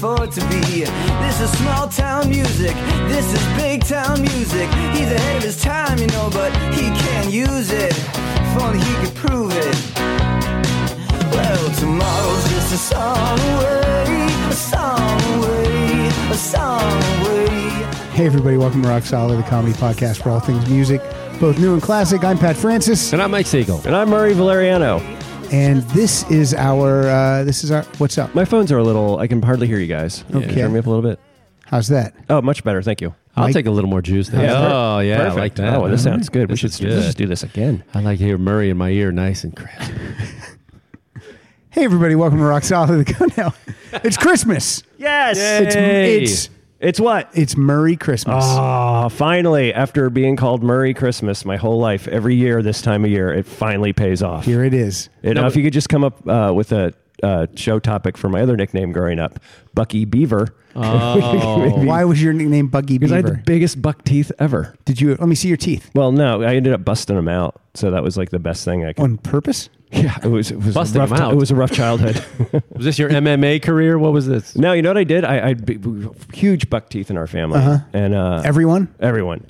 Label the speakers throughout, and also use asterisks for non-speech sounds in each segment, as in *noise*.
Speaker 1: for it to be. This is small town music. This is big town music. He's ahead of his time, you know, but he can't use it. If only he could prove it. Well, tomorrow's just a song away, a song away, a song away.
Speaker 2: Hey, everybody, welcome to Rock Solid, the comedy podcast for all things music, both new and classic. I'm Pat Francis,
Speaker 3: And I'm Mike Siegel.
Speaker 4: And I'm Murray Valeriano.
Speaker 2: and this is our, uh, this is our, what's up?
Speaker 4: My phones are a little, I can hardly hear you guys. Can you
Speaker 2: Okay.
Speaker 4: Turn me up a little bit.
Speaker 2: How's that?
Speaker 4: Oh, much better. Thank you.
Speaker 3: I'll
Speaker 2: Mike?
Speaker 3: take a little more juice. There.
Speaker 4: Yeah.
Speaker 3: Oh, yeah.
Speaker 4: Perfect.
Speaker 3: I like that.
Speaker 4: Oh, this sounds good. we
Speaker 3: This
Speaker 4: should
Speaker 3: is
Speaker 4: st- let's
Speaker 3: good.
Speaker 4: just do this again.
Speaker 3: I like to hear Murray in my ear, nice and crisp.
Speaker 2: Hey, everybody, welcome to Rock Solid. *laughs* the com- now, it's Christmas.
Speaker 4: Yes.
Speaker 2: It's,
Speaker 3: Yay.
Speaker 2: it's,
Speaker 4: It's what?
Speaker 2: it's Murray Christmas.
Speaker 4: Ah, finally, after being called Murray Christmas my whole life, every year this time of year, it finally pays off.
Speaker 2: Here it is.
Speaker 4: You know, if you could just come up uh, with a uh, show topic for my other nickname growing up, Bucky Beaver. *laughs*
Speaker 3: Oh.
Speaker 2: Why was your nickname Buggy
Speaker 4: Because I had the
Speaker 2: Beaver?
Speaker 4: biggest buck teeth ever.
Speaker 2: Did you, let me see your teeth.
Speaker 4: Well, no, I ended up busting them out. So that was like the best thing
Speaker 3: Oh,
Speaker 4: I could.
Speaker 2: On purpose?
Speaker 4: *laughs* Yeah, it was it was
Speaker 3: Busting
Speaker 4: a rough
Speaker 3: them
Speaker 4: ti-
Speaker 3: out.
Speaker 4: It was a rough childhood.
Speaker 3: *laughs* Was this your MMA career? What was this?
Speaker 4: no, you know what I did? I, I b- b- huge buck teeth in our family, and uh,
Speaker 2: Uh-huh. Everyone?
Speaker 4: everyone,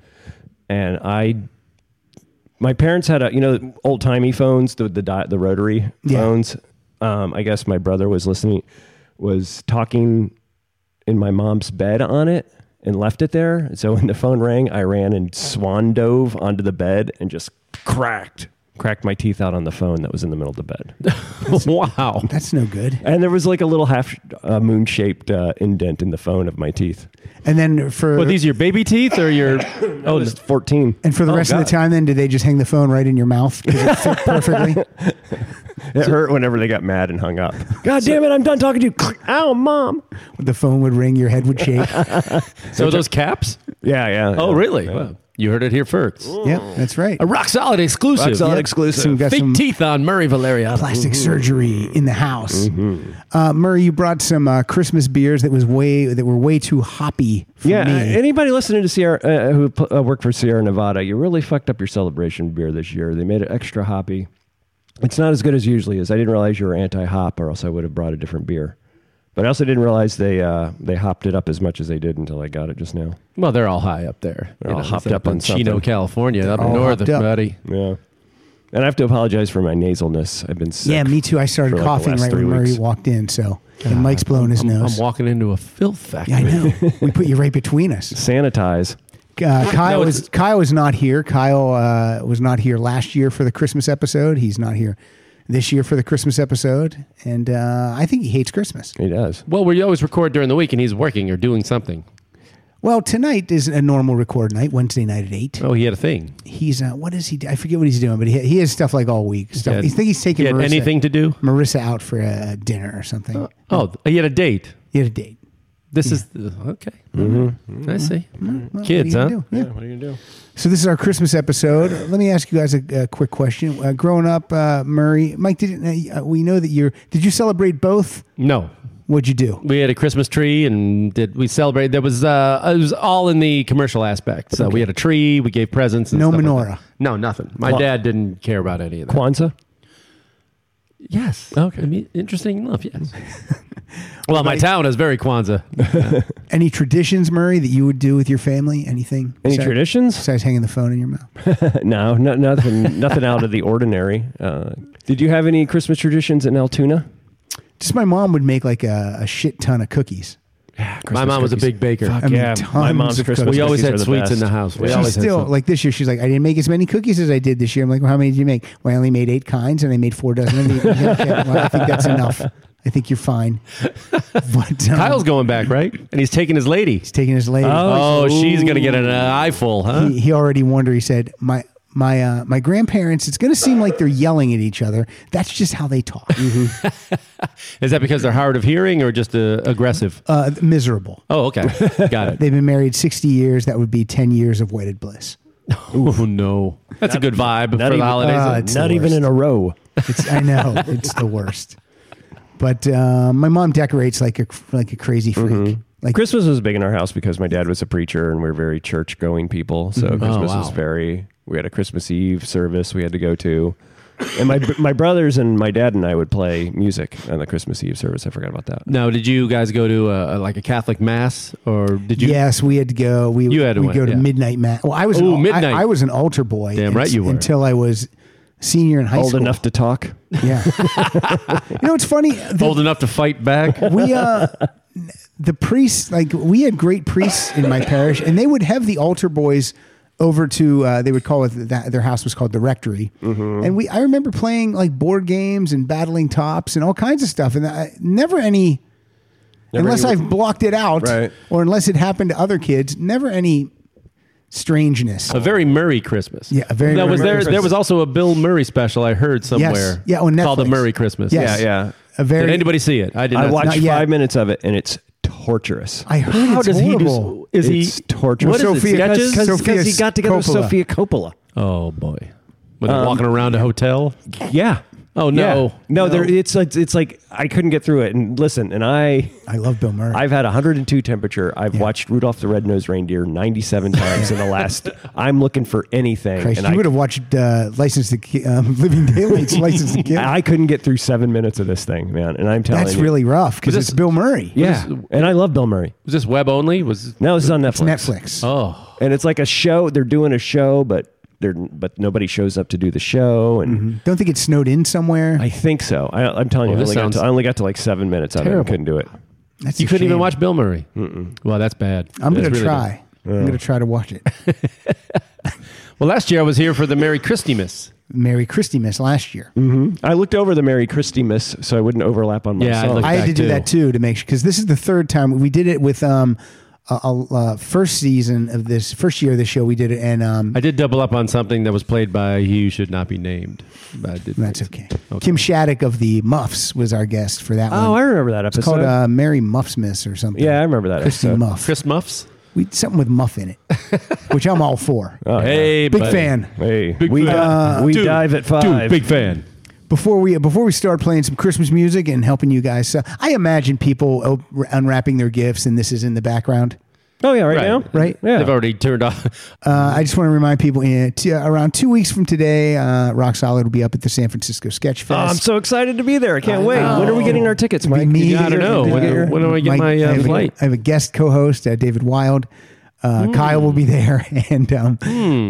Speaker 4: and I. My parents had a you know old timey phones, the the di- the rotary
Speaker 2: Yeah.
Speaker 4: phones. Um, I guess my brother was listening, was talking in my mom's bed on it and left it there. And so when the phone rang, I ran and swan dove onto the bed and just cracked cracked my teeth out on the phone that was in the middle of the bed.
Speaker 3: *laughs* wow.
Speaker 2: That's no good.
Speaker 4: And there was like a little half uh, moon shaped uh, indent in the phone of my teeth.
Speaker 2: And then for,
Speaker 3: What, these are your baby teeth or *coughs* your.
Speaker 4: Oh, was 14.
Speaker 2: and for the
Speaker 4: Oh,
Speaker 2: rest of
Speaker 4: God.
Speaker 2: the time, then, did they just hang the phone right in your mouth? 'Cause it
Speaker 4: *laughs*
Speaker 2: fit perfectly.
Speaker 4: It hurt whenever they got mad and hung up. God damn it, I'm done talking to you. *laughs* Ow, mom.
Speaker 2: The phone would ring, your head would
Speaker 4: *laughs*
Speaker 2: shake.
Speaker 3: So those caps?
Speaker 4: Yeah, yeah.
Speaker 3: Oh,
Speaker 4: yeah.
Speaker 3: really?
Speaker 4: Yeah.
Speaker 3: Wow. You heard it here first.
Speaker 2: Yep, that's right.
Speaker 3: A rock solid exclusive.
Speaker 4: Rock Solid
Speaker 3: Yep.
Speaker 4: exclusive.
Speaker 2: Some- got
Speaker 3: Fake
Speaker 2: some-
Speaker 3: teeth on Murray Valeriano.
Speaker 2: Plastic
Speaker 4: Mm-hmm.
Speaker 2: surgery in the house. Uh, Murray, you brought some uh, Christmas beers that was way that were way too hoppy for
Speaker 4: yeah,
Speaker 2: me.
Speaker 4: uh, anybody listening to Sierra uh, who pl- uh, worked for Sierra Nevada, you really fucked up your celebration beer this year. They made it extra hoppy. It's not as good as usually is. I didn't realize you were anti hop, or else I would have brought a different beer. But I also didn't realize they uh, they hopped it up as much as they did until I got it just now.
Speaker 3: Well, they're all high up there.
Speaker 4: They're all
Speaker 3: it's
Speaker 4: hopped up
Speaker 3: in
Speaker 4: on
Speaker 3: Chino,
Speaker 4: something.
Speaker 3: California, up
Speaker 2: all
Speaker 3: north,
Speaker 2: hopped up.
Speaker 3: buddy.
Speaker 4: Yeah. And I have to apologize for my nasalness. I've been sick.
Speaker 2: yeah, me too. I started
Speaker 4: For like the
Speaker 2: coughing
Speaker 4: last
Speaker 2: right
Speaker 4: three
Speaker 2: when Murray
Speaker 4: weeks.
Speaker 2: walked in. So and Mike's blowing his
Speaker 3: I'm,
Speaker 2: nose.
Speaker 3: I'm walking into a filth factory.
Speaker 2: yeah, I know. we put you right between
Speaker 4: *laughs*
Speaker 2: us.
Speaker 4: Sanitize.
Speaker 2: Uh, Kyle
Speaker 3: No, it's-
Speaker 2: was Kyle was not here. Kyle uh, was not here last year for the Christmas episode. He's not here this year for the Christmas episode, and uh, I think he hates Christmas.
Speaker 4: He does.
Speaker 3: Well, we always record during the week, and he's working or doing something.
Speaker 2: Well, tonight is a normal record night. Wednesday night at eight.
Speaker 3: Oh, he had a thing.
Speaker 2: he's uh, what is he? do- I forget what he's doing, but he, he has stuff like all week. Stuff.
Speaker 3: had-
Speaker 2: I think he's taking
Speaker 3: he had
Speaker 2: Marissa,
Speaker 3: anything to do?
Speaker 2: Marissa out for a dinner or something.
Speaker 3: Oh, he had a date.
Speaker 2: he had a date.
Speaker 3: This is okay. Mm-hmm. I see.
Speaker 2: Mm-hmm. Well,
Speaker 3: Kids,
Speaker 2: what are you gonna
Speaker 3: huh?
Speaker 2: do? Yeah.
Speaker 4: What are you gonna do?
Speaker 2: So this is our Christmas episode. Let me ask you guys a, a quick question. Uh, growing up, uh, Murray, Mike, didn't uh, we know that you're? Did you celebrate both?
Speaker 3: No,
Speaker 2: What'd you do?
Speaker 3: we had a Christmas tree, and did we celebrate? There was uh, it was all in the commercial aspect. So we had a tree, we gave presents. And
Speaker 2: No
Speaker 3: stuff like
Speaker 2: menorah.
Speaker 3: that. no, nothing. My
Speaker 4: Clock.
Speaker 3: dad didn't care about any of that.
Speaker 4: Kwanzaa.
Speaker 3: Yes. Okay. I mean, interesting enough. Yes. well, my town is very Kwanzaa.
Speaker 2: Any traditions, Murray, that you would do with your family? Anything?
Speaker 4: Any
Speaker 2: besides- *laughs*
Speaker 4: traditions?
Speaker 2: Besides hanging the phone in your mouth.
Speaker 4: no, no, nothing. nothing out of the ordinary. Uh, did you have any Christmas traditions in Altoona?
Speaker 2: Just my mom would make like a, a shit ton of cookies.
Speaker 3: my mom was a big baker.
Speaker 2: I mean, tons of cookies.
Speaker 3: we always
Speaker 4: cookies
Speaker 3: had
Speaker 4: are the
Speaker 3: sweets in
Speaker 4: best.
Speaker 3: the house. We
Speaker 2: She's
Speaker 3: always had
Speaker 2: still
Speaker 3: some-
Speaker 2: like this year. She's like, I didn't make as many cookies as I did this year. I'm like, well, how many did you make? Well, I only made eight kinds, and I made four dozen. of these. Okay, *laughs* well, I think that's enough. I think you're
Speaker 3: *laughs*
Speaker 2: fine. But um,
Speaker 3: Kyle's going back, right? And he's taking his lady.
Speaker 2: he's taking his lady.
Speaker 3: Oh, she's gonna get an eyeful, huh?
Speaker 2: he, he already warned her. He said, my. My uh, my grandparents. It's going to seem like they're yelling at each other. That's just how they talk.
Speaker 3: Mm-hmm. Is that because they're hard of hearing or just uh, aggressive?
Speaker 2: Uh, miserable.
Speaker 3: Oh, okay,
Speaker 2: *laughs*
Speaker 3: got it.
Speaker 2: They've been married sixty years. That would be ten years of wedded bliss.
Speaker 3: Oh no, that's a good vibe for
Speaker 4: even-
Speaker 3: the holidays.
Speaker 2: Ah, it's
Speaker 4: Not
Speaker 2: the
Speaker 4: even
Speaker 2: worst.
Speaker 4: in a row.
Speaker 2: It's, I
Speaker 3: *laughs*
Speaker 2: know it's the worst. But uh, my mom decorates like a like a crazy freak.
Speaker 3: Mm-hmm.
Speaker 2: Like
Speaker 4: Christmas was big in our house because my dad was a preacher and we are very church going people. So Christmas
Speaker 3: wow.
Speaker 4: was very. We had a Christmas Eve service we had to go to. and my my brothers and my dad and I would play music on the Christmas Eve service. I forgot about that.
Speaker 3: Now, did you guys go to a, like a Catholic mass, or did you?
Speaker 2: yes, we had to go. We
Speaker 3: You had to
Speaker 2: we
Speaker 3: win,
Speaker 2: go to
Speaker 3: yeah.
Speaker 2: midnight mass. Well, I was an
Speaker 3: Ooh,
Speaker 2: al- I-
Speaker 3: midnight.
Speaker 2: I, was an altar boy.
Speaker 3: Damn right
Speaker 2: un-
Speaker 3: you were.
Speaker 2: Until I was senior in high
Speaker 4: Old
Speaker 2: school.
Speaker 4: enough to talk.
Speaker 3: *laughs*
Speaker 2: Yeah. you know, it's funny. The,
Speaker 3: Old enough to fight back.
Speaker 2: we uh the priests like we had great priests in my parish and they would have the altar boys over to uh, they would call it that their house was called the rectory and we i remember playing like board games and battling tops and all kinds of stuff and I, never any
Speaker 4: Never
Speaker 2: unless
Speaker 4: any-
Speaker 2: i've blocked it out
Speaker 4: Right.
Speaker 2: or unless it happened to other kids never any strangeness
Speaker 3: A very Murray Christmas.
Speaker 2: Yeah, a very
Speaker 3: Now,
Speaker 2: Murray
Speaker 3: was there?
Speaker 2: Christmas.
Speaker 3: There was also a Bill Murray special I heard somewhere.
Speaker 2: Yeah, on
Speaker 3: called a
Speaker 2: Netflix.
Speaker 3: Murray Christmas.
Speaker 2: Yes.
Speaker 4: Yeah, yeah.
Speaker 2: a very
Speaker 3: Did anybody see it? I did.
Speaker 4: I
Speaker 3: not
Speaker 4: watched
Speaker 2: not
Speaker 4: five
Speaker 2: yet.
Speaker 4: minutes of it, and it's torturous.
Speaker 2: i heard
Speaker 3: How
Speaker 2: it's
Speaker 3: does
Speaker 2: horrible
Speaker 3: he do? Is
Speaker 4: It's
Speaker 3: he
Speaker 4: torture.
Speaker 3: What is
Speaker 2: Sophia-
Speaker 3: it? Sketches?
Speaker 2: Cause-
Speaker 4: Because he got together with
Speaker 2: Coppola.
Speaker 4: Sophia Coppola.
Speaker 3: oh boy, when they're walking around a hotel.
Speaker 4: Yeah.
Speaker 3: Oh, no.
Speaker 4: Yeah. No,
Speaker 3: No.
Speaker 4: There, it's like it's like I couldn't get through it. And listen, and I
Speaker 2: i love bill murray
Speaker 4: I've had 102 temperature. I've watched Rudolph the Red-Nosed Reindeer 97 times in
Speaker 2: *laughs*
Speaker 4: the last. I'm looking for anything,
Speaker 2: Christ,
Speaker 4: and
Speaker 2: you
Speaker 4: I
Speaker 2: would have watched uh, License to Ki- um, *laughs* Living Daylights, License to Kill.
Speaker 4: I couldn't get through seven minutes of this thing, man. And I'm telling
Speaker 2: That's
Speaker 4: you,
Speaker 2: really rough because
Speaker 3: But
Speaker 2: it's
Speaker 3: this-
Speaker 2: Bill Murray.
Speaker 4: yeah. and I love Bill Murray.
Speaker 3: Was this web only? Was
Speaker 4: No, this is on Netflix.
Speaker 2: Netflix.
Speaker 3: oh
Speaker 4: and it's like a show. They're doing a show, but they're but nobody shows up to do the show, and
Speaker 2: Don't think it snowed in somewhere.
Speaker 4: I think so. I, I'm telling
Speaker 3: Well,
Speaker 4: you, I
Speaker 3: this
Speaker 4: only, got
Speaker 3: sounds
Speaker 4: to, I only got to like seven minutes of it. and
Speaker 3: terrible.
Speaker 4: Couldn't do it.
Speaker 2: That's
Speaker 3: you
Speaker 2: a
Speaker 3: couldn't even
Speaker 2: shame.
Speaker 3: watch Bill Murray. Well, that's bad.
Speaker 2: I'm
Speaker 3: That's
Speaker 2: gonna
Speaker 3: really bad.
Speaker 2: try. I'm gonna try to watch it.
Speaker 3: Well, last year I was here for the Merry Christmas.
Speaker 2: Merry Christmas last year.
Speaker 4: I looked over the Merry Christmas so I wouldn't overlap on my
Speaker 3: Yeah, I
Speaker 4: song.
Speaker 3: looked
Speaker 2: I had
Speaker 3: back
Speaker 2: to do
Speaker 3: too.
Speaker 2: that too to make sure because this is the third time we did it with um a, a, uh, first season of this first year of the show we did it and um
Speaker 3: I did double up on something that was played by He Who Should Not Be Named. But I did
Speaker 2: that's okay. Kim Shattuck of the Muffs was our guest for that one.
Speaker 4: oh, I remember that episode.
Speaker 2: um, it's called uh, Mary Muffsmith or something.
Speaker 4: yeah, I remember that
Speaker 2: Christy
Speaker 4: episode.
Speaker 2: Muff.
Speaker 3: Chris Muffs.
Speaker 2: we something with muff in it, which I'm all for.
Speaker 4: Oh, yeah.
Speaker 3: hey,
Speaker 2: Big
Speaker 3: buddy.
Speaker 2: fan.
Speaker 4: Hey,
Speaker 3: Big
Speaker 4: we
Speaker 3: fan.
Speaker 4: uh, we
Speaker 3: Dude,
Speaker 4: dive at five.
Speaker 3: Dude, big fan.
Speaker 2: Before we before we start playing some Christmas music and helping you guys, so I imagine people op- unwrapping their gifts, and this is in the background,
Speaker 4: Oh yeah, right,
Speaker 3: Right.
Speaker 4: now,
Speaker 2: right?
Speaker 4: Yeah.
Speaker 3: They've already turned off. *laughs*
Speaker 2: Uh, I just want to remind people uh, t- uh, around two weeks from today, uh, Rock Solid will be up at the San Francisco Sketch
Speaker 4: Oh,
Speaker 2: Fest.
Speaker 4: I'm so excited to be there. I can't wait. When are we getting our tickets,
Speaker 2: My
Speaker 4: Mike?
Speaker 2: me-
Speaker 4: Did you
Speaker 2: Yeah, I
Speaker 4: get
Speaker 2: don't
Speaker 4: your-
Speaker 2: know.
Speaker 4: did you
Speaker 2: When-
Speaker 4: get your-
Speaker 3: when do I get my, uh,
Speaker 2: I have a-
Speaker 3: flight?
Speaker 2: I have a guest co-host, uh, David Wild. Uh, Kyle will be there, *laughs* and um,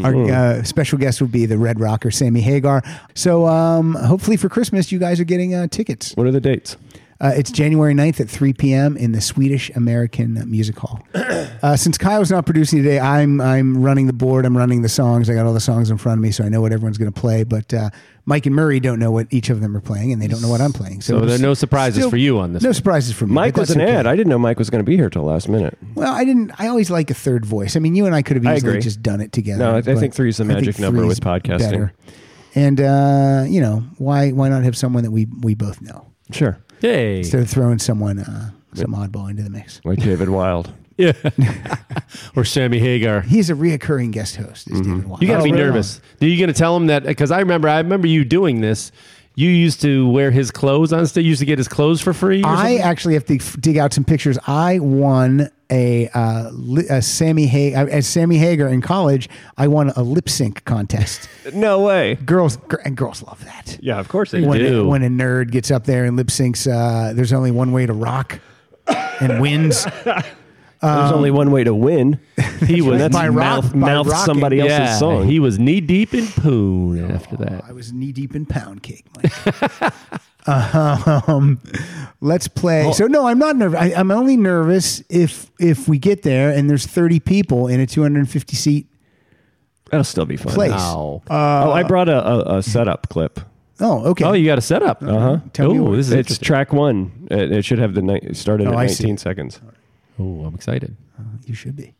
Speaker 2: our uh, special guest will be the Red Rocker, Sammy Hagar. So um, hopefully for Christmas, you guys are getting uh, tickets.
Speaker 4: What are the dates?
Speaker 2: Uh, it's January 9th at 3 p.m. in the Swedish American Music
Speaker 4: *clears throat*
Speaker 2: Hall. Uh, since Kyle's not producing today, I'm I'm running the board. I'm running the songs. I got all the songs in front of me, so I know what everyone's going to play. But uh, Mike and Murray don't know what each of them are playing, and they don't know what I'm playing. So,
Speaker 3: So there are no surprises
Speaker 2: still-
Speaker 3: for you on this
Speaker 2: No
Speaker 3: one.
Speaker 2: surprises for me.
Speaker 4: Mike
Speaker 2: but
Speaker 4: was
Speaker 2: that's
Speaker 4: an
Speaker 2: okay.
Speaker 4: ad. I didn't know Mike was going to be here till last minute.
Speaker 2: Well, I didn't. I always like a third voice. I mean, you and I could have
Speaker 4: I
Speaker 2: easily
Speaker 4: agree.
Speaker 2: just done it together.
Speaker 4: No, I- I
Speaker 2: but
Speaker 4: think three is the
Speaker 2: I think
Speaker 4: magic number
Speaker 2: three
Speaker 4: with
Speaker 2: is
Speaker 4: podcasting.
Speaker 2: better. And uh, you know why? Why not have someone that we we both know
Speaker 4: Sure.
Speaker 3: Hey.
Speaker 2: instead of throwing someone uh, some oddball into the mix? *laughs*
Speaker 4: Like David Wild.
Speaker 3: *laughs* Yeah. or Sammy Hagar.
Speaker 2: He's a reoccurring guest host. Is David Wild.
Speaker 3: You got to
Speaker 2: Oh,
Speaker 3: be
Speaker 2: really?
Speaker 3: nervous. Are you going to tell him that? Because I remember, I remember you doing this. You used to wear his clothes on stage. You used to get his clothes for free. or
Speaker 2: I
Speaker 3: something?
Speaker 2: actually have to f- dig out some pictures. I won a, uh, li- a Sammy Hager as Sammy Hager in college. I won a lip sync
Speaker 3: *laughs*
Speaker 2: contest.
Speaker 4: No way.
Speaker 2: girls gr- and girls love that.
Speaker 4: Yeah, of course
Speaker 3: They
Speaker 2: when,
Speaker 3: do.
Speaker 2: A, when a nerd gets up there and lip syncs, uh, there's only one way to rock and wins. Um,
Speaker 4: There's only one way to
Speaker 2: *laughs*
Speaker 4: win.
Speaker 3: he was
Speaker 4: That's
Speaker 2: By rock-
Speaker 4: mouth,
Speaker 2: by
Speaker 4: mouth
Speaker 2: rocking.
Speaker 4: somebody else's song.
Speaker 3: He was knee deep in poon after that.
Speaker 2: I was knee deep in pound cake, Mike. *laughs* um, let's play.
Speaker 3: Oh.
Speaker 2: So no, I'm not nervous. I, I'm only nervous if if we get there and there's 30 people in a 250 seat
Speaker 4: That'll still be fun.
Speaker 2: place. Uh,
Speaker 3: Ow.
Speaker 4: oh, I brought a, a, a setup clip.
Speaker 2: Oh, okay.
Speaker 3: oh, you got a setup. Uh huh.
Speaker 2: Uh-huh. Tell me
Speaker 3: oh,
Speaker 2: what-
Speaker 3: this is
Speaker 4: It's track one. It, it should have the ni- started
Speaker 2: Oh,
Speaker 4: at
Speaker 2: I see.
Speaker 4: 19 seconds.
Speaker 3: Oh, I'm excited.
Speaker 2: You should be.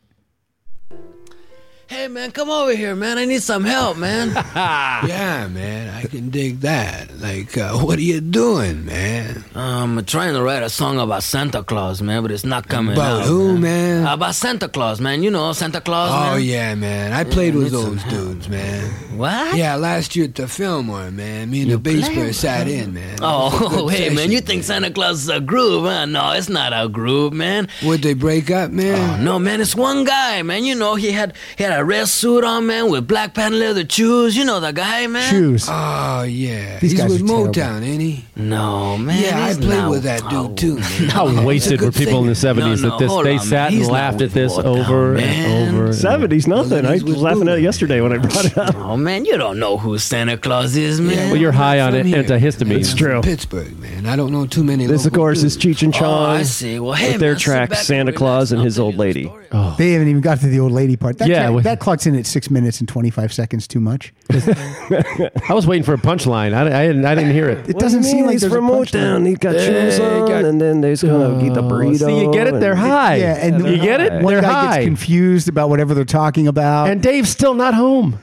Speaker 5: Hey man, come over here, man. I need some help, man. yeah, man, I can dig that. Like, uh, what are you doing, man?
Speaker 6: *laughs* I'm trying to write a song about Santa Claus, man, but it's not coming
Speaker 5: About
Speaker 6: out.
Speaker 5: who, man?
Speaker 6: About Santa Claus, man. You know Santa Claus.
Speaker 5: Oh
Speaker 6: man.
Speaker 5: yeah, man. I played with
Speaker 6: need some
Speaker 5: those dudes, man.
Speaker 6: What?
Speaker 5: Yeah, last year at the Fillmore, man. Me and the bass
Speaker 6: played
Speaker 5: player
Speaker 6: with
Speaker 5: sat in, man.
Speaker 6: Oh, *laughs* hey, man. You
Speaker 5: think
Speaker 6: think Santa Claus is a groove? Huh? No, it's not a groove, man.
Speaker 5: Would they break up, man?
Speaker 6: No, man, it's one guy, man. You know, he had he had a a red suit on, man, with black patent leather shoes. You know the guy, man.
Speaker 2: Shoes.
Speaker 5: Oh yeah,
Speaker 2: Uh, These
Speaker 5: he's
Speaker 2: guys
Speaker 5: with
Speaker 2: are terrible.
Speaker 5: Motown, ain't he?
Speaker 6: No, man.
Speaker 5: yeah, I
Speaker 6: he's
Speaker 5: played
Speaker 6: not-
Speaker 5: with that dude
Speaker 6: oh.
Speaker 5: too. man.
Speaker 3: How wasted
Speaker 5: good
Speaker 3: were people in the
Speaker 6: singer.
Speaker 3: 70s
Speaker 6: No,
Speaker 3: that
Speaker 6: no,
Speaker 3: this
Speaker 6: hold
Speaker 3: they
Speaker 6: on,
Speaker 3: sat
Speaker 6: man.
Speaker 3: and
Speaker 6: He's not
Speaker 3: laughed at
Speaker 6: with
Speaker 3: this
Speaker 6: Motown,
Speaker 3: over
Speaker 6: man.
Speaker 3: and over. and-
Speaker 4: Seventies, nothing. I was laughing at it yesterday when I brought it up.
Speaker 6: Oh man, you don't know who Santa Claus is, man.
Speaker 5: Yeah,
Speaker 3: Well, you're high on
Speaker 5: From
Speaker 3: it,
Speaker 5: here.
Speaker 3: antihistamine.
Speaker 4: It's true.
Speaker 5: Pittsburgh, man. I don't know too many.
Speaker 4: This, of
Speaker 5: local
Speaker 4: course, is
Speaker 5: dudes.
Speaker 4: Cheech and
Speaker 6: Oh,
Speaker 4: Chong
Speaker 6: I see. Well, hey,
Speaker 4: with their
Speaker 6: man, sit back
Speaker 4: track Santa
Speaker 6: relax,
Speaker 4: Claus and
Speaker 6: I'll
Speaker 4: his
Speaker 6: tell you
Speaker 4: old
Speaker 6: the
Speaker 4: lady.
Speaker 6: story.
Speaker 2: They haven't even got to the old lady part. That,
Speaker 3: Oh. Yeah,
Speaker 2: clock-
Speaker 3: we-
Speaker 2: that clocks in at six minutes and 25 seconds too much.
Speaker 3: I was waiting for a punchline. I, I didn't. I didn't hear it.
Speaker 2: It doesn't seem like
Speaker 4: he's
Speaker 2: there's a
Speaker 4: from
Speaker 2: punchline.
Speaker 4: Motown. He got shoes
Speaker 3: Yeah, he
Speaker 4: on,
Speaker 3: got-
Speaker 4: and then they just gonna get the burrito.
Speaker 3: Oh, See, you get it. They're
Speaker 4: and-
Speaker 3: high.
Speaker 2: Yeah, and
Speaker 3: you get it.
Speaker 2: One
Speaker 3: They're
Speaker 2: guy
Speaker 3: high.
Speaker 2: gets confused about whatever they're talking about.
Speaker 3: and Dave's still not home.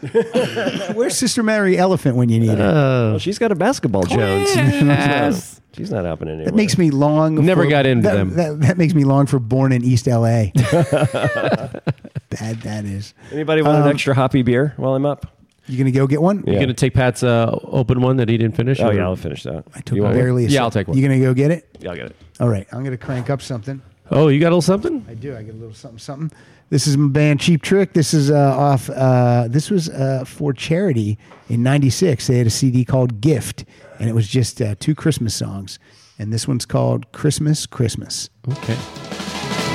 Speaker 2: where's Sister Mary Elephant when you need
Speaker 3: Uh,
Speaker 2: her?
Speaker 4: Well, she's got a basketball Jones.
Speaker 3: Yes.
Speaker 4: She's not happening anywhere.
Speaker 2: Oh, That makes me long.
Speaker 3: Never
Speaker 2: for-
Speaker 3: got into
Speaker 2: that,
Speaker 3: them.
Speaker 2: That, that makes me long for Born in East
Speaker 3: *laughs*
Speaker 2: L.A. Bad that is.
Speaker 4: anybody want
Speaker 2: um,
Speaker 4: an extra hoppy beer while I'm up?
Speaker 2: You gonna go get one?
Speaker 4: Yeah.
Speaker 3: You gonna take Pat's uh, open one that he didn't finish?
Speaker 4: Oh
Speaker 3: or-
Speaker 4: yeah, I'll finish that.
Speaker 2: I took
Speaker 4: you want
Speaker 2: barely.
Speaker 3: one?
Speaker 2: A
Speaker 3: Yeah,
Speaker 2: sip.
Speaker 3: I'll take one.
Speaker 2: You gonna go get it?
Speaker 4: One? Yeah, I'll get it.
Speaker 2: All right, I'm gonna crank up something.
Speaker 3: Oh, you got a little something?
Speaker 2: I do. I get a little something, something. This is my band Cheap Trick. This is uh, off. Uh, this was uh, for charity in '96. They had a CD called Gift, and it was just uh, two Christmas songs. And this one's called Christmas, Christmas.
Speaker 3: Okay.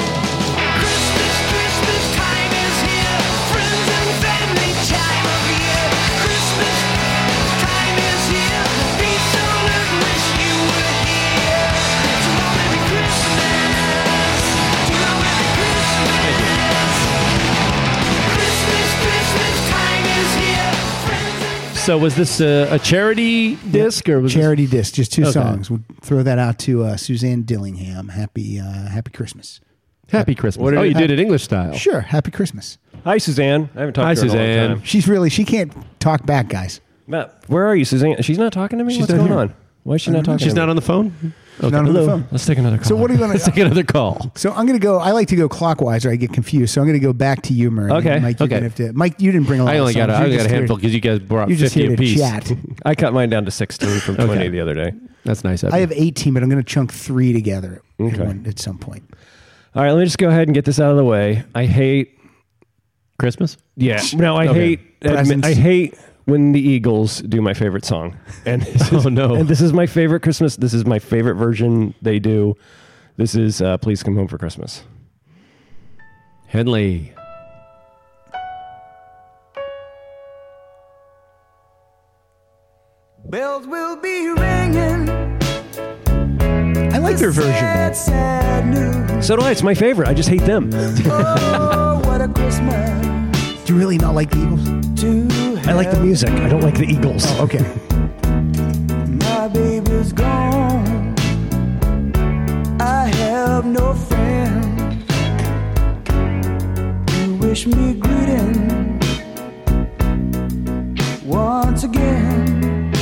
Speaker 7: Christmas, Christmas time is here. Friends and family time of year. Christmas time is here. Be so good, wish you were here. Tomorrow every Christmas. Tomorrow every Christmas. Christmas, Christmas time is here. Friends and
Speaker 3: So was this uh, a charity disc or was this-
Speaker 2: Charity disc, just two
Speaker 3: Okay.
Speaker 2: songs. We'll throw that out to uh, Suzanne Dillingham. Happy, uh, happy Christmas.
Speaker 3: Happy Christmas?
Speaker 4: What did
Speaker 3: oh,
Speaker 4: it
Speaker 3: you
Speaker 4: have?
Speaker 3: did it English style.
Speaker 2: Sure, happy Christmas.
Speaker 4: Hi, Suzanne. I haven't talked
Speaker 3: Hi,
Speaker 4: to her in a
Speaker 3: Suzanne.
Speaker 4: long time.
Speaker 2: She's really she can't talk back, guys.
Speaker 4: Matt, where are you, Suzanne? She's not talking to me. What's
Speaker 3: not
Speaker 4: going
Speaker 3: here.
Speaker 4: on? Why is she not talking?
Speaker 3: She's
Speaker 4: to
Speaker 3: not
Speaker 4: me?
Speaker 3: on the phone.
Speaker 2: She's not on the
Speaker 4: Hello.
Speaker 2: phone.
Speaker 4: Let's take another call.
Speaker 2: So what are you
Speaker 3: *laughs*
Speaker 2: Oh, gonna?
Speaker 3: Let's take another call.
Speaker 2: So I'm gonna go. I like to go clockwise, or I get confused. So I'm gonna go back to you, Murray.
Speaker 4: Okay,
Speaker 2: Mike, you're
Speaker 3: okay.
Speaker 2: gonna have to. Mike, you didn't bring a lot.
Speaker 3: I
Speaker 2: of
Speaker 3: only got a,
Speaker 2: songs. You're
Speaker 3: I only got a
Speaker 2: just here
Speaker 3: handful
Speaker 2: to-
Speaker 3: because you guys brought
Speaker 2: You're just
Speaker 3: fifty
Speaker 2: here to
Speaker 3: apiece.
Speaker 2: chat.
Speaker 4: I cut mine down to sixteen from twenty
Speaker 3: Okay.
Speaker 4: the other day.
Speaker 3: That's nice. of
Speaker 2: I
Speaker 3: you.
Speaker 2: have 18, but I'm going to chunk three together at
Speaker 4: Okay.
Speaker 2: one- at some point.
Speaker 4: All right, let me just go ahead and get this out of the way. I hate
Speaker 3: Christmas. *laughs* Oh,
Speaker 4: Yeah. No, I
Speaker 3: Okay.
Speaker 4: hate. Admit,
Speaker 2: Presents.
Speaker 4: I hate when the Eagles do my favorite song, and this is,
Speaker 3: Oh, no.
Speaker 4: and this is my favorite Christmas. This is my favorite version they do. This is uh, "Please Come Home for Christmas."
Speaker 3: Henley.
Speaker 1: Bells will be ringing.
Speaker 2: I like their version.
Speaker 1: Sad, sad news.
Speaker 4: So do I. It's my favorite. I just hate them.
Speaker 1: Oh, what a Christmas
Speaker 2: Do you really not like the Eagles?
Speaker 1: to
Speaker 4: I like the music. I don't like the Eagles.
Speaker 2: Oh, okay.
Speaker 1: My baby's gone. I have no friend. You wish me greeting once again.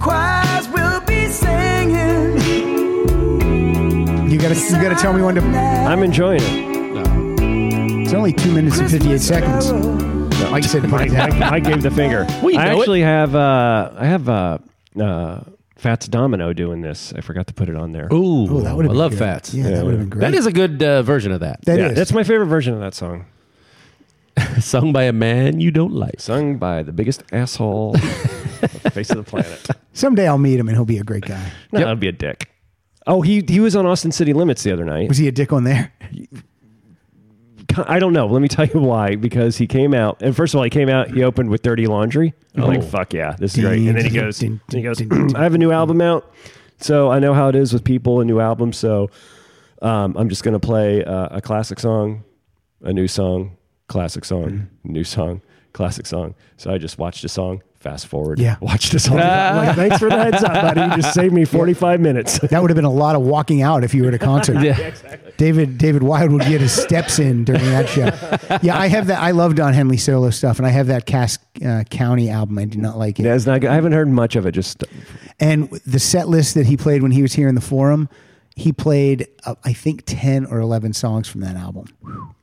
Speaker 1: Choirs will be singing.
Speaker 2: You got to you got to tell me when to.
Speaker 4: I'm enjoying it.
Speaker 2: It's only two minutes and 58 seconds. Mike said, "Point
Speaker 4: I,
Speaker 2: that."
Speaker 4: I gave the finger.
Speaker 3: *laughs* We
Speaker 4: I
Speaker 3: know it.
Speaker 4: actually have. Uh, I have. Uh, uh, Fats Domino doing this. I forgot to put it on there.
Speaker 3: Ooh,
Speaker 2: Oh, that would've
Speaker 3: I
Speaker 2: been
Speaker 3: love
Speaker 2: good.
Speaker 3: Fats.
Speaker 2: Yeah, that would have been great.
Speaker 3: That is a good uh, version of that.
Speaker 2: That
Speaker 4: yeah,
Speaker 2: is.
Speaker 4: that's my favorite version of that song,
Speaker 3: Sung by a man you don't like.
Speaker 4: sung by the biggest asshole on the face of the planet.
Speaker 3: *laughs*
Speaker 2: Someday I'll meet him and he'll be a great guy.
Speaker 4: No, that'd be a dick. Oh, he he was on Austin City Limits the other night.
Speaker 2: Was he a dick on there?
Speaker 4: I don't know. Let me *laughs* tell you why. Because he came out, and first of all, he came out. He opened with Dirty Laundry. I'm like, fuck yeah, this is great. And then he goes, and he goes, I have a new album out, so I know how it is with people and new albums. So um, I'm just gonna play uh, a classic song, a new song, classic song, new song, classic song. So I just watched a song. Fast forward.
Speaker 2: Yeah.
Speaker 4: Watch the song. *laughs* like, Thanks for the heads up, buddy. You just saved me 45 minutes.
Speaker 2: That would have been a lot of walking out if you were at a concert. yeah, exactly. *laughs* David David Wild would get his steps in during that show. Yeah, I have that. I love Don Henley solo stuff, and I have that Cass uh, County album. I do not like it.
Speaker 4: *laughs* Yeah, it's not good. I haven't heard much of it. Just
Speaker 2: And the set list that he played when he was here in the forum, he played uh, I think ten or eleven songs from that album,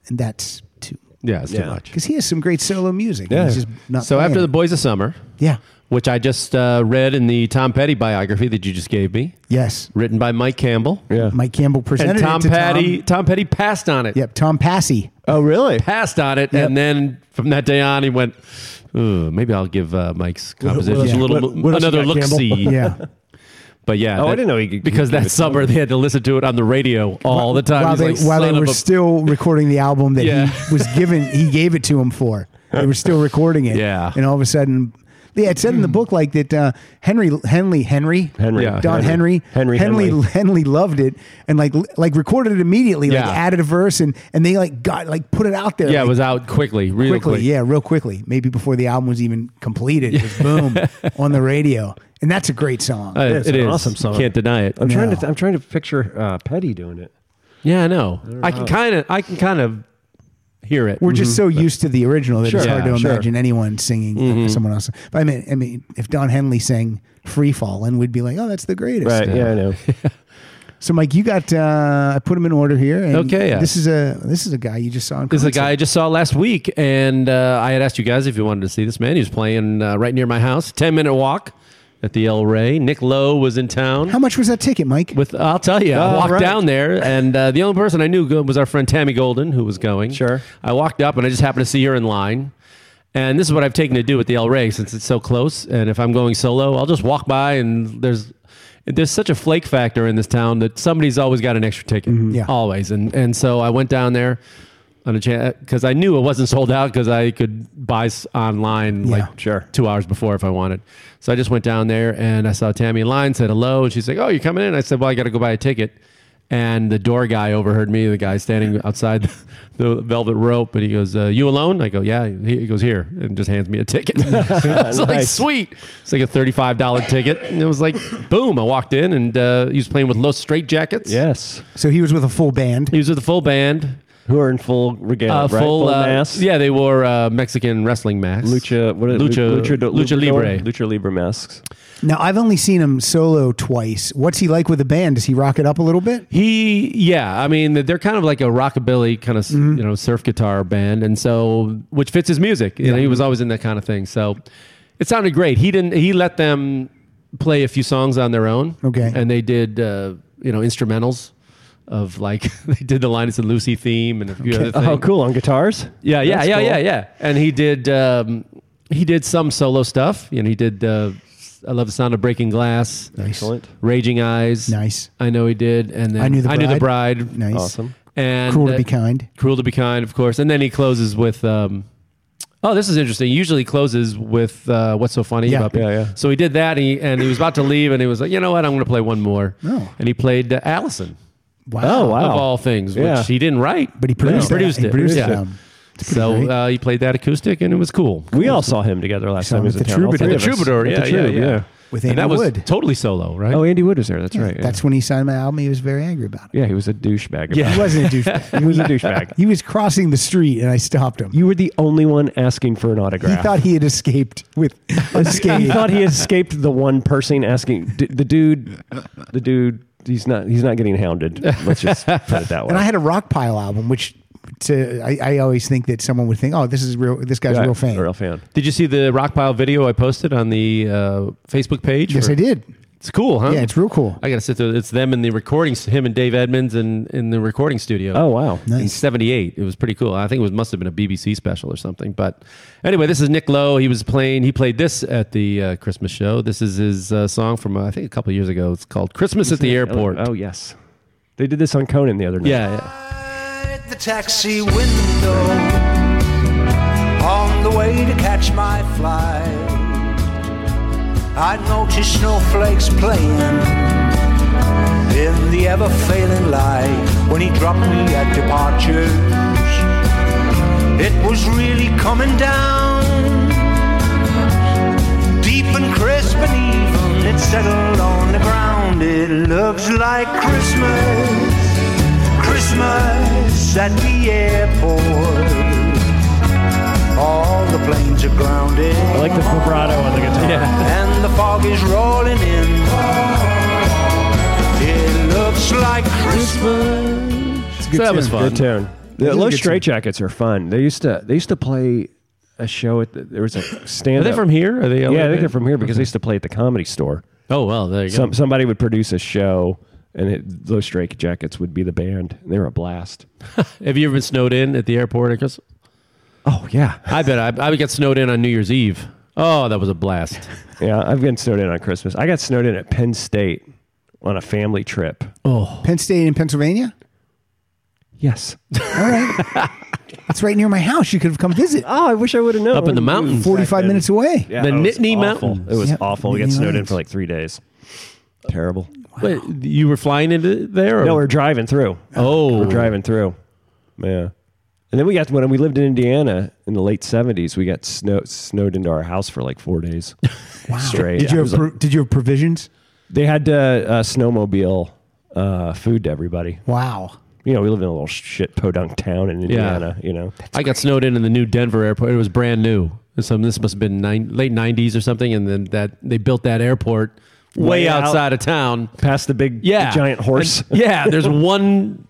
Speaker 2: and that's too
Speaker 3: Yeah, it's too
Speaker 4: Yeah.
Speaker 3: much.
Speaker 2: because he has some great solo music. and
Speaker 4: Yeah.
Speaker 2: he's just not
Speaker 3: So
Speaker 2: playing
Speaker 3: after the
Speaker 2: it.
Speaker 3: Boys of Summer,
Speaker 2: yeah,
Speaker 3: which I just uh, read in the Tom Petty biography that you just gave me,
Speaker 2: yes,
Speaker 3: written by Mike Campbell,
Speaker 4: Yeah.
Speaker 2: Mike Campbell presented
Speaker 3: and Tom
Speaker 2: it to
Speaker 3: Petty,
Speaker 2: Tom.
Speaker 3: Tom. Petty passed on it.
Speaker 2: Yep, Tom Passy.
Speaker 4: Oh, really?
Speaker 3: Passed on it,
Speaker 2: Yep.
Speaker 3: and then from that day on, he went. "Ugh, Maybe I'll give uh, Mike's compositions
Speaker 2: else-
Speaker 3: a little
Speaker 8: what- what else you
Speaker 3: another
Speaker 8: got,
Speaker 3: look
Speaker 8: Campbell?
Speaker 3: see.
Speaker 2: *laughs* Yeah,
Speaker 3: But yeah,
Speaker 4: Oh, I didn't know he could-
Speaker 3: because
Speaker 4: he could
Speaker 3: that summer they had to listen to it on the radio *laughs* all the time.
Speaker 2: while
Speaker 3: He's
Speaker 2: they
Speaker 3: like,
Speaker 2: while they
Speaker 3: "Son
Speaker 2: were
Speaker 3: of a-"
Speaker 2: still recording the album that
Speaker 3: Yeah.
Speaker 2: he *laughs* was given, he gave it to him for. They were still recording it.
Speaker 3: Yeah. Hmm.
Speaker 2: and all of a sudden. Yeah, it said in the book like that. Uh, Henry, Henley, Henry,
Speaker 4: Henry.
Speaker 3: Yeah.
Speaker 2: Don Henry,
Speaker 4: Henry.
Speaker 2: Henley,
Speaker 4: Henley.
Speaker 2: Henley loved it and like like recorded it immediately,
Speaker 3: Yeah.
Speaker 2: like added a verse and and they like got like put it out there.
Speaker 3: yeah,
Speaker 2: like,
Speaker 3: it was out quickly, real
Speaker 2: quickly,
Speaker 3: quick.
Speaker 2: yeah, real quickly. Maybe before the album was even completed, it was
Speaker 3: *laughs*
Speaker 2: boom on the radio, and that's a great song.
Speaker 3: Uh,
Speaker 4: Yeah, it's
Speaker 3: it
Speaker 4: an
Speaker 3: is.
Speaker 4: awesome song.
Speaker 3: Can't deny it.
Speaker 4: I'm trying to.
Speaker 2: No.
Speaker 4: I'm trying to picture uh, Petty doing it.
Speaker 3: Yeah, I know. I can kind of, I can kind of hear it.
Speaker 2: We're just so used to the original that it's
Speaker 3: mm-hmm. Sure.
Speaker 2: hard
Speaker 3: Yeah,
Speaker 2: to
Speaker 3: sure. Mm-hmm.
Speaker 2: imagine anyone singing someone else. But I mean, I mean, if Don Henley sang "Free Fallin'," we'd be like, "Oh, that's the greatest."
Speaker 4: Yeah, I *laughs* know.
Speaker 2: So, Mike, you got uh, I put him in order here. And
Speaker 3: Okay, yeah.
Speaker 2: This is a this is a guy you just saw. In
Speaker 3: This is a
Speaker 2: concert.
Speaker 3: guy I just saw last week, and uh, I had asked you guys if you wanted to see this man. He was playing uh, right near my house, ten minute walk at the El Rey. Nick Lowe was in town.
Speaker 2: How much was that ticket, Mike?
Speaker 3: with I'll tell you, I
Speaker 4: All
Speaker 3: walked
Speaker 4: right.
Speaker 3: down there, and uh, the only person I knew go- was our friend Tammy Golden, who was going.
Speaker 4: Sure.
Speaker 3: I walked up, and I just happened to see her in line. And this is what I've taken to do with the El Rey since it's so close. And if I'm going solo, I'll just walk by, and there's there's such a flake factor in this town that somebody's always got an extra ticket,
Speaker 4: Mm-hmm.
Speaker 2: Yeah.
Speaker 3: always. And and so I went down there. On a chance because I knew it wasn't sold out because I could buy s- online
Speaker 2: Yeah.
Speaker 3: like
Speaker 4: Sure.
Speaker 3: two hours before if I wanted. So I just went down there and I saw Tammy in line, said hello, and she's like, "Oh, you're coming in?" I said, "Well, I got to go buy a ticket." And the door guy overheard me, the guy standing outside *laughs* the velvet rope, and he goes, uh, "You alone?" I go, "Yeah." He goes, "Here," and just hands me a ticket. *laughs* I was
Speaker 4: *laughs*
Speaker 3: like,
Speaker 4: Nice.
Speaker 3: "Sweet!" It's like a thirty-five dollar ticket, and it was like, boom! I walked in, and uh, he was playing with Los Straight Jackets.
Speaker 4: yes.
Speaker 2: so he was with a full band.
Speaker 3: he was with the full band,
Speaker 4: Who are in full regalia,
Speaker 3: uh,
Speaker 4: right?
Speaker 3: full, uh,
Speaker 4: mass.
Speaker 3: Yeah, they wore uh, Mexican wrestling masks.
Speaker 4: Lucha. What is
Speaker 3: Lucha,
Speaker 4: Lucha,
Speaker 3: Lucha Libre.
Speaker 4: Lucha Libre masks.
Speaker 2: Now, I've only seen him solo twice. What's he like with a band? Does he rock it up a little bit?
Speaker 3: He, yeah, I mean, they're kind of like a rockabilly kind of
Speaker 4: Mm-hmm.
Speaker 3: you know surf guitar band, and so which fits his music. You know, he was always in that kind of thing, so it sounded great. He didn't. He let them play a few songs on their own.
Speaker 2: Okay.
Speaker 3: and they did uh, you know instrumentals of like *laughs* they did the Linus and Lucy theme and a few other things.
Speaker 4: Oh, cool! On guitars.
Speaker 3: Yeah, yeah,
Speaker 4: That's
Speaker 3: yeah,
Speaker 4: cool.
Speaker 3: yeah, yeah. And he did um, he did some solo stuff. You know, he did. Uh, I love the sound of breaking glass.
Speaker 4: Excellent.
Speaker 3: Raging Eyes.
Speaker 2: Nice.
Speaker 3: I know he did. And then
Speaker 2: I knew the bride.
Speaker 3: I knew the bride.
Speaker 2: Nice.
Speaker 4: Awesome.
Speaker 3: And
Speaker 2: Cruel to
Speaker 3: uh,
Speaker 2: be kind.
Speaker 3: Cruel to be kind, of course. And then he closes with. Um, oh, this is interesting. He usually closes with uh, "What's so funny
Speaker 2: Yeah.
Speaker 3: about me?"
Speaker 4: Yeah, yeah.
Speaker 3: So he did that, and he, and he was about to leave, and he was like, "You know what? I'm going to play one more."
Speaker 2: Oh.
Speaker 3: And he played uh, Allison
Speaker 2: Wow.
Speaker 4: Oh, wow.
Speaker 3: of all things,
Speaker 4: Yeah.
Speaker 3: which he didn't write,
Speaker 2: But he produced
Speaker 3: He
Speaker 2: that.
Speaker 3: produced
Speaker 2: He
Speaker 3: it.
Speaker 2: produced
Speaker 3: Yeah.
Speaker 2: that album.
Speaker 3: So
Speaker 2: great.
Speaker 3: uh, he played that acoustic, and it was cool.
Speaker 4: We all saw him together l
Speaker 2: We
Speaker 4: last
Speaker 2: saw
Speaker 4: time.
Speaker 2: him
Speaker 4: he was
Speaker 2: at
Speaker 4: in
Speaker 2: the
Speaker 4: town. All
Speaker 2: Troubadour.
Speaker 4: three
Speaker 3: the
Speaker 4: of us.
Speaker 3: troubadour,
Speaker 4: At
Speaker 3: yeah,
Speaker 4: the
Speaker 3: yeah,
Speaker 4: Troubadour,
Speaker 3: yeah,
Speaker 2: With
Speaker 3: And
Speaker 2: Andy
Speaker 3: that was
Speaker 2: Wood.
Speaker 3: totally solo, right?
Speaker 4: Oh, Andy Wood was there. That's right. Yeah.
Speaker 2: That's when he signed my album. He was very angry about it.
Speaker 4: yeah, he was a douchebag. about
Speaker 3: Yeah.
Speaker 2: He
Speaker 4: it.
Speaker 2: wasn't
Speaker 3: *laughs*
Speaker 2: a douchebag.
Speaker 4: *laughs* he was a douchebag.
Speaker 2: *laughs* He was crossing the street and I stopped him.
Speaker 4: You were the only one asking for an
Speaker 2: He
Speaker 4: autograph.
Speaker 2: thought he had escaped with
Speaker 4: *laughs* he
Speaker 2: unscathed.
Speaker 4: thought he escaped the one person asking D- the dude. The dude. He's not. He's not getting hounded. Let's just put
Speaker 3: *laughs*
Speaker 4: it that way.
Speaker 2: and I had a rock pile album, which to I, I always think that someone would think, oh, this is real. This guy's
Speaker 4: Yeah,
Speaker 2: a real fan.
Speaker 4: A real fan.
Speaker 3: Did you see the Rockpile video I posted on the uh, Facebook page?
Speaker 2: Yes,
Speaker 3: Or-
Speaker 2: I did.
Speaker 3: It's cool, huh?
Speaker 2: Yeah, it's real cool.
Speaker 3: I got to sit there. It's them in the recording, him and Dave Edmonds in, in the recording studio.
Speaker 4: Oh wow.
Speaker 3: In
Speaker 2: Nice.
Speaker 3: 78. It was pretty cool. I think it was must have been a BBC special or something. But anyway, this is Nick Lowe. He was playing, he played this at the uh, Christmas show. This is his uh, song from, uh, I think, a couple years ago. It's called Christmas at the Airport.
Speaker 4: Oh yes. They did this on Conan the other night.
Speaker 3: Yeah, yeah.
Speaker 7: At the taxi window on the way to catch my flight. I noticed snowflakes playing in the ever failing light when he dropped me at departures. It was really coming down deep and crisp and even. It settled on the ground. It looks like Christmas. Christmas at the airport. All the planes are grounded.
Speaker 4: I like the vibrato on the guitar.
Speaker 7: And the fog is rolling in. It looks like Christmas.
Speaker 3: So that was
Speaker 2: tune.
Speaker 3: fun.
Speaker 4: Good tune. The,
Speaker 2: did a
Speaker 4: those
Speaker 2: good
Speaker 4: straight jackets are fun. They used to they used to play a show at the, there was a
Speaker 3: Are
Speaker 4: stand.
Speaker 3: they from here? Are they?
Speaker 4: Yeah, I think they're from here because they used to play at the comedy store.
Speaker 3: Oh well, there you go.
Speaker 4: Some somebody would produce a show, and it, those straight jackets would be the band. They were a blast.
Speaker 3: Have you ever been snowed in at the airport? Because
Speaker 4: Oh yeah,
Speaker 3: I bet I, I got snowed in on New Year's Eve. Oh, that was a blast.
Speaker 4: yeah. I've been snowed in on Christmas. I got snowed in at Penn State on a family trip. Oh,
Speaker 2: Penn State in Pennsylvania.
Speaker 4: Yes.
Speaker 2: That's right near my house. You could have come visit.
Speaker 4: Oh, I wish I would have known.
Speaker 3: Up in the mountains.
Speaker 2: Forty-five minutes away.
Speaker 4: Yeah,
Speaker 3: The
Speaker 4: it was
Speaker 3: Nittany
Speaker 4: awful.
Speaker 3: Mountains.
Speaker 4: It was
Speaker 2: Yeah,
Speaker 4: awful. We got
Speaker 2: Nittany
Speaker 4: snowed in
Speaker 2: Mountains.
Speaker 4: for like three days. Terrible.
Speaker 3: Wait, you were flying into there? Or?
Speaker 4: No, we're driving through.
Speaker 3: oh,
Speaker 4: We're driving through. Yeah. And then we got when we lived in Indiana in the late seventies, we got snow, snowed into our house for like four days straight.
Speaker 2: Did
Speaker 4: It
Speaker 2: you have
Speaker 4: was like-
Speaker 2: pro- did you have provisions?
Speaker 4: they had to uh, snowmobile uh, food to everybody.
Speaker 2: Wow.
Speaker 4: You know, we live in a little shit podunk town in Indiana. You know,
Speaker 3: I got snowed in in the new Denver airport. It was brand new. So this must have been nine, late '90s or something. And then that they built that airport way,
Speaker 4: Way out.
Speaker 3: outside of town.
Speaker 4: past the big
Speaker 3: Yeah,
Speaker 4: giant horse.
Speaker 3: And- *laughs* yeah,
Speaker 4: *laughs*
Speaker 3: there's one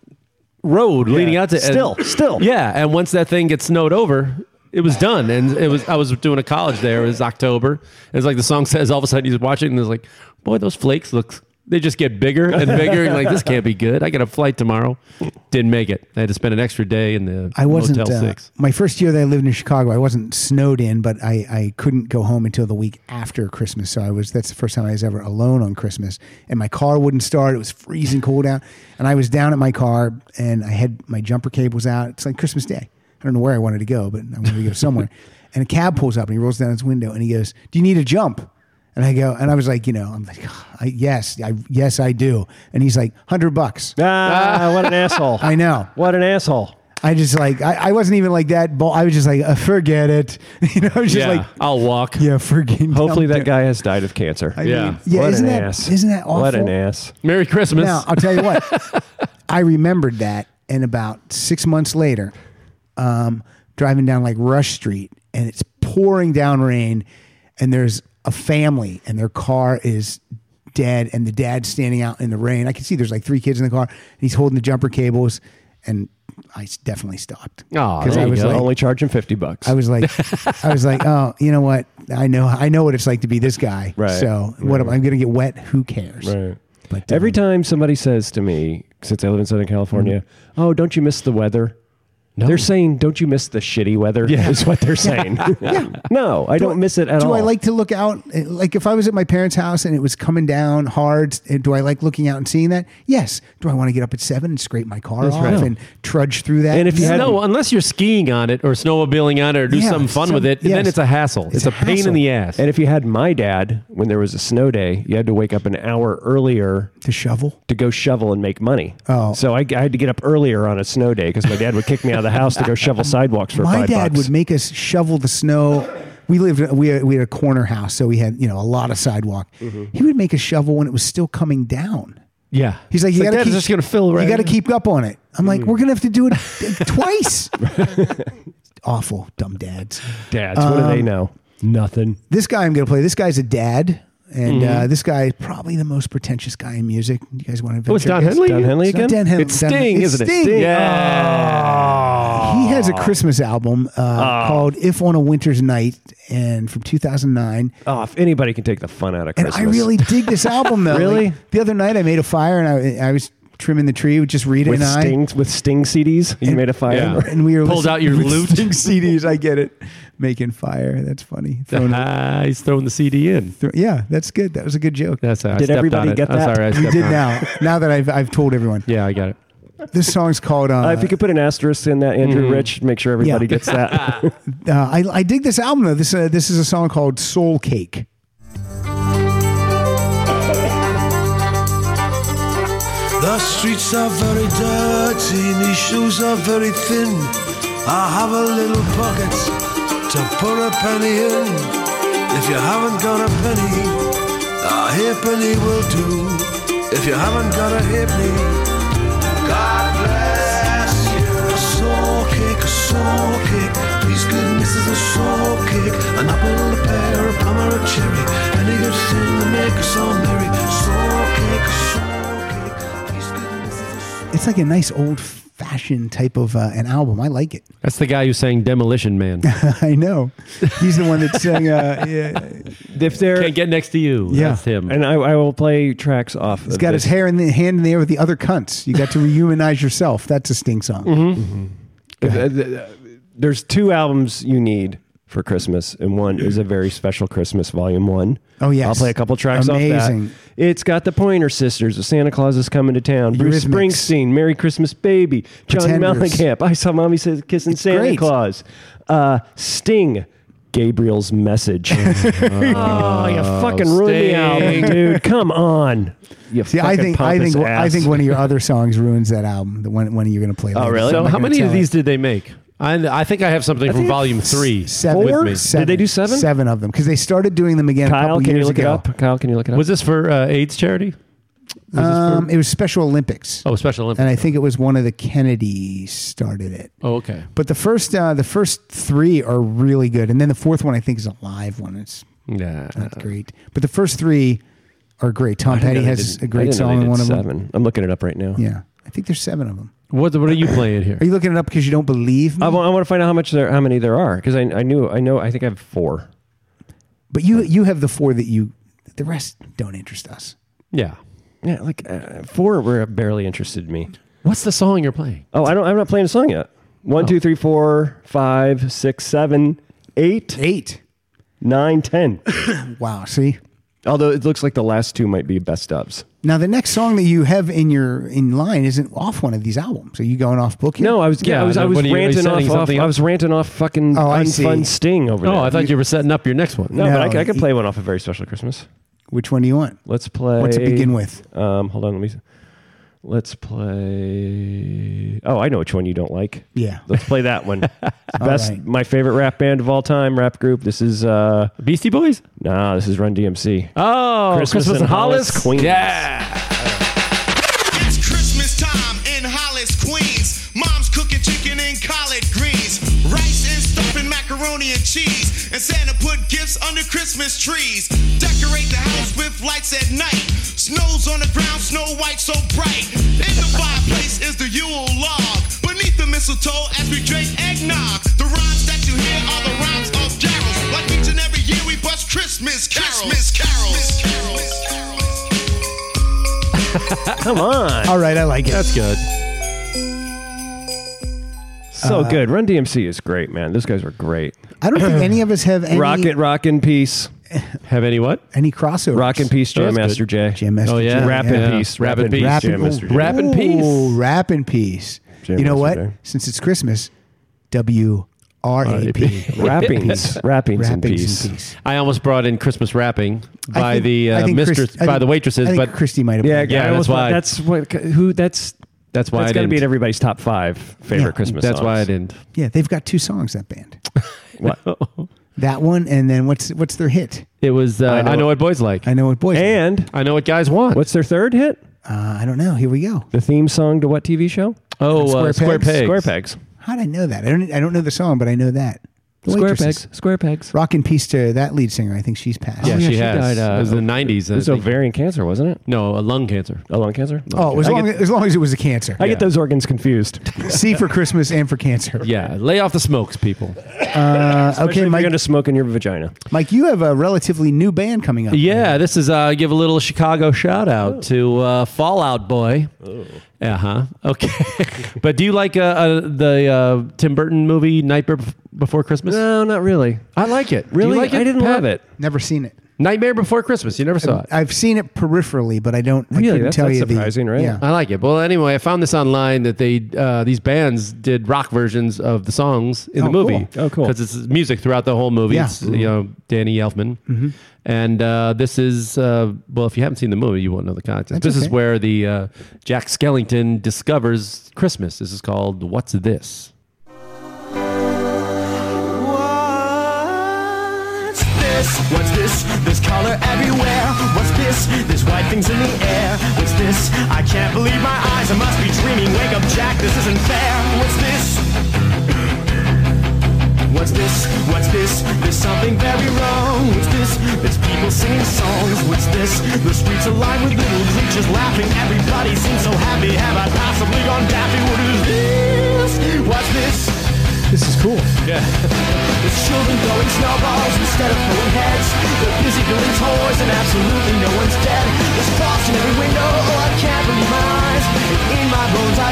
Speaker 3: road leading out to and-
Speaker 4: Still, still.
Speaker 3: Yeah, and once that thing gets snowed over, it was done. And it was I was doing a college there. It was October. And it's like the song says. All of a sudden, he's watching, and it's like, boy, those flakes look. They just get bigger and bigger. and like this can't be good. I got a flight tomorrow. Didn't make it. I had to spend an extra day in the
Speaker 2: I wasn't
Speaker 3: Motel
Speaker 2: uh,
Speaker 3: Six.
Speaker 2: my first year that I lived in Chicago. I wasn't snowed in, but I, I couldn't go home until the week after Christmas. So I was that's the first time I was ever alone on Christmas, and my car wouldn't start. It was freezing cold out, and I was down at my car, and I had my jumper cables out. It's like Christmas Day. I don't know where I wanted to go, but I wanted to go
Speaker 3: *laughs*
Speaker 2: somewhere. and a cab pulls up, and he rolls down his window, and he goes, "Do you need a jump?" And I go, and I was like, you know, I'm like, "Ah, I, yes, I, yes, I do. And he's like, hundred bucks.
Speaker 4: Ah, what an asshole!
Speaker 2: I know.
Speaker 4: What an asshole!
Speaker 2: I just like I, I wasn't even like that. Ball. I was just like, uh, forget it. *laughs* You know, I was just
Speaker 3: Yeah,
Speaker 2: like,
Speaker 3: I'll walk.
Speaker 2: yeah, forget.
Speaker 4: Hopefully that guy has died of cancer.
Speaker 3: Yeah. mean,
Speaker 2: yeah.
Speaker 4: What
Speaker 2: Isn't
Speaker 4: an
Speaker 2: that
Speaker 4: ass.
Speaker 2: not that awful?
Speaker 4: What an ass.
Speaker 3: Merry Christmas.
Speaker 2: Now I'll tell you what.
Speaker 4: *laughs*
Speaker 2: I remembered that, and about six months later, um, driving down like Rush Street, and it's pouring down rain, and there's a family, and their car is dead, and the dad's standing out in the rain. I can see there's like three kids in the car, and he's holding the jumper cables, and I s- definitely stopped.
Speaker 3: Aw,
Speaker 2: 'Cause
Speaker 3: there
Speaker 2: I
Speaker 3: you
Speaker 2: was
Speaker 3: go.
Speaker 2: like,
Speaker 4: Only charging fifty bucks.
Speaker 2: I was like, I was like, oh, you know what? I know, I know what it's like to be this guy.
Speaker 4: Right.
Speaker 2: So what? am I- I'm gonna get wet. Who cares?
Speaker 4: Right.
Speaker 2: But
Speaker 4: Every
Speaker 2: um,
Speaker 4: time somebody says to me, since I live in Southern California, oh, don't you miss the weather? They're saying, don't you miss the shitty weather? *laughs* Is what they're saying. *laughs* No, I do not miss it at
Speaker 2: do
Speaker 4: all.
Speaker 2: I like to look out? Eh, Like if I was at my parents' house and it was coming down hard, eh, do I like looking out and seeing that? Yes. Do I want to get up at seven and scrape my car off
Speaker 4: right.
Speaker 2: and trudge through that?
Speaker 4: And if you had-
Speaker 3: No, unless you're skiing on it or snowmobiling on it or do
Speaker 2: Yeah,
Speaker 3: something fun
Speaker 2: some-
Speaker 3: with it, then
Speaker 2: yes.
Speaker 3: it's a hassle. It's,
Speaker 2: It's
Speaker 3: a,
Speaker 2: a
Speaker 3: pain in
Speaker 2: hassle.
Speaker 3: the ass.
Speaker 4: And if you had my dad, when there was a snow day, you had to wake up an hour earlier
Speaker 2: to shovel.
Speaker 4: to go shovel and make money.
Speaker 2: Oh.
Speaker 4: So I, I had to get up earlier on a snow day because my dad would kick me out of the house to go *laughs* shovel sidewalks for
Speaker 2: my
Speaker 4: five
Speaker 2: dad
Speaker 4: bucks.
Speaker 2: would make us shovel the snow we lived we had, we had a corner house so we had you know a lot of sidewalk
Speaker 4: Mm-hmm.
Speaker 2: he would make us shovel when it was still coming down
Speaker 3: yeah.
Speaker 2: He's like,
Speaker 3: It's
Speaker 2: you gotta
Speaker 3: "Dad,
Speaker 2: keep,
Speaker 3: it's just going to fill right
Speaker 2: You got to
Speaker 3: in."
Speaker 2: keep up on it. I'm like, we're gonna have to do it twice. Awful dumb dads.
Speaker 4: Dads, what
Speaker 2: Um,
Speaker 4: do they know? Nothing.
Speaker 2: This guy I'm gonna play. This guy's a dad, and uh, this guy is probably the most pretentious guy in music. You guys want to?
Speaker 3: Oh, it's Don Henley?
Speaker 4: Don Henley
Speaker 2: It's not
Speaker 4: again?
Speaker 2: Dan Henley.
Speaker 4: It's
Speaker 2: Dan-
Speaker 4: Sting,
Speaker 2: it's
Speaker 4: isn't it?
Speaker 2: Sting. Uh, Oh.
Speaker 4: Yeah.
Speaker 2: He has a Christmas album uh, called "If on a Winter's Night" and from 2009.
Speaker 4: Oh, if anybody can take the fun out of
Speaker 2: And
Speaker 4: Christmas.
Speaker 2: I really dig this album though.
Speaker 4: Really?
Speaker 2: Like, the other night I made a fire and I, I was trimming the tree with just Rita
Speaker 4: with
Speaker 2: and I.
Speaker 4: Sting with Sting CDs. You made a fire.
Speaker 3: Yeah.
Speaker 2: and we were
Speaker 3: Pulled
Speaker 2: listening- *laughs*
Speaker 3: out your lute.
Speaker 2: listening CDs. I get it, making fire. That's funny. Throwing,
Speaker 3: *laughs* Ah, he's throwing the CD in.
Speaker 2: throw- yeah, that's good. That was a good joke.
Speaker 3: That's how I
Speaker 4: Did
Speaker 3: stepped
Speaker 4: everybody
Speaker 3: on it.
Speaker 4: get
Speaker 3: I'm
Speaker 4: that?
Speaker 3: sorry, I
Speaker 2: you
Speaker 3: stepped
Speaker 2: did
Speaker 3: on it.
Speaker 2: now. Now that I've I've told everyone,
Speaker 3: Yeah, I got it.
Speaker 2: this song's called. Uh,
Speaker 4: Uh, if you could put an asterisk in that, Andrew Rich, make sure everybody
Speaker 2: Yeah.
Speaker 4: gets that.
Speaker 2: uh, I I dig this album though. This uh, this is a song called Soul Cake.
Speaker 8: The streets are very dirty, my shoes are very thin. I have a little pocket to put a penny in. If you haven't got a penny, a halfpenny will do. If you haven't got a halfpenny, God bless you. A soul cake, a soul cake. Please good missus, a soul cake. An apple, a pear, a plum, or a cherry. Any good thing to make us all merry. Soul cake, a soul cake. Please good missus, a soul
Speaker 2: it's like a nice old fashioned type of uh, an album. I like it. *laughs*
Speaker 3: That's the guy who sang Demolition Man.
Speaker 2: I know. He's the one that sang. Uh,
Speaker 3: *laughs*
Speaker 2: yeah,
Speaker 4: If there,
Speaker 3: Can't get next to you.
Speaker 2: Yeah.
Speaker 3: That's him.
Speaker 4: and I, I will play tracks off.
Speaker 2: he's got his hair in the hand in the air with the other cunts. You got to rehumanize yourself. That's a sting song.
Speaker 4: There's two albums you need for Christmas, and one is a very special Christmas, Volume One.
Speaker 2: Oh, yes.
Speaker 4: I'll play a couple tracks off
Speaker 2: Amazing.
Speaker 4: that. It's got the Pointer Sisters, Santa Claus is coming to town, Bruce
Speaker 2: Eurythmics.
Speaker 4: Springsteen, Merry Christmas Baby, Johnny
Speaker 2: Pretenders.
Speaker 4: Mellencamp, I saw Mommy Says- kissing Santa
Speaker 2: great.
Speaker 4: Claus, uh, Sting.
Speaker 2: *laughs*
Speaker 4: Gabriel's message. oh, you fucking ruined the album,
Speaker 3: Sting.
Speaker 4: dude! Come on, you
Speaker 2: See, I
Speaker 4: fucking
Speaker 2: think I think
Speaker 4: pompous
Speaker 2: I
Speaker 4: ass.
Speaker 2: think one of
Speaker 4: *laughs*
Speaker 2: your other songs ruins that album. The one one you're going to play. later.
Speaker 4: really?
Speaker 2: I'm
Speaker 3: So
Speaker 2: not
Speaker 3: how
Speaker 2: gonna
Speaker 3: many of
Speaker 2: tell it.
Speaker 3: these did they make? I, I think I have something from Volume Three.
Speaker 2: Seven.
Speaker 3: with me.
Speaker 2: Seven.
Speaker 4: Did they do seven?
Speaker 2: Seven of them because they started doing them again. a
Speaker 4: Kyle,
Speaker 2: couple
Speaker 4: can you
Speaker 2: years
Speaker 4: look
Speaker 2: ago.
Speaker 4: it up? Kyle, can you look it up?
Speaker 3: Was this for uh, AIDS charity?
Speaker 2: Um, it was Special Olympics,
Speaker 3: Oh, Special
Speaker 2: and
Speaker 3: Olympics.
Speaker 2: I think it was one of the Kennedys started it.
Speaker 3: oh, okay.
Speaker 2: But the first uh, the first three are really good, and then the fourth one I think is a live one. It's
Speaker 3: Yeah.
Speaker 4: Uh.
Speaker 2: not great, but the first three are great. Tom Petty has a great song in one of them.
Speaker 4: i I'm looking it up right now.
Speaker 2: Yeah, I think there's seven of them.
Speaker 3: What What are you playing here?
Speaker 2: Are you looking it up because you don't believe me?
Speaker 4: I want, I want to find out how much there, how many there are, because I, I knew, I know, I think I have four.
Speaker 2: but you you have the four that you. The rest don't interest us.
Speaker 3: yeah.
Speaker 4: Yeah, like uh, four were barely interested me.
Speaker 3: What's the song you're playing?
Speaker 4: Oh, I don't. I'm not playing a song yet.
Speaker 3: Oh.
Speaker 4: One, two, three, four, five, six, seven, eight,
Speaker 2: Eight.
Speaker 4: nine, ten.
Speaker 2: Wow. See.
Speaker 4: Although it looks like the last two might be best ofs.
Speaker 2: Now the next song that you have in your in line isn't off one of these albums. Are you going off book? Here?
Speaker 4: No, I was yeah,
Speaker 3: Yeah,
Speaker 4: I was, I
Speaker 3: no,
Speaker 4: was
Speaker 3: what are you- are you
Speaker 4: ranting off,
Speaker 3: setting
Speaker 4: off
Speaker 3: something up?
Speaker 4: I was ranting off fucking
Speaker 2: Oh, I see.
Speaker 4: unfun sting over there.
Speaker 3: Oh, I thought you were setting up your next one.
Speaker 4: no, but I,
Speaker 2: No,
Speaker 4: c- I could
Speaker 2: you-
Speaker 4: play one off a very special Christmas.
Speaker 2: Which one do you want?
Speaker 4: Let's play.
Speaker 2: What to begin with?
Speaker 4: Um, hold on, let me. Let's play. Oh, I know which one you don't like.
Speaker 2: Yeah.
Speaker 4: Let's play that
Speaker 2: *laughs*
Speaker 4: one. Best,
Speaker 2: right.
Speaker 4: my favorite rap band of all time, rap group. This is uh,
Speaker 3: Beastie Boys.
Speaker 4: nah, this is Run DMC.
Speaker 3: Oh,
Speaker 4: Christmas in Hollis, Queens.
Speaker 3: Yeah.
Speaker 9: It's Christmas time in Hollis, Queens. Mom's cooking chicken and collard greens, rice and stuffing macaroni and cheese. And Santa put gifts under Christmas trees. Decorate the house with lights at night. Snow's on the ground, snow white so bright. In the fireplace is the Yule log. Beneath the mistletoe as we drink eggnog. The rhymes that you hear are the rhymes of carols. Like each and every year we bust Christmas carols. Christmas carols.
Speaker 4: Come on,
Speaker 2: All right, I like it.
Speaker 3: That's good.
Speaker 4: so
Speaker 2: Uh,
Speaker 4: good. Run DMC is great, man. Those guys were great.
Speaker 2: I don't think any of us have any
Speaker 4: Rocket, rock in peace.
Speaker 3: Have any what?
Speaker 2: any crossovers.
Speaker 4: Rock in peace, Jam
Speaker 3: that's
Speaker 4: Master Jay.
Speaker 3: good.
Speaker 2: Jam Master
Speaker 3: Oh yeah.
Speaker 2: Jay,
Speaker 4: Rap
Speaker 2: yeah.
Speaker 4: in
Speaker 3: Yeah.
Speaker 4: peace.
Speaker 3: Rap in
Speaker 4: Rap in peace.
Speaker 3: peace.
Speaker 2: Rap in-
Speaker 4: Jam Master
Speaker 2: ooh,
Speaker 4: Jay.
Speaker 3: Rap in peace.
Speaker 2: ooh, Rap in peace.
Speaker 4: Jam
Speaker 2: you know
Speaker 4: Master
Speaker 2: what?
Speaker 4: Jay.
Speaker 2: Since it's Christmas, W R A P.
Speaker 4: Rappings, rappings in peace.
Speaker 3: I almost brought in Christmas wrapping
Speaker 2: I
Speaker 3: by
Speaker 2: think-
Speaker 3: the
Speaker 2: I
Speaker 3: uh,
Speaker 2: think Chris-
Speaker 3: mistress,
Speaker 2: I
Speaker 3: by
Speaker 2: think-
Speaker 3: the waitresses,
Speaker 2: I think
Speaker 3: but
Speaker 2: Christy might have.
Speaker 4: Yeah,
Speaker 2: played
Speaker 3: Yeah,
Speaker 4: I almost-
Speaker 3: that's why.
Speaker 4: That's what. Who? That's
Speaker 3: that's why
Speaker 4: that's
Speaker 3: I
Speaker 4: got to
Speaker 3: didn't.
Speaker 4: be in everybody's top five favorite
Speaker 2: Yeah.
Speaker 4: Christmas.
Speaker 3: that's why I
Speaker 4: songs.
Speaker 3: didn't.
Speaker 2: it. Yeah, they've got two songs that band.
Speaker 4: *laughs* What?
Speaker 2: That one, and then what's what's their hit?
Speaker 3: It was. Uh, I, know
Speaker 4: know what-
Speaker 3: what boys like.
Speaker 2: I know what boys.
Speaker 4: And
Speaker 3: I know what guys want.
Speaker 4: what's their third hit?
Speaker 2: uh, I don't know. Here we go.
Speaker 4: The theme song to what TV show?
Speaker 3: oh,
Speaker 2: Square
Speaker 3: uh, square
Speaker 2: Pegs?
Speaker 3: pegs.
Speaker 4: Square Pegs.
Speaker 2: How did I know that? I don't. I don't know the song, but I know that. The
Speaker 4: Square
Speaker 2: Waitresses.
Speaker 4: Pegs. Square Pegs.
Speaker 2: Rock in peace to that lead singer. I think she's passed.
Speaker 3: Yeah,
Speaker 4: Oh, yeah,
Speaker 3: she,
Speaker 4: she
Speaker 3: has.
Speaker 4: died, uh,
Speaker 3: it was in the nineties.
Speaker 4: It was ovarian cancer, wasn't it?
Speaker 3: No, a lung cancer.
Speaker 4: Oh, lung cancer. Lung
Speaker 2: Oh, as
Speaker 4: cancer. I,
Speaker 2: long,
Speaker 4: get,
Speaker 2: as long as it was a cancer.
Speaker 4: I get those organs *laughs* confused.
Speaker 2: *laughs* C for Christmas and for cancer.
Speaker 3: Yeah, lay off the smokes, people.
Speaker 2: Okay,
Speaker 4: Especially if
Speaker 2: Mike.
Speaker 4: You're gonna smoke in your vagina.
Speaker 2: Mike, you have a relatively new band coming up.
Speaker 3: Yeah, this is uh, give a little Chicago shout out to uh, Fallout Boy. Uh huh. Okay, *laughs* but do you like uh, uh, the uh, Tim Burton movie Nightmare Bef- Before Christmas?
Speaker 4: No, not really.
Speaker 3: I like it. Do you
Speaker 4: Really,
Speaker 3: like it,
Speaker 4: I didn't
Speaker 3: Pat? Um,
Speaker 4: love it.
Speaker 2: Never seen it.
Speaker 3: Nightmare Before Christmas. You never saw it.
Speaker 2: I've seen it peripherally, but I don't. I
Speaker 4: Really?
Speaker 2: couldn't
Speaker 4: That's
Speaker 2: tell
Speaker 4: not
Speaker 2: you
Speaker 4: surprising,
Speaker 2: the,
Speaker 4: right?
Speaker 2: Yeah.
Speaker 3: I like it. Well, anyway, I found this online that they uh, these bands did rock versions of the songs in the
Speaker 2: Oh,
Speaker 3: movie.
Speaker 4: cool. Oh, cool.
Speaker 3: Because it's music throughout the whole movie.
Speaker 2: Yeah.
Speaker 3: It's you know Danny Elfman,
Speaker 2: Mm-hmm.
Speaker 3: and uh, this is uh, well, if you haven't seen the movie, you won't know the context.
Speaker 2: That's
Speaker 3: this is
Speaker 2: okay.
Speaker 3: where the uh, Jack Skellington discovers Christmas. This is called "What's This."
Speaker 7: What's this? What's this? There's color everywhere. What's this? There's white things in the air. What's this? I can't believe my eyes. I must be dreaming. Wake up, Jack. This isn't fair. What's this? What's this? What's this? There's something very wrong. What's this?
Speaker 10: It's people singing songs. What's this? The streets are lined with little creatures laughing. Everybody seems so happy. Have I possibly gone daffy? What is this? What's this?
Speaker 2: This is cool.
Speaker 10: Yeah. It's children throwing snowballs instead of pulling heads. They're busy building toys and absolutely no one's dead. There's frost in every window. Oh, I can't believe my eyes. And in my bones, I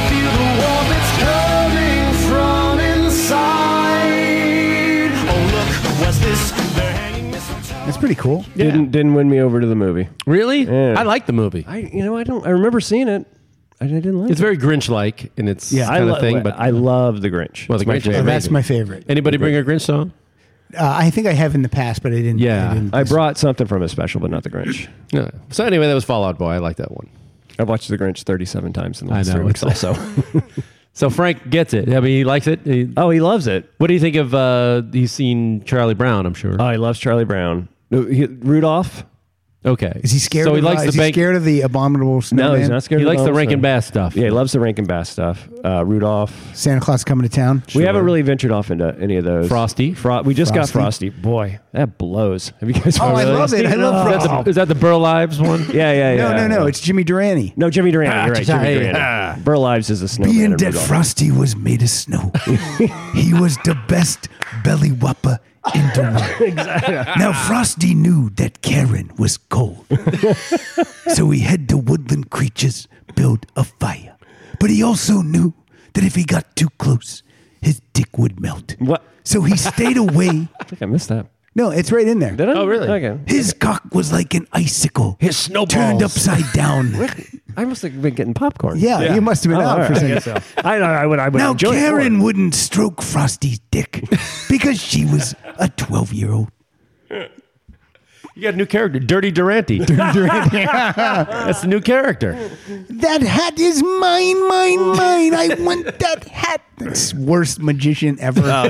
Speaker 10: feel the warmth that's coming from inside. Oh, look, what's this? They're hanging mistletoe.
Speaker 2: That's pretty cool.
Speaker 4: Didn't didn't win me over to the movie.
Speaker 3: Really?
Speaker 4: Yeah.
Speaker 3: I like the movie.
Speaker 4: I you know I don't I remember seeing it. I didn't like
Speaker 3: It's very Grinch-like in its
Speaker 2: Yeah.
Speaker 3: kind
Speaker 4: lo-
Speaker 3: of thing. But
Speaker 4: I love the Grinch.
Speaker 3: Well, The
Speaker 4: It's my
Speaker 3: Grinch is
Speaker 4: favorite.
Speaker 3: amazing.
Speaker 2: That's my favorite.
Speaker 3: anybody bring a Grinch song?
Speaker 2: Uh, I think I have in the past, but I didn't.
Speaker 3: Yeah.
Speaker 2: I didn't.
Speaker 4: I brought something from a special, but not the Grinch.
Speaker 3: No. So anyway, that was Fallout Boy. I like that one.
Speaker 4: I've watched the Grinch thirty seven times in the
Speaker 3: I
Speaker 4: last
Speaker 3: know,
Speaker 4: three weeks.
Speaker 3: it's- *laughs*
Speaker 4: Also,
Speaker 3: So Frank gets it. I mean, he likes it. He-
Speaker 4: oh, he loves it.
Speaker 3: what do you think of? Uh, he's seen Charlie Brown. I'm sure.
Speaker 4: Oh, he loves Charlie Brown. No, he- Rudolph?
Speaker 3: okay.
Speaker 2: Is he scared?
Speaker 3: So he
Speaker 2: of,
Speaker 3: likes
Speaker 2: uh,
Speaker 3: the
Speaker 2: is he
Speaker 3: bank.
Speaker 2: scared of the abominable snowman?
Speaker 4: No, he's not scared.
Speaker 3: He
Speaker 4: of
Speaker 3: likes the
Speaker 4: Rudolph,
Speaker 3: Rankin
Speaker 4: so-
Speaker 3: Bass stuff.
Speaker 4: Yeah, he loves the Rankin Bass stuff. Uh, Rudolph.
Speaker 2: Santa Claus coming to town.
Speaker 4: We haven't really ventured off into any of those.
Speaker 3: Frosty.
Speaker 4: Fro- we just got
Speaker 2: Frosty.
Speaker 4: Frosty. Boy, that blows. Have you guys?
Speaker 2: Oh, I love it. I love
Speaker 3: Is that the, is that the Burl Ives *laughs* one?
Speaker 4: Yeah, yeah,
Speaker 2: No,
Speaker 4: yeah.
Speaker 2: no, no. It's Jimmy Durante.
Speaker 4: No, Jimmy Durant. You're right. Jimmy
Speaker 3: Hey.
Speaker 4: Durant. Burl Ives is a snowman.
Speaker 2: Being
Speaker 4: in
Speaker 2: that
Speaker 4: Rudolph.
Speaker 2: Frosty was made of snow,
Speaker 4: *laughs*
Speaker 2: he was the best belly whopper in the
Speaker 4: *laughs*
Speaker 2: world. Now, Frosty knew that Karen was
Speaker 4: *laughs*
Speaker 2: cold, so he had the woodland creatures build a fire. But he also knew that if he got too close, his dick would melt.
Speaker 4: What?
Speaker 2: So he stayed
Speaker 4: *laughs*
Speaker 2: away.
Speaker 4: I think I missed that.
Speaker 2: No, it's right in there.
Speaker 4: Did I?
Speaker 3: Oh, really?
Speaker 4: Okay.
Speaker 2: His cock was like an icicle.
Speaker 4: His snowballs.
Speaker 2: turned upside *laughs* down.
Speaker 4: I must have been getting popcorn.
Speaker 2: Yeah, you must have been
Speaker 4: Oh,
Speaker 2: out
Speaker 4: all
Speaker 2: for
Speaker 4: right.
Speaker 2: a second.
Speaker 4: I, I would. I would
Speaker 2: Now
Speaker 4: enjoy it more.
Speaker 2: Karen wouldn't stroke Frosty's
Speaker 4: *laughs*
Speaker 2: dick because she was a twelve-year-old.
Speaker 3: You got a new character, Dirty
Speaker 2: *laughs*
Speaker 3: Durante. *laughs* That's the new character.
Speaker 2: That hat is mine, mine, mine. I want that hat. That's worst magician ever.
Speaker 4: Oh yeah,
Speaker 3: Yeah,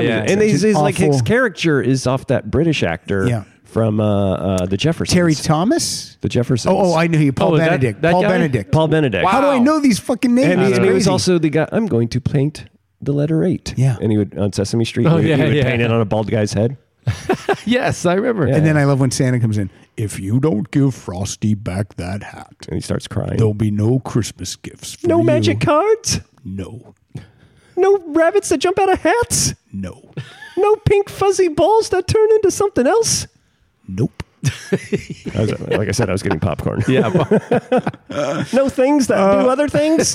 Speaker 4: he's-
Speaker 3: yeah.
Speaker 4: And he's,
Speaker 2: Such an
Speaker 4: he's like his
Speaker 2: awful-
Speaker 4: caricature is off that British actor
Speaker 2: Yeah.
Speaker 4: from uh, uh, the Jeffersons.
Speaker 2: Terry Thomas.
Speaker 4: the Jeffersons.
Speaker 2: Oh, oh, I knew you, Paul
Speaker 3: Oh, that-
Speaker 2: Benedict.
Speaker 3: that
Speaker 2: Paul
Speaker 3: guy?
Speaker 2: Benedict.
Speaker 4: Paul Benedict.
Speaker 2: How do I know these fucking names?
Speaker 4: And
Speaker 2: It's
Speaker 4: he, he was
Speaker 2: crazy.
Speaker 4: also the guy. I'm going to paint the letter eight.
Speaker 2: Yeah.
Speaker 4: And he would on Sesame Street. he,
Speaker 3: Oh,
Speaker 4: would-
Speaker 3: yeah,
Speaker 4: he would
Speaker 3: yeah.
Speaker 4: paint it on a bald guy's head.
Speaker 3: Yes, I remember.
Speaker 2: And then I love when Santa comes in. If you don't give Frosty back that hat,
Speaker 4: And he starts crying.
Speaker 2: there'll be no Christmas gifts. For
Speaker 4: no
Speaker 2: you.
Speaker 4: magic cards.
Speaker 2: No,
Speaker 4: No rabbits that jump out of hats.
Speaker 2: no,
Speaker 4: No pink fuzzy balls that turn into something else.
Speaker 2: nope.
Speaker 4: I was, like I said, I was getting popcorn.
Speaker 3: yeah.
Speaker 4: *laughs* no things that do
Speaker 2: Uh, *laughs*
Speaker 4: other things.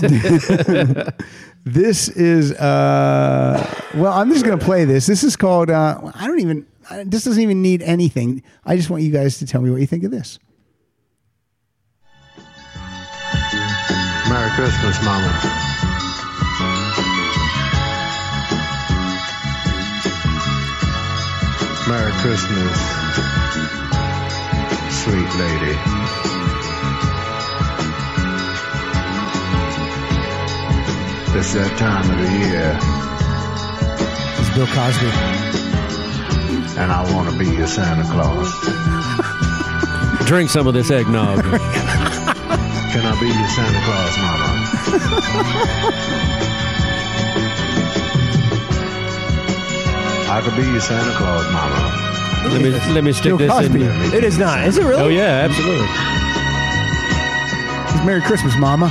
Speaker 2: This is uh well I'm just going to play this. This is called uh I don't even I- this doesn't even need anything. I just want you guys to tell me what you think of this.
Speaker 11: Merry Christmas, Mama. Merry Christmas, sweet lady. It's that time of the year,
Speaker 2: It's Bill Cosby.
Speaker 11: and I want to be your Santa Claus.
Speaker 3: *laughs* Drink some of this eggnog.
Speaker 11: Can I be your Santa Claus, Mama? *laughs* I could be your Santa Claus, Mama.
Speaker 3: let me let me stick
Speaker 2: Bill
Speaker 3: this
Speaker 2: Cosby.
Speaker 3: in.
Speaker 4: it is not. Is it really?
Speaker 3: Oh yeah, absolutely.
Speaker 2: It's Merry Christmas, Mama.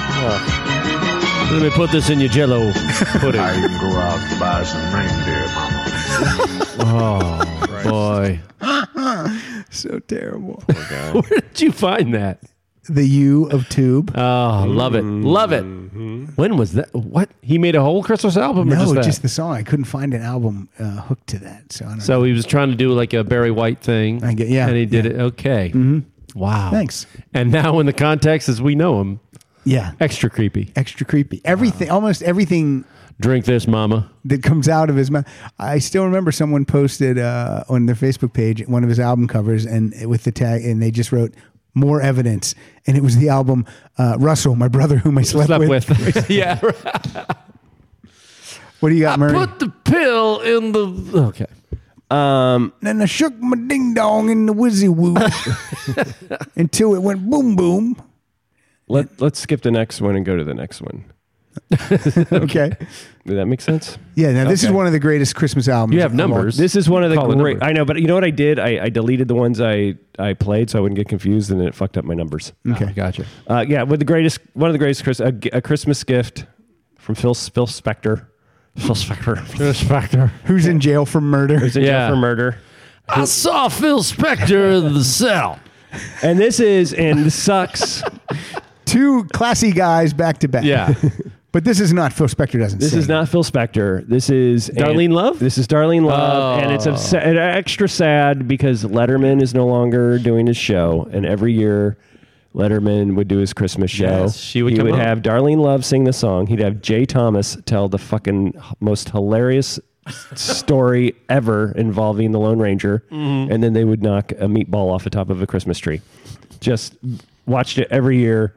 Speaker 3: Let me put this in your Jello pudding.
Speaker 11: I even go out and buy some reindeer, Mama.
Speaker 3: Boy, *laughs*
Speaker 2: So terrible.
Speaker 3: where did you find that?
Speaker 2: *laughs* the U of Tube.
Speaker 3: Oh, love it, love it. When was that? What he made a whole Christmas album? or
Speaker 2: no,
Speaker 3: just,
Speaker 2: just,
Speaker 3: that?
Speaker 2: the song. I couldn't find an album uh, hooked to that. So I don't know.
Speaker 3: So he was trying to do like a Barry White thing.
Speaker 2: I get- yeah, Mm-hmm.
Speaker 3: And he did it okay. Wow.
Speaker 2: Thanks.
Speaker 3: And now in the context as we know him,
Speaker 2: Yeah.
Speaker 3: extra creepy.
Speaker 2: Extra creepy. Everything almost everything
Speaker 3: Drink this, mama.
Speaker 2: that comes out of his mouth. I still remember someone posted uh, on their Facebook page one of his album covers, and it- with the tag, and they just wrote "More Evidence," and it was the album uh, Russell, my brother, whom I slept,
Speaker 3: Slept
Speaker 2: with.
Speaker 3: with.
Speaker 2: *laughs*
Speaker 3: *laughs* yeah. right.
Speaker 2: What do you got, Murray?
Speaker 3: Put the pill in the Okay.
Speaker 2: Then I shook my ding dong in the whizzy woo until it went boom boom.
Speaker 4: Let Let's skip the next one and go to the next one.
Speaker 2: okay.
Speaker 4: Did that make sense?
Speaker 2: Yeah. Now this is
Speaker 4: Okay.
Speaker 2: one of the greatest Christmas albums. of all-
Speaker 4: This is one of the
Speaker 2: Call a
Speaker 4: great.
Speaker 2: number.
Speaker 4: I know, but you know what I did? I, I deleted the ones I, I played so I wouldn't get confused, and then it fucked up my numbers.
Speaker 2: Okay,
Speaker 3: gotcha.
Speaker 4: Uh, yeah, with the greatest, one of the greatest Chris, a, g- a Christmas gift from Phil Phil Spector. Phil Spector. *laughs* Phil Spector.
Speaker 2: Who's in jail for murder?
Speaker 4: Who's in jail for murder?
Speaker 3: I saw Phil Spector in the cell.
Speaker 4: And this is and
Speaker 2: *laughs*
Speaker 4: this sucks.
Speaker 2: Two classy guys back to back.
Speaker 4: Yeah.
Speaker 2: but this is not Phil Spector doesn't.
Speaker 4: This
Speaker 2: sing.
Speaker 4: is not Phil Spector. This is
Speaker 2: Darlene
Speaker 4: Love. This is Darlene Love,
Speaker 2: Oh.
Speaker 4: and it's obs- and extra sad because Letterman is no longer doing his show, and every year. Letterman would do his Christmas show.
Speaker 3: Yes, she would
Speaker 4: he
Speaker 3: come
Speaker 4: would
Speaker 3: on.
Speaker 4: have Darlene Love sing the song. He'd have Jay Thomas tell the fucking h- most hilarious story ever involving the Lone Ranger,
Speaker 3: Mhm.
Speaker 4: and then they would knock a meatball off the top of a Christmas tree. Just watched it every year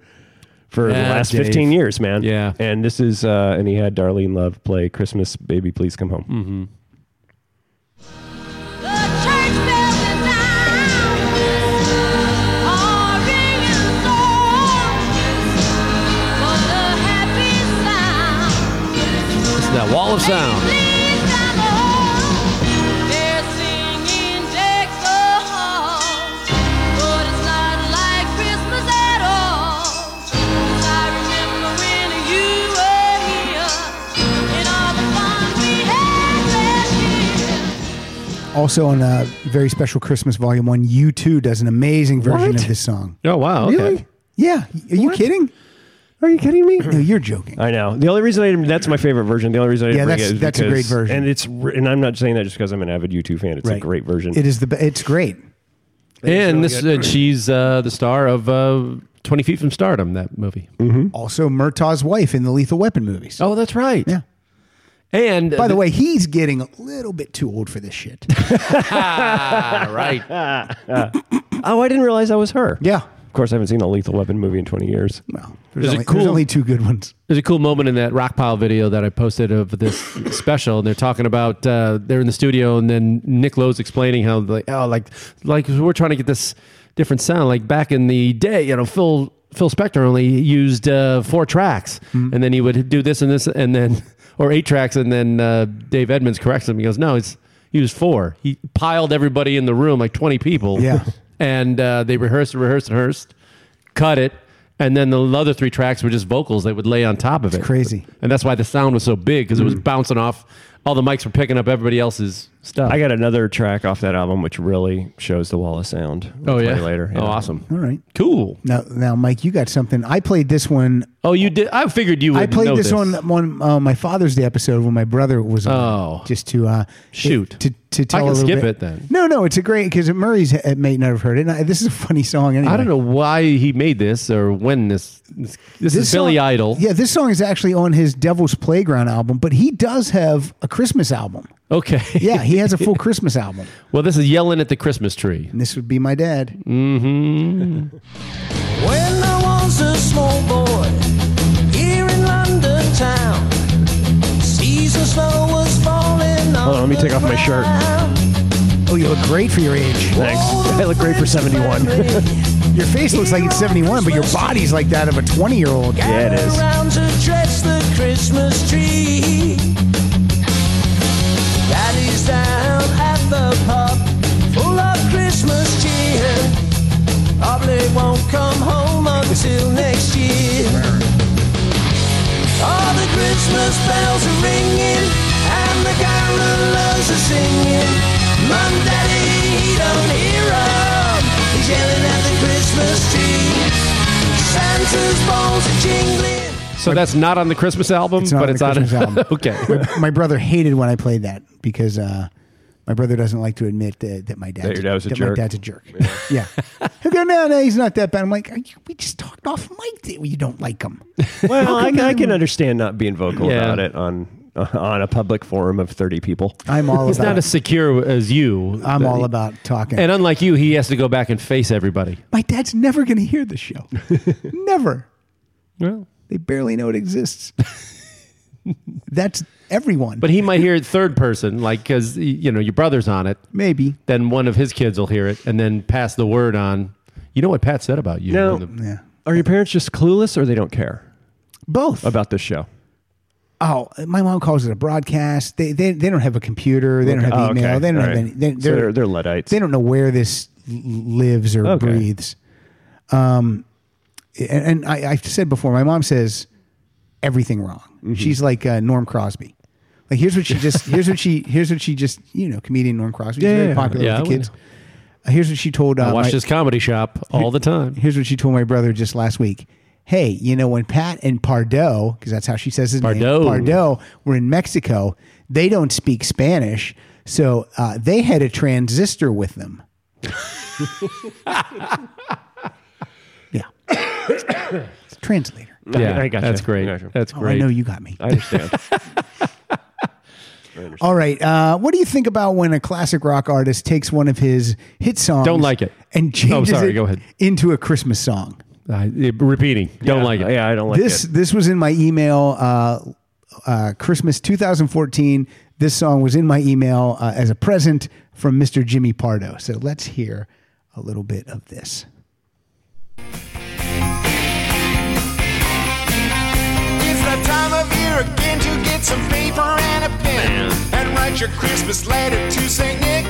Speaker 4: for the
Speaker 3: Yeah,
Speaker 4: last
Speaker 3: Dave.
Speaker 4: 15 years, man. Yeah. And this is, uh, and he had Darlene Love play Christmas Baby Please Come Home.
Speaker 3: Hmm.
Speaker 4: Mm-hmm.
Speaker 3: It's that wall of sound.
Speaker 2: Also on a very special Christmas Volume One, U two does an amazing version
Speaker 4: What?
Speaker 2: of this song.
Speaker 3: Oh wow!
Speaker 2: Really? Yeah. Are you kidding?
Speaker 4: Are you kidding me?
Speaker 2: No, you're joking.
Speaker 4: I know. The only reason I didn't, that's my favorite version. The only reason I didn't
Speaker 2: Yeah,
Speaker 4: bring
Speaker 2: that's-
Speaker 4: it is
Speaker 2: that's a
Speaker 4: because-
Speaker 2: great version.
Speaker 4: And it's, re- and I'm not saying that just because I'm an avid U2 fan. It's a
Speaker 2: Right.
Speaker 4: great version.
Speaker 2: It is the. be- It's great.
Speaker 3: And this, and she's uh, the star of uh, Twenty Feet from Stardom, that movie.
Speaker 2: Mm. Also, Murtaugh's wife in the Lethal Weapon movies.
Speaker 3: Oh, that's right.
Speaker 2: Yeah.
Speaker 3: And
Speaker 2: By the
Speaker 3: *laughs*
Speaker 2: way, he's getting a little bit too old for this
Speaker 4: *laughs*
Speaker 2: shit.
Speaker 3: ah, right.
Speaker 4: oh, I didn't realize that was her.
Speaker 2: Yeah.
Speaker 4: Of course, I haven't seen a Lethal Weapon movie in 20 years.
Speaker 2: Well,
Speaker 3: There's
Speaker 2: There's,
Speaker 3: a
Speaker 2: only,
Speaker 3: cool-
Speaker 2: there's only two good ones.
Speaker 3: There's a cool moment in that Rockpile video that I posted of this special, and they're talking about uh, they're in the studio, and then Nick Lowe's explaining how like oh like like we're trying to get this different sound. Like back in the day, you know, Phil Phil Spector only used uh, four tracks, and then he would do this and this, and then *laughs* or eight tracks, and then uh, Dave Edmonds corrects him. He goes, no, it's he was four. He piled everybody in the room like 20 people. *laughs*
Speaker 2: Yeah.
Speaker 3: and uh, they rehearsed and rehearsed and rehearsed, cut it, and then the other three tracks were just vocals that would lay on top of it.
Speaker 2: crazy.
Speaker 3: And that's why the sound was so big because it was bouncing off. All the mics were picking up everybody else's stuff.
Speaker 4: I got another track off that album, which really shows the wall of sound. We'll
Speaker 3: Oh,
Speaker 4: play
Speaker 3: yeah?
Speaker 4: Later.
Speaker 3: Oh, awesome.
Speaker 2: All right.
Speaker 3: Cool.
Speaker 2: Now, now, Mike, you got something. I played this one.
Speaker 3: Oh, you did. I figured you would.
Speaker 2: I played
Speaker 3: know
Speaker 2: this, on one uh, my Father's Day episode when my brother was on. Oh, just to uh,
Speaker 3: Shoot.
Speaker 2: to to
Speaker 3: I
Speaker 2: tell
Speaker 3: can
Speaker 2: a little
Speaker 3: skip
Speaker 2: bit.
Speaker 3: it then.
Speaker 2: No, no, it's a great because Murray's uh, may not have heard it. And I, this is a funny song. Anyway.
Speaker 3: I don't know why he made this or when this. This, this is
Speaker 2: song-
Speaker 3: Billy Idol.
Speaker 2: Yeah, this song is actually on his Devil's Playground album, but he does have a Christmas album.
Speaker 3: Okay.
Speaker 2: Yeah, he has a
Speaker 3: *laughs*
Speaker 2: full Christmas album.
Speaker 3: Well, this is yelling at the Christmas tree.
Speaker 2: And this would be my dad.
Speaker 3: Mm. Mm-hmm.
Speaker 7: When I was a small boy here in London town, seas of snow was falling.
Speaker 4: Hold on, let me take off my shirt.
Speaker 2: Oh, you look great for your age.
Speaker 4: Thanks. I look great for 71.
Speaker 7: *laughs*
Speaker 2: *laughs* Your face looks like it's 71, but your body's like that of a 20 year old.
Speaker 4: Yeah, it is.
Speaker 7: Around to dress the Christmas tree. Daddy's down at the pub, full of Christmas cheer. Probably won't come home until next year. All the Christmas bells are ringing, and the carolers are singing. Mum, Daddy, he don't hear 'em. He's yelling at the Christmas tree. Santa's balls are jingling.
Speaker 3: So that's not on the Christmas album,
Speaker 2: not
Speaker 3: but
Speaker 2: on the
Speaker 3: it's on *laughs*
Speaker 2: Christmas album.
Speaker 3: okay.
Speaker 2: My, my brother hated when I played that because uh, my brother doesn't like to admit that, that my dad
Speaker 4: That your dad was a
Speaker 2: My
Speaker 4: jerk.
Speaker 2: dad's a jerk. *laughs* Yeah. He'll go, no, no, he's not that bad. I'm like, Are you, we just talked off Mike. that You don't like him.
Speaker 4: *laughs* Well, I, I can understand not being vocal
Speaker 3: Yeah.
Speaker 4: about it on *laughs* on a public forum of 30 people.
Speaker 2: I'm all
Speaker 3: He's not
Speaker 2: about.
Speaker 3: as secure as you.
Speaker 2: I'm all about talking.
Speaker 3: And unlike you, he has to go back and face everybody.
Speaker 2: my dad's never going to hear the
Speaker 4: *laughs*
Speaker 2: show. never.
Speaker 3: Well.
Speaker 2: They barely know it exists. *laughs* That's everyone.
Speaker 3: But he might hear it third person, like because you know your brother's on it.
Speaker 2: Maybe.
Speaker 3: Then one of his kids will hear it, and then pass the word on. You know what Pat said about you?
Speaker 2: Uh,
Speaker 4: Now,
Speaker 3: in the-
Speaker 2: Yeah.
Speaker 4: are your parents just clueless or they don't care
Speaker 2: Both.
Speaker 4: about this show?
Speaker 2: Oh, my mom calls it a broadcast. They they, they don't have a computer. They don't have
Speaker 4: Oh, okay.
Speaker 2: email. They don't
Speaker 4: All
Speaker 2: have any.
Speaker 4: right.
Speaker 2: They,
Speaker 4: So they're- they're Luddites.
Speaker 2: They don't know where this l- lives or
Speaker 4: Okay.
Speaker 2: breathes. Um, and, and I, I've said before, my mom says everything wrong.
Speaker 3: Mm-hmm.
Speaker 2: She's like uh, Norm Crosby. Like here's what she
Speaker 3: *laughs*
Speaker 2: just here's what she here's what she just you know comedian Norm Crosby. She's
Speaker 3: Yeah,
Speaker 2: very
Speaker 3: yeah,
Speaker 2: popular
Speaker 3: yeah,
Speaker 2: with
Speaker 3: I
Speaker 2: the kids. Uh, here's what she told. Uh,
Speaker 3: I watch
Speaker 2: my-
Speaker 3: this comedy shop all the
Speaker 2: *laughs*
Speaker 3: time.
Speaker 2: Here's what she told my brother just last week. Hey, you know when Pat and Pardo, because that's how she says his
Speaker 3: Pardo.
Speaker 2: name, Pardo, were in Mexico, they don't speak Spanish, so uh, they had a transistor with them. *laughs* yeah, *coughs* it's a translator.
Speaker 3: Yeah,
Speaker 4: I gotcha.
Speaker 3: that's great.
Speaker 4: I gotcha.
Speaker 3: That's
Speaker 2: Oh, I
Speaker 3: great.
Speaker 2: know you got me.
Speaker 4: I *laughs* understand.
Speaker 2: All right, uh, what do you think about when a classic rock artist takes one of his hit songs,
Speaker 3: Don't like it.
Speaker 2: and
Speaker 3: Oh,
Speaker 2: changes
Speaker 3: sorry,
Speaker 2: it
Speaker 3: go ahead.
Speaker 2: into a Christmas song?
Speaker 3: I- eh, repeating. Don't like it.
Speaker 4: yeah, I don't like
Speaker 2: this
Speaker 4: it.
Speaker 2: this was in my email uh, uh, Christmas 2014. This song was in my email uh, as a present from Mr. Jimmy Pardo. So let's hear a little bit of this.
Speaker 7: It's the time of year again to get some paper and a pen and write your Christmas letter to St.
Speaker 3: *laughs*
Speaker 7: Nick.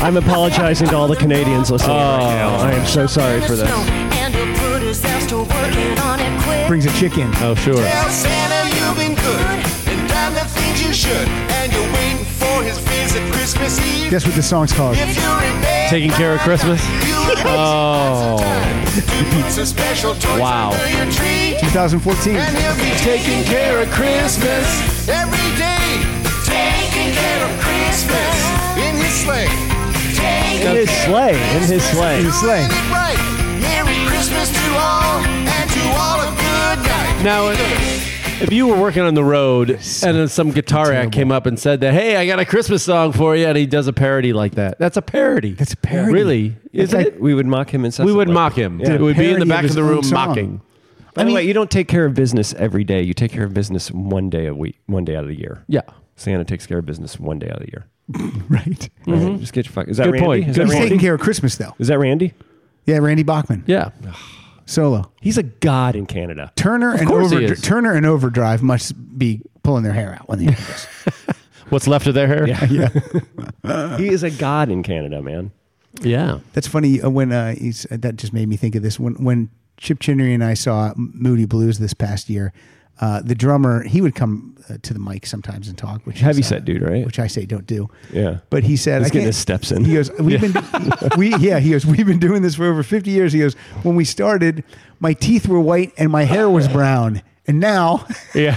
Speaker 4: I'm apologizing to all the Canadians listening right now. I am so sorry for this.
Speaker 7: And he'll put his ass to working on it quick.
Speaker 2: Brings a chick in.
Speaker 3: Oh, sure.
Speaker 7: Tell Santa you've been good and done the things you should, and you're waiting for his visit Christmas Eve.
Speaker 2: Guess what the song's called?
Speaker 7: If you're in bed, uh,
Speaker 3: Taking care of Christmas. Oh,
Speaker 7: it's a special toy
Speaker 3: Wow.
Speaker 7: under your tree.
Speaker 2: 2014.
Speaker 7: And he'll be taking care of Christmas every day. Taking care of Christmas in his sleigh. Taking
Speaker 4: In his
Speaker 7: care of
Speaker 4: sleigh, in his
Speaker 7: Christmas,
Speaker 4: sleigh.
Speaker 2: In his sleigh.
Speaker 7: doing it right. Merry Christmas to all and to all a good night.
Speaker 3: Now, it- if you were working on the road and then some guitar act came up and said that, "Hey, I got a Christmas song for you," and he does a parody like that, that's a parody. That's
Speaker 2: a parody.
Speaker 3: Really?
Speaker 4: It's
Speaker 3: Isn't
Speaker 4: like-
Speaker 3: it?
Speaker 4: we would mock him
Speaker 3: We
Speaker 4: incessantly.
Speaker 3: would mock him.
Speaker 4: Yeah.
Speaker 3: It would be in
Speaker 2: Parody
Speaker 3: the
Speaker 2: of
Speaker 3: back of
Speaker 2: his
Speaker 3: the
Speaker 2: own
Speaker 3: room
Speaker 2: song.
Speaker 3: mocking.
Speaker 4: By the way, you don't take care of business every day. You take care of business one day a week, one day out of the year.
Speaker 3: Yeah.
Speaker 4: Santa takes care of business one day out of the year.
Speaker 2: Right.
Speaker 4: Right? Just get your fuck. Is that
Speaker 3: Mm-hmm. Good
Speaker 4: Randy?
Speaker 3: point.
Speaker 4: Is
Speaker 3: Good
Speaker 4: that
Speaker 2: He's
Speaker 4: Randy?
Speaker 2: taking care of Christmas though.
Speaker 4: Is that Randy?
Speaker 2: Yeah, Randy Bachman.
Speaker 3: Yeah.
Speaker 2: Solo.
Speaker 4: He's a god in Canada.
Speaker 2: Turner and
Speaker 3: course he
Speaker 2: Overdrive.
Speaker 3: is.
Speaker 2: Turner and Overdrive must be pulling their hair out when they hear this.
Speaker 3: What's left of their hair? Yeah.
Speaker 4: He is a god in Canada, man.
Speaker 3: Yeah.
Speaker 2: That's funny. Uh, when uh, he's, uh, that just made me think of this. When when Chip Chinnery and I saw Moody Blues this past year, uh, the drummer he would come uh, to the mic sometimes and talk. Which
Speaker 4: Heavy
Speaker 2: is, uh,
Speaker 4: set dude, right?
Speaker 2: Which I say don't do.
Speaker 4: Yeah.
Speaker 2: But he said,
Speaker 4: He's
Speaker 2: I
Speaker 4: getting
Speaker 2: can't-
Speaker 4: his steps in.
Speaker 2: He goes, we've
Speaker 4: *laughs*
Speaker 2: been, *laughs* we yeah. He goes, we've been doing this for over fifty years. He goes, when we started, my teeth were white and my hair was brown, and now
Speaker 3: Yeah.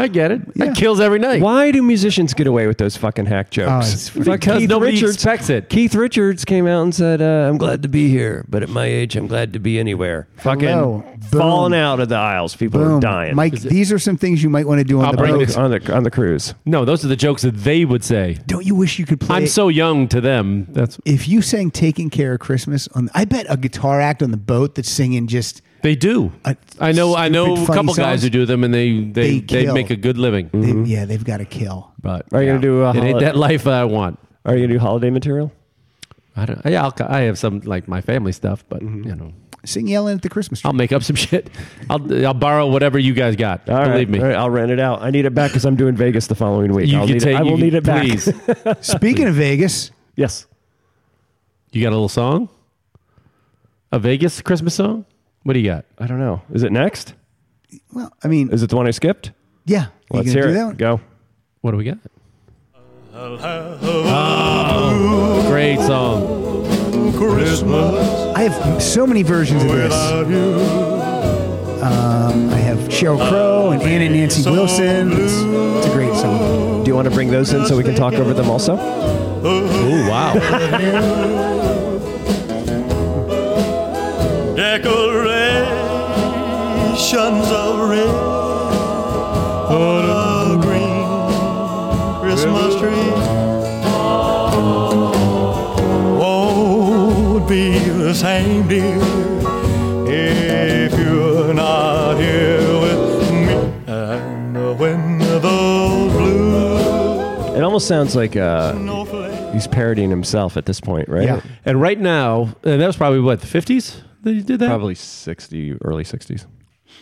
Speaker 3: I get it.
Speaker 2: Yeah.
Speaker 3: That kills every night.
Speaker 4: Why do musicians get away with those fucking hack
Speaker 2: Oh, it's
Speaker 4: jokes?
Speaker 2: funny.
Speaker 4: Fuck
Speaker 3: Because nobody expects it.
Speaker 4: Keith Richards came out and said, uh, "I'm glad to be here, but at my age, I'm glad to be anywhere." Fucking
Speaker 2: Hello. Boom.
Speaker 4: falling out of the aisles. People are
Speaker 2: boom,
Speaker 4: dying.
Speaker 2: Mike.
Speaker 3: Is it-
Speaker 2: These are some things you might want to do on
Speaker 3: I'll
Speaker 2: the
Speaker 3: bring
Speaker 2: boat.
Speaker 3: this-
Speaker 4: on the on the cruise.
Speaker 3: No, those are the jokes that they would say.
Speaker 2: Don't you wish you could play?
Speaker 3: I'm so young to them. That's
Speaker 2: if you sang "Taking Care of Christmas" on, I bet a guitar act on the boat that's singing just
Speaker 3: they do.
Speaker 2: A
Speaker 3: I know. I know
Speaker 2: stupid,
Speaker 3: a
Speaker 2: funny
Speaker 3: couple guys
Speaker 2: songs?
Speaker 3: who do them, and they they,
Speaker 2: They
Speaker 3: they,
Speaker 2: kill.
Speaker 3: make a good living.
Speaker 2: they-
Speaker 4: Mm-hmm.
Speaker 2: yeah, they've got to kill.
Speaker 3: But
Speaker 4: Mm. Are you gonna do uh, a
Speaker 3: it ain't
Speaker 4: holi-
Speaker 3: that life that I want.
Speaker 4: Are you gonna do holiday material?
Speaker 3: I don't. Yeah, I'll, I have some like my family stuff, but
Speaker 4: Mm-hmm.
Speaker 3: you know,
Speaker 2: Sing yelling at the Christmas tree.
Speaker 3: I'll make up some *laughs* shit. I'll I'll borrow whatever you guys got.
Speaker 4: All right,
Speaker 3: Believe me.
Speaker 4: all right, I'll rent it out. I need it back because I'm doing Vegas the following week.
Speaker 3: You
Speaker 4: I'll
Speaker 3: can
Speaker 4: need
Speaker 3: take.
Speaker 4: it. I
Speaker 3: you
Speaker 4: will
Speaker 3: can-
Speaker 4: need it back. *laughs*
Speaker 3: Please.
Speaker 4: Oh.
Speaker 2: Speaking of Vegas,
Speaker 4: yes.
Speaker 3: you got a little song? A Vegas Christmas song? What do you got?
Speaker 4: I don't know. Is it next?
Speaker 2: well, I mean,
Speaker 4: Is it the one I skipped?
Speaker 2: yeah, you
Speaker 4: Let's
Speaker 2: gonna
Speaker 4: hear
Speaker 2: do
Speaker 4: it.
Speaker 2: that one?
Speaker 4: Go.
Speaker 3: What do we got? Oh, great song.
Speaker 2: I have so many versions of this. Um, I have Cheryl Crow and Anna Nancy Wilson. It's, it's a great song.
Speaker 4: Do you want to bring those in so we can talk over them also?
Speaker 3: Oh, wow.
Speaker 12: Decorations of red on a green Christmas tree won't be the same, dear, if you're not here with me. And when those blue
Speaker 4: It almost sounds like uh,
Speaker 12: snowflakes.
Speaker 4: he's parodying himself at this point, right?
Speaker 2: Yeah.
Speaker 3: and right now, and that was probably what the 50s that you did that.
Speaker 4: Probably 60, early 60s.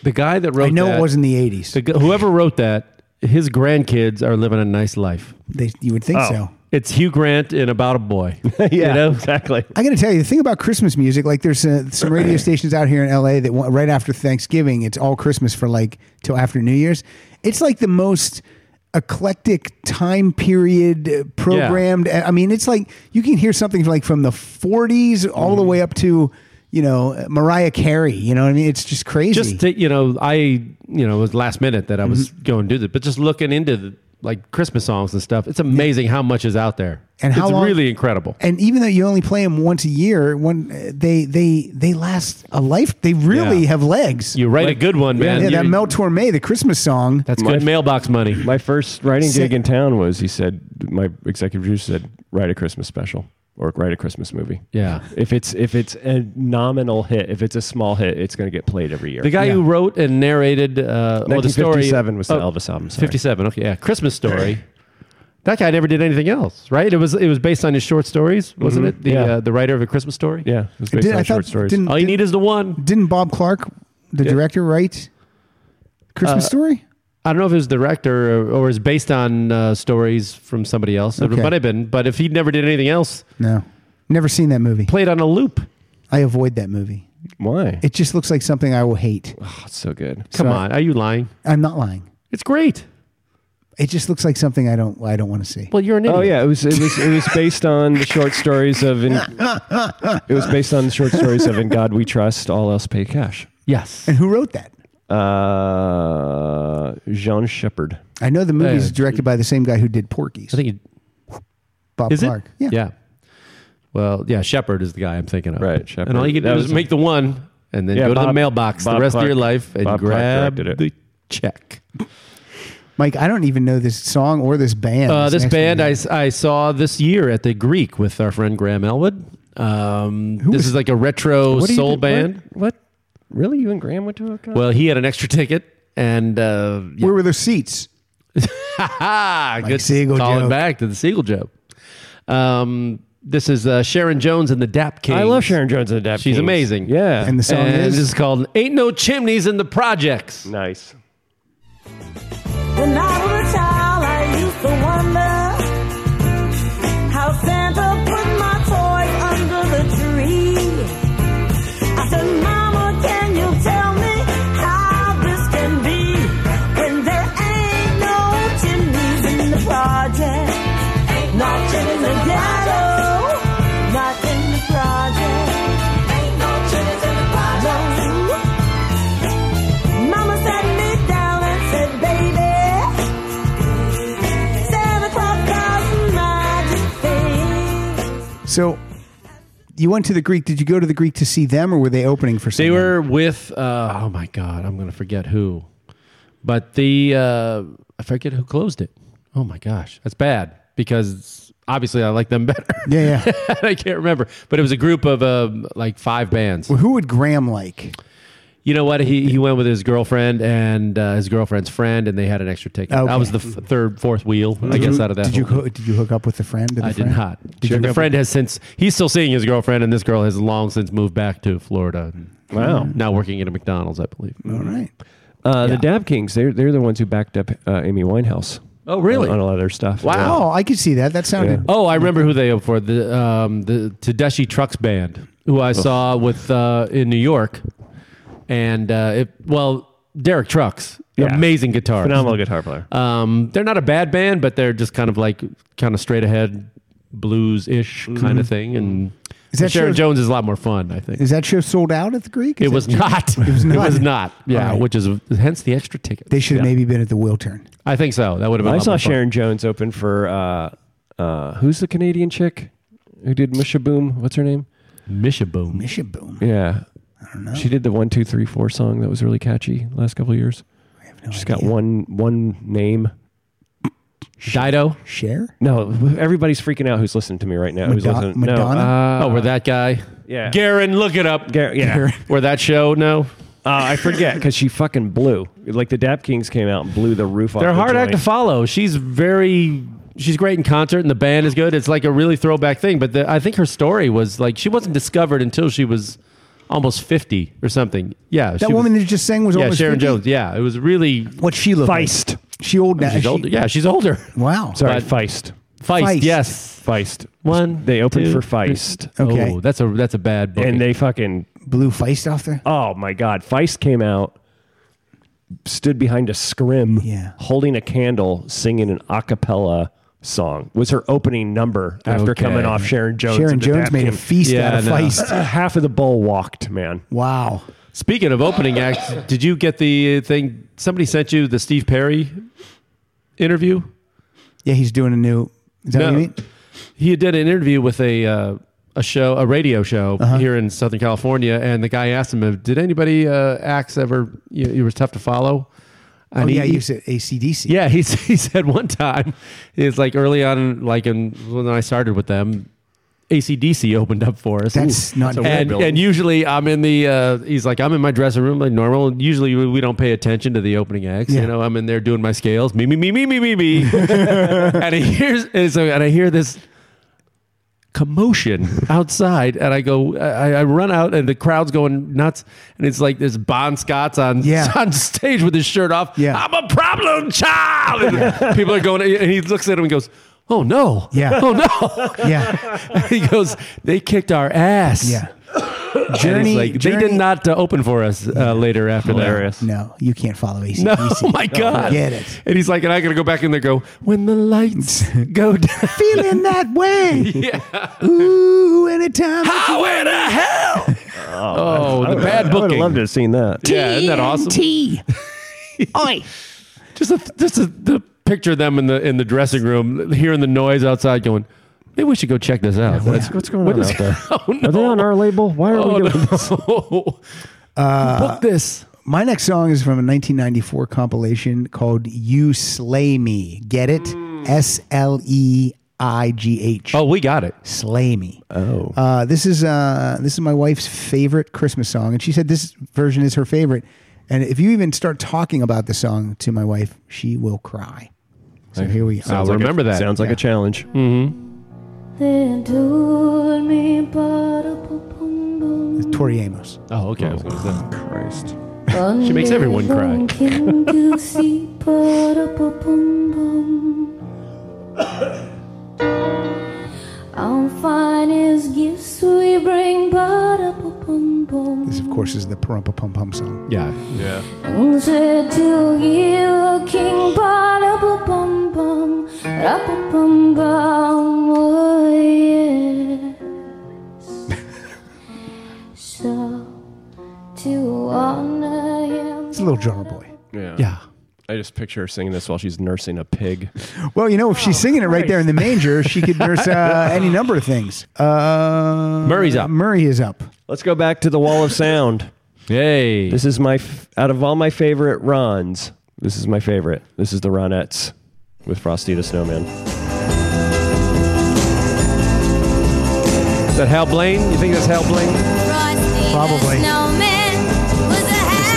Speaker 3: The guy that wrote
Speaker 2: I know it
Speaker 3: that-
Speaker 2: wasn't the 80s.
Speaker 3: the gu- whoever wrote that, his grandkids are living a nice life.
Speaker 2: They, you would
Speaker 3: Oh.
Speaker 2: think so.
Speaker 3: It's Hugh Grant in About a Boy. yeah,
Speaker 4: exactly.
Speaker 2: I got to tell you, the thing about Christmas music, like there's uh, some
Speaker 3: *clears throat*
Speaker 2: radio stations out here in LA that want, right after Thanksgiving, it's all Christmas for like till after New Year's. It's like the most eclectic time period uh, programmed. I mean, it's like you can hear something like from the 40s all
Speaker 3: Mm-hmm.
Speaker 2: the way up to, you know, Mariah Carey. You know what I mean? It's just crazy.
Speaker 3: Just to, you know, I you know it was last minute that I was going to do this, but just looking into the, like Christmas songs and stuff, it's amazing how much is out there,
Speaker 2: And how
Speaker 3: it's
Speaker 2: long-
Speaker 3: really incredible.
Speaker 2: and even though you only play them once a year, when uh, they they they last a life, they really
Speaker 3: Yeah.
Speaker 2: have legs.
Speaker 3: You write a good one, man.
Speaker 2: Yeah, that
Speaker 3: You-
Speaker 2: Mel Torme, the Christmas song.
Speaker 3: That's good mailbox money.
Speaker 4: My first writing
Speaker 2: Say-
Speaker 4: gig in town was he said my executive producer said write a Christmas special or write a Christmas movie.
Speaker 3: Yeah.
Speaker 4: If it's if it's a nominal hit, if it's a small hit, it's going to get played every year.
Speaker 3: The guy who wrote and narrated uh, well, the story Oh,
Speaker 4: 1957 was the Elvis album, sorry.
Speaker 3: 57, okay, yeah, Christmas story. that guy never did anything else, right? It was it was based on his short stories, wasn't
Speaker 4: Mhm.
Speaker 3: it? The
Speaker 4: Yeah.
Speaker 3: uh, the writer of a Christmas story.
Speaker 4: Yeah, it was based
Speaker 2: Did- on I short thought- stories. didn't-
Speaker 3: All you need is the one.
Speaker 2: Didn't Bob Clark, the director, write Christmas
Speaker 3: Uh,
Speaker 2: Story?
Speaker 3: I don't know if it was director or, or is based on uh, stories from somebody else.
Speaker 2: Okay.
Speaker 3: It might have been, but if he never did anything else,
Speaker 2: No, never seen that movie.
Speaker 3: Played on a loop.
Speaker 2: I avoid that movie.
Speaker 4: Why?
Speaker 2: It just looks like something I will hate.
Speaker 4: Oh, it's so good.
Speaker 3: come
Speaker 2: So-
Speaker 3: on, are you lying?
Speaker 2: I'm not lying.
Speaker 3: It's great.
Speaker 2: It just looks like something I don't I don't want to see.
Speaker 3: Well, you're an idiot.
Speaker 4: Oh yeah, it was it was it was based on the short stories of in, it was based on the short stories of In God We Trust, All Else Pay Cash.
Speaker 3: Yes.
Speaker 2: And who wrote that?
Speaker 4: Uh, Jean Shepard.
Speaker 2: I know the movie is
Speaker 4: Uh,
Speaker 2: directed by the same guy who did Porky's. I
Speaker 3: think he,
Speaker 2: Bob
Speaker 3: Is it?
Speaker 2: Clark. Yeah.
Speaker 3: Well, yeah, Shepard is the guy I'm thinking of. Right,
Speaker 4: Shepard.
Speaker 3: And all you can
Speaker 4: That
Speaker 3: do is
Speaker 4: was-
Speaker 3: make the one and then
Speaker 4: Yeah,
Speaker 3: go to the
Speaker 4: Bob-
Speaker 3: mailbox
Speaker 4: Bob
Speaker 3: the rest of your
Speaker 4: Clark-
Speaker 3: life and
Speaker 4: Bob Clark
Speaker 3: grab
Speaker 4: directed it.
Speaker 3: the check.
Speaker 2: Mike, I don't even know this song or this band.
Speaker 3: Uh, this
Speaker 2: next one.
Speaker 3: band I, s- I saw this year at the Greek with our friend Graham Elwood. Um, this is like a retro
Speaker 4: What do you
Speaker 3: soul
Speaker 4: do-
Speaker 3: band.
Speaker 4: What, what? Really? You and Graham went to a concert?
Speaker 3: Well, he had an extra ticket, and uh,
Speaker 2: where were their seats?
Speaker 3: *laughs* ha! Good
Speaker 2: Siegel
Speaker 3: calling
Speaker 2: joke.
Speaker 3: back to the Siegel joke. Um, this is uh, Sharon Jones and the Dap Kings.
Speaker 4: I love Sharon Jones and the Dap
Speaker 3: She's
Speaker 4: Kings.
Speaker 3: amazing.
Speaker 4: Yeah. And the
Speaker 3: *laughs*
Speaker 4: song is?
Speaker 3: this is called "Ain't No Chimneys in the Projects."
Speaker 4: Nice.
Speaker 13: When I was a child, I used to wonder how Santa put my toys under the tree. I said, Mama, can you tell me how this can be when there ain't no chimneys in the project? Not in the ghetto, not in the project. Ain't no chimneys in the project. Mama sat me down and said, baby, Santa Claus does magic things.
Speaker 2: So you went to the Greek. Did you go to the Greek to see them or were they opening for
Speaker 3: They
Speaker 2: someone?
Speaker 3: were with uh, oh my god, I'm gonna forget who, but the uh, I forget who closed it. Oh my gosh, that's bad because obviously I like them *laughs* better.
Speaker 2: Yeah, yeah. *laughs*
Speaker 3: I can't remember, but it was a group of um like five bands.
Speaker 2: Well, who would Graham like?
Speaker 3: You know what? He he went with his girlfriend and uh, his girlfriend's friend, and they had an extra ticket.
Speaker 2: Okay.
Speaker 3: I was the f- third, fourth wheel, I guess,
Speaker 2: you,
Speaker 3: out of that.
Speaker 2: Did you
Speaker 3: whole-
Speaker 2: ho- did you hook up with the friend? Did the
Speaker 3: I did
Speaker 2: friend?
Speaker 3: not.
Speaker 2: Did you
Speaker 3: and
Speaker 2: hook
Speaker 3: the
Speaker 2: up
Speaker 3: friend has since he's still seeing his girlfriend, and this girl has long since moved back to Florida.
Speaker 2: Hmm.
Speaker 4: Wow.
Speaker 3: Now working at a McDonald's, I believe.
Speaker 2: All right.
Speaker 4: Uh,
Speaker 3: Yeah.
Speaker 4: The Dab Kings, they're, they're the ones who backed up uh, Amy Winehouse.
Speaker 3: Oh, really?
Speaker 4: On, on a lot of their stuff.
Speaker 3: Wow.
Speaker 2: Oh, I could see that. That sounded.
Speaker 3: Oh, I remember who they opened for the um, the Tedeschi Trucks Band, who I saw with uh, in New York, and uh, it well Derek Trucks,
Speaker 4: Yeah.
Speaker 3: amazing guitar,
Speaker 4: Phenomenal guitar player.
Speaker 3: Um, they're not a bad band, but they're just kind of like kind of straight ahead blues ish kind of thing. And
Speaker 2: Is that
Speaker 3: Sharon
Speaker 2: show-
Speaker 3: Jones is a lot more fun, I think.
Speaker 2: Is that show sold out at the Greek? Is
Speaker 3: *laughs* it was
Speaker 2: that-
Speaker 3: not.
Speaker 2: It was not.
Speaker 3: Yeah,
Speaker 2: All right.
Speaker 3: which is hence the extra ticket.
Speaker 2: They should have
Speaker 3: Yeah.
Speaker 2: maybe been at the Wiltern.
Speaker 3: I think so. That would have been. a
Speaker 4: I
Speaker 3: lot
Speaker 4: saw
Speaker 3: more fun.
Speaker 4: Sharon Jones open for uh, uh, who's the Canadian chick who did Mishaboom? What's her name?
Speaker 3: Mishaboom.
Speaker 2: Mishaboom.
Speaker 4: Yeah. I don't know. She did the one, two, three, four song that was really catchy last couple of years. I have no She's got one one name.
Speaker 3: Dido.
Speaker 2: Share.
Speaker 4: No, everybody's freaking out who's listening to me right now. who's
Speaker 3: Madon-
Speaker 4: listening?
Speaker 3: Madonna?
Speaker 4: No,
Speaker 3: Oh, we're that guy.
Speaker 4: Yeah.
Speaker 3: Garen, look it up.
Speaker 4: Gar- yeah. *laughs*
Speaker 3: Where that show? No.
Speaker 4: Uh, I forget because she fucking blew. Like the Dap Kings came out and blew the roof off.
Speaker 3: They're
Speaker 4: the
Speaker 3: a hard
Speaker 4: joint.
Speaker 3: act to follow. She's very. She's great in concert, and the band is good. It's like a really throwback thing. But the, I think her story was like she wasn't discovered until she was almost 50 or something. Yeah.
Speaker 2: That
Speaker 3: she
Speaker 2: woman
Speaker 3: was,
Speaker 2: that just sang was
Speaker 3: yeah,
Speaker 2: almost
Speaker 3: Sharon
Speaker 2: 50?
Speaker 3: Jones. Yeah. It was really.
Speaker 2: What she looked
Speaker 3: Feist.
Speaker 2: She old now.
Speaker 3: She's
Speaker 2: She-
Speaker 3: older. Yeah, she's older.
Speaker 2: Wow.
Speaker 4: Sorry,
Speaker 3: But-
Speaker 4: Feist.
Speaker 3: Feist, Feist. yes.
Speaker 4: Feist.
Speaker 3: One.
Speaker 4: They opened
Speaker 3: two,
Speaker 4: for
Speaker 3: three.
Speaker 4: Feist.
Speaker 2: Okay.
Speaker 3: Oh, that's a that's a bad book.
Speaker 4: And they fucking
Speaker 2: blew Feist off there.
Speaker 4: Oh my God, Feist came out, stood behind a scrim,
Speaker 2: yeah.
Speaker 4: holding a candle, singing an a cappella song. Was her opening number after
Speaker 2: Okay.
Speaker 4: coming off Sharon
Speaker 3: Oh,
Speaker 4: Jones?
Speaker 2: Sharon
Speaker 4: and the
Speaker 2: Jones
Speaker 4: Dap
Speaker 2: made a
Speaker 4: Kings. Uh,
Speaker 2: feast Yeah, out of I know. Feist.
Speaker 4: Half of the bowl walked, man.
Speaker 2: Wow.
Speaker 3: Speaking of opening acts, did you get the thing? Somebody sent you the Steve Perry interview.
Speaker 2: Yeah, he's doing a new. Is that what you mean?
Speaker 3: He did an interview with a uh, a show, a radio show
Speaker 2: Uh-huh.
Speaker 3: here in Southern California, and the guy asked him, "Did anybody uh, acts ever? You, you were tough to follow."
Speaker 2: Oh, yeah,
Speaker 3: he-
Speaker 2: you said ACDC.
Speaker 3: Yeah, *laughs* he, s- he said one time, it's like early on, like in, when I started with them, ACDC opened up for us.
Speaker 2: That's not
Speaker 3: and,
Speaker 2: bad.
Speaker 3: and usually I'm in the, uh, he's like, I'm in my dressing room like normal. Usually we we don't pay attention to the opening acts.
Speaker 2: Yeah.
Speaker 3: You know, I'm in there doing my scales, me, me, me, me, me,
Speaker 2: *laughs*
Speaker 3: me, me. and, he hears, and, so, and I hear this commotion outside and I go I, I run out and the crowd's going nuts and it's like this Bon Scott's on *laughs*
Speaker 7: Yeah.
Speaker 3: on stage with his shirt off yeah. I'm a problem child and people are going and he looks at him and goes oh no
Speaker 2: Yeah.
Speaker 3: oh no *laughs*
Speaker 2: yeah
Speaker 3: he goes they kicked our ass
Speaker 2: Yeah.
Speaker 3: And it's
Speaker 2: Journey-
Speaker 3: like, they did
Speaker 2: Journey-
Speaker 3: not uh, open for us uh, later after that
Speaker 2: No, you can't follow ACDC.
Speaker 3: *laughs* no oh my god
Speaker 2: Forget it.
Speaker 3: and he's like and I gotta go back in there and go when
Speaker 2: *laughs*
Speaker 3: the lights go down
Speaker 2: Feeling that
Speaker 3: *laughs*
Speaker 2: way.
Speaker 3: yeah
Speaker 2: Ooh, anytime.
Speaker 3: Highway to hell. Oh, the
Speaker 4: I
Speaker 3: bad
Speaker 4: would have
Speaker 3: booking.
Speaker 4: loved to have seen that.
Speaker 3: Yeah, isn't that awesome?
Speaker 2: T. Oi.
Speaker 3: Just a, just a, the picture of them in the in the dressing room, hearing the noise outside, going, maybe we should go check this out.
Speaker 4: What's, what's going on
Speaker 3: is-
Speaker 4: out there?
Speaker 3: Oh, no.
Speaker 4: Are they on our label? Why are
Speaker 3: *laughs* Oh,
Speaker 4: we doing
Speaker 3: no.
Speaker 4: this?
Speaker 2: Uh,
Speaker 3: this.
Speaker 2: My next song is from a 1994 compilation called "You Slay Me." Get it? S L E I G H.
Speaker 3: Mm. Oh, we got it.
Speaker 2: Slay Me.
Speaker 3: Oh.
Speaker 2: Uh, this is uh, this is my wife's favorite Christmas song, and she said this version is her favorite. And if you even start talking about the song to my wife, she will cry. So here we are.
Speaker 3: I'll *laughs* remember that.
Speaker 4: Sounds like a challenge.
Speaker 3: Mm-hmm.
Speaker 14: They adore me, but a pumble.
Speaker 2: Tori Amos.
Speaker 3: Oh, okay. I was going to say.
Speaker 4: Christ.
Speaker 3: She makes everyone cry.
Speaker 14: Our finest gifts we bring, but a pum pum.
Speaker 2: This, of course, is the Parumpa Pum Pum song.
Speaker 3: Yeah.
Speaker 4: Yeah.
Speaker 14: And said to give a king, but a pum pum, a pum pum, oh yes. So to honor him.
Speaker 2: It's a little drummer boy.
Speaker 4: Yeah. I just picture her singing this while she's nursing a pig.
Speaker 2: Well, you know, if she's singing it right there in the manger, she could nurse uh, any number of things. Uh,
Speaker 4: Murray's up.
Speaker 2: Murray is up.
Speaker 4: Let's go back to the Wall of Sound.
Speaker 3: Yay.
Speaker 4: This is my, f- out of all my favorite Rons, this is my favorite. This is the Ronettes with Frosty the Snowman.
Speaker 3: Is that Hal Blaine? You think that's Hal Blaine?
Speaker 2: Probably.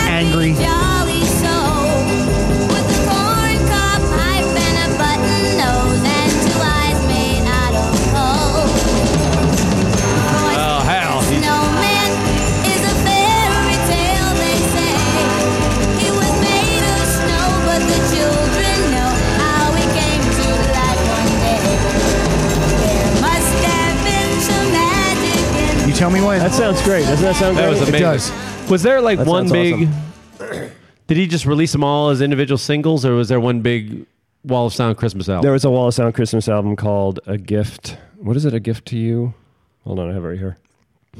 Speaker 2: angry.
Speaker 7: Jolly soul with a corn cob pipe and a button nose and two eyes made out of coal.
Speaker 3: Oh, Hal. He-
Speaker 7: Snowman is a fairy tale, they say. He was made of snow, but the children know how he came to life one day. There must have been some magic in
Speaker 2: You tell me when.
Speaker 4: That sounds great. Doesn't that sound
Speaker 3: That
Speaker 4: great?
Speaker 3: was amazing.
Speaker 2: It does.
Speaker 3: Was there like
Speaker 4: That
Speaker 3: one
Speaker 4: sounds
Speaker 3: big? *clears throat* Did he just release them all as individual singles, or was there one big Wall of Sound Christmas album?
Speaker 4: There was a Wall of Sound Christmas album called A Gift. What is it? A Gift to You? Hold on, I have it right here.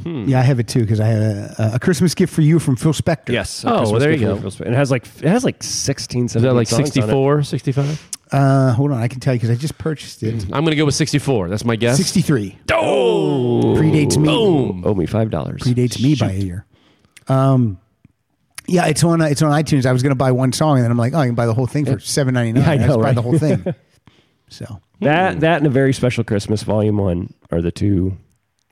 Speaker 2: Yeah, I have it too because I have a, a Christmas gift for you from Phil Spector.
Speaker 4: Yes. A
Speaker 3: Oh, well,
Speaker 4: Christmas
Speaker 3: there you
Speaker 4: Gift
Speaker 3: go.
Speaker 4: for Christmas. And it has like it has like 16, 17
Speaker 3: Is that like
Speaker 4: songs on it.
Speaker 3: 64, 65?
Speaker 2: Uh, hold on, I can tell you because I just purchased it.
Speaker 3: I'm going to go with 64. That's my guess.
Speaker 2: 63
Speaker 3: Oh!
Speaker 2: Predates me.
Speaker 3: Boom.
Speaker 4: Owe me five dollars.
Speaker 2: predates me by a year. Um, yeah, it's on uh, it's on iTunes. I was going to buy one song and then I'm like, oh, I can buy the whole thing for seven ninety nine.
Speaker 4: Yeah, I know,
Speaker 2: just buy
Speaker 4: right?
Speaker 2: the whole thing.
Speaker 4: *laughs*
Speaker 2: so Hmm.
Speaker 4: That that and a very special Christmas Volume One are the two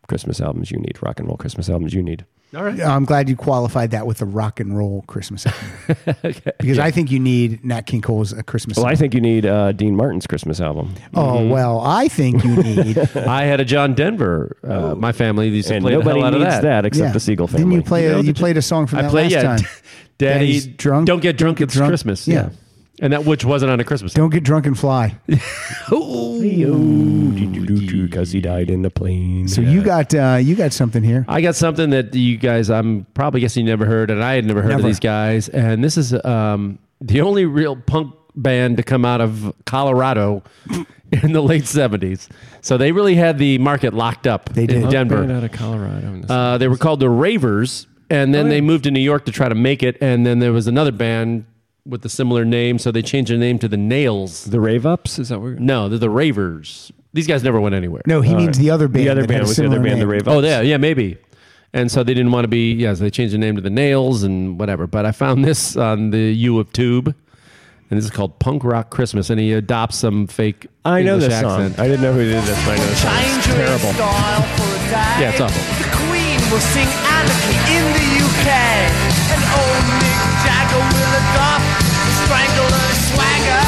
Speaker 4: Christmas albums you need, rock and roll Christmas albums you need.
Speaker 3: All right.
Speaker 2: I'm glad you qualified that with the rock and roll Christmas album.
Speaker 4: *laughs*
Speaker 2: Because I think you need Nat King Cole's uh, Christmas
Speaker 4: Well, I
Speaker 2: album.
Speaker 4: think you need uh, Dean Martin's Christmas album.
Speaker 2: Oh,
Speaker 3: Mm-hmm.
Speaker 2: well, I think
Speaker 3: *laughs*
Speaker 2: you need.
Speaker 3: I had a John Denver.
Speaker 2: Oh.
Speaker 3: Uh, my family used to
Speaker 4: And
Speaker 3: play the
Speaker 4: nobody
Speaker 3: hell out of
Speaker 4: needs
Speaker 3: that,
Speaker 4: that except
Speaker 2: Yeah. the
Speaker 4: Siegel
Speaker 2: Didn't you play? A, you played a song from
Speaker 3: I
Speaker 2: that last
Speaker 3: played, yeah,
Speaker 2: time.
Speaker 3: *laughs* Daddy,
Speaker 2: Daddy's drunk.
Speaker 3: Don't get drunk. it's
Speaker 2: drunk.
Speaker 3: Christmas.
Speaker 2: Yeah.
Speaker 3: and that which wasn't on a Christmas.
Speaker 2: Don't get drunk and fly.
Speaker 4: Because he died in the plane.
Speaker 2: So you got uh, you got something here.
Speaker 3: I got something that you guys, I'm probably guessing you never heard, and I had never heard of
Speaker 2: Never.
Speaker 3: these guys. And this is um, the only real punk band to come out of Colorado *laughs* in the late 70s. So they really had the market locked up they in Denver.
Speaker 4: out of Colorado.
Speaker 3: Uh, they were called the Ravers, and then they moved to New York to try to make it. And then there was another band with a similar name, so they changed their name to the Nails.
Speaker 4: The Rave Ups? Is that where?
Speaker 3: No, they're the Ravers. These guys never went anywhere.
Speaker 2: No, he means the other band.
Speaker 3: The other
Speaker 2: that had
Speaker 3: band
Speaker 2: a
Speaker 3: was the other
Speaker 2: similar
Speaker 3: band, the
Speaker 2: name.
Speaker 3: Rave. Oh, yeah, yeah, maybe. And so they didn't want to be. Yeah, so they changed the name to the Nails and whatever. But I found this on the U of Tube, and this is called Punk Rock Christmas. And he adopts some fake.
Speaker 4: I know
Speaker 3: English
Speaker 4: this song.
Speaker 3: accent.
Speaker 4: I didn't know who did this, but I know this song. It's terrible.
Speaker 7: Style for a day.
Speaker 3: Yeah, it's awful.
Speaker 7: The Queen will sing anarchy in the UK, and old Mick Jagger will adopt the strangler swagger.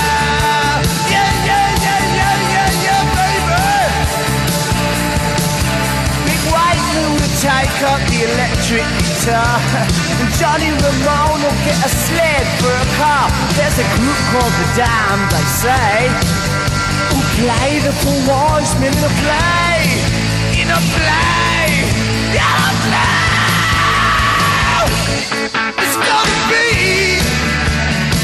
Speaker 7: Yeah, yeah, yeah, yeah, yeah, yeah, baby. Big White Lou will take up the electric guitar, *laughs* and Johnny Ramone will get a sled for a car. There's a group called the Dam, they say. Who play the full voice, men in a play, in a play, in a play. It's gonna be *laughs*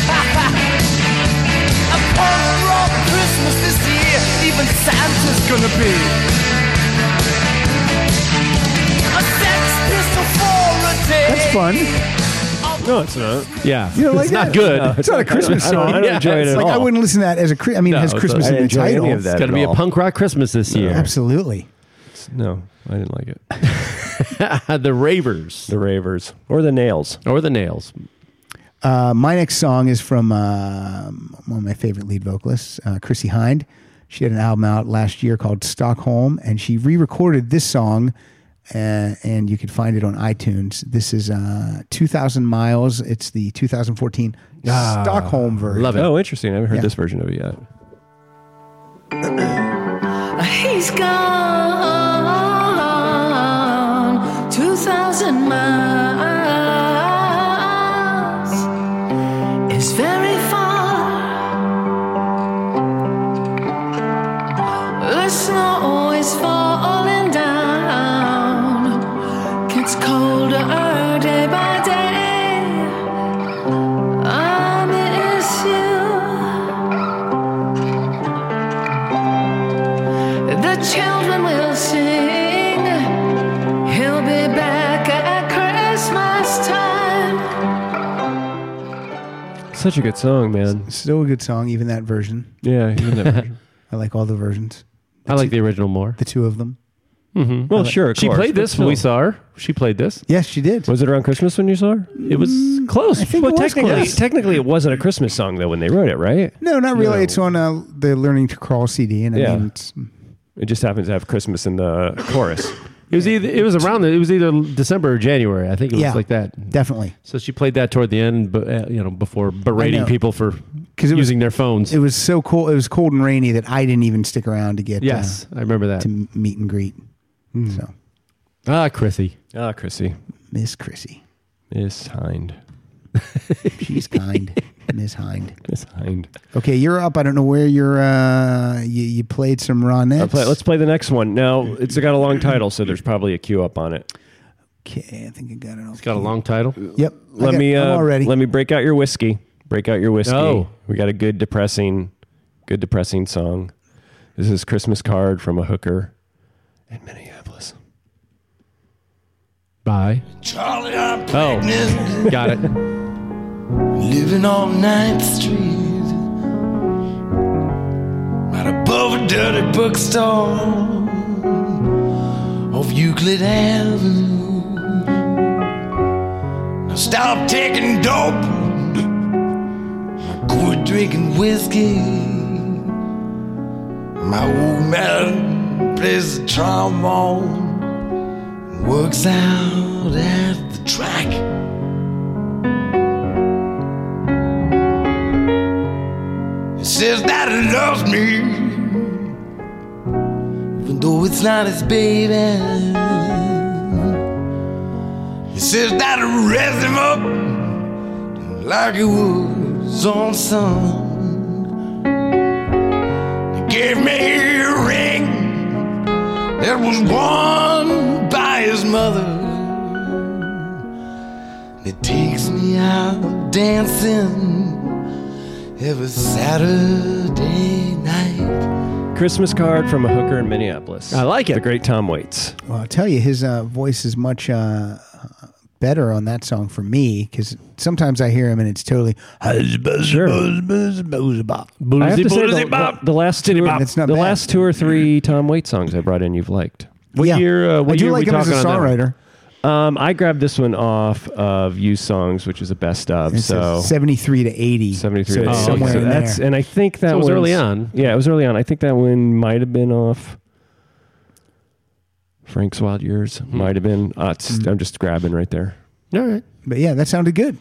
Speaker 7: a punk rock Christmas this year. Even Santa's gonna be a sex pistol for a day.
Speaker 2: That's fun.
Speaker 4: No, it's not.
Speaker 3: Yeah,
Speaker 2: You don't like
Speaker 3: it's not
Speaker 2: that?
Speaker 3: good.
Speaker 2: It's, not a Christmas
Speaker 4: I don't-
Speaker 2: song.
Speaker 4: I don't enjoy it
Speaker 2: it's
Speaker 4: at
Speaker 2: like I
Speaker 4: all.
Speaker 2: wouldn't listen to that as a. Chri- I mean, it has Christmas in the title.
Speaker 3: It's going to be a punk rock Christmas this year.
Speaker 2: Absolutely.
Speaker 4: No, I didn't like it.
Speaker 3: *laughs* the Ravers.
Speaker 4: The Ravers. Or the Nails.
Speaker 3: Or the Nails.
Speaker 2: Uh, my next song is from uh, one of my favorite lead vocalists, uh, Chrissy Hind. She had an album out last year called Stockholm, and she re recorded this song, uh, and you can find it on iTunes. This is uh, 2,000 Miles. It's the 2014
Speaker 4: Ah,
Speaker 2: Stockholm version.
Speaker 4: Oh, interesting. I haven't heard
Speaker 2: Yeah.
Speaker 4: this version of it yet.
Speaker 15: He's gone 2,000 miles. It's very far. The snow is falling down. Gets colder day by day. I miss you. The children will sing. He'll be back at Christmas time.
Speaker 4: Such a good song, man.
Speaker 2: Still a good song, even that version.
Speaker 4: Yeah, even that version.
Speaker 2: I like all the versions.
Speaker 3: I like the original more.
Speaker 2: The two of them.
Speaker 3: Mm-hmm.
Speaker 2: Well, sure, of
Speaker 3: She
Speaker 2: course,
Speaker 3: played
Speaker 2: but
Speaker 3: this when we
Speaker 2: still.
Speaker 3: saw her. She played this.
Speaker 2: Yes, she did.
Speaker 4: Was it around Christmas when you saw her?
Speaker 3: It was close.
Speaker 2: Mm, I think it was
Speaker 4: technically,
Speaker 2: close.
Speaker 4: technically, it wasn't a Christmas song though when they wrote it, right?
Speaker 2: No, not really. It's on uh, the Learning to Crawl CD, and I
Speaker 4: Yeah.
Speaker 2: mean, it's,
Speaker 4: It just happens to have Christmas in the chorus.
Speaker 3: It was either it was around the, it was either December or January. I think it was
Speaker 2: Yeah.
Speaker 3: like that.
Speaker 2: Definitely.
Speaker 3: So she played that toward the end, but uh, you know, before
Speaker 2: I
Speaker 3: berating
Speaker 2: know.
Speaker 3: people for
Speaker 2: 'Cause it was-
Speaker 3: using their phones.
Speaker 2: it was so cool. It was cold and rainy that I didn't even stick around to get
Speaker 3: yes,
Speaker 2: uh,
Speaker 3: I remember that.
Speaker 2: to m- meet and greet. So
Speaker 3: Ah, Chrissy.
Speaker 4: *coughs* Ah, Chrissy.
Speaker 2: Miss Chrissy,
Speaker 4: Miss Hind.
Speaker 2: she's kind. Miss Hind.
Speaker 4: Miss Hind.
Speaker 2: Okay, you're up. I don't know where you're. Uh, you, you played some Ronettes.
Speaker 4: I play, let's play the next one. Now, it's got a long title, so there's probably a cue up on it.
Speaker 2: Okay, I think I got it. All.
Speaker 3: It's got a long title.
Speaker 2: Yep. I
Speaker 4: Let
Speaker 2: got-
Speaker 4: me
Speaker 2: I'm
Speaker 4: uh,
Speaker 2: all ready.
Speaker 4: let me break out your whiskey. Break out your whiskey.
Speaker 3: Oh.
Speaker 4: We got a good depressing good depressing song. This is Christmas card from a hooker in Minneapolis.
Speaker 3: Bye.
Speaker 7: Charlie, I'm
Speaker 3: Oh, got it.
Speaker 7: Living on 9th Street. Right above a dirty bookstore off Euclid Avenue. I stopped taking dope. Quit drinking whiskey. My old man plays the trombone. works out at the track. It says that it loves me, even though it's not its baby. It says that it raises him up like it was on sun. It gave me a ring that was worn by his mother. It takes me out dancing every Saturday night.
Speaker 4: *laughs* Christmas card from a hooker in Minneapolis. I like it. The great Tom Waits.
Speaker 2: Well, I'll tell you, his uh, voice is much uh, better on that song for me because sometimes I hear him and it's totally.
Speaker 4: Sure. I have to say, the, the, the last two, or,
Speaker 2: It's not
Speaker 4: the
Speaker 2: bad.
Speaker 4: last two or three Tom Waits songs I brought in, you've liked.
Speaker 2: What Yeah. year, uh, what I do year like we him as talking a on that one?
Speaker 4: Um, I grabbed this one off of Used Songs, which is a best of.
Speaker 2: It
Speaker 4: so
Speaker 2: says 73 to 80.
Speaker 4: 73
Speaker 2: So
Speaker 4: to
Speaker 2: it's
Speaker 4: 80.
Speaker 2: somewhere
Speaker 4: So
Speaker 2: in
Speaker 4: that's-
Speaker 2: there.
Speaker 4: and I think that
Speaker 2: So it was
Speaker 4: one's-
Speaker 2: early on.
Speaker 4: Yeah, it was early on. I think that one might have been off Frank's Wild Years.
Speaker 2: Hmm.
Speaker 4: Might have been. Uh, it's- I'm just grabbing right there.
Speaker 3: All right.
Speaker 2: But yeah, that sounded good.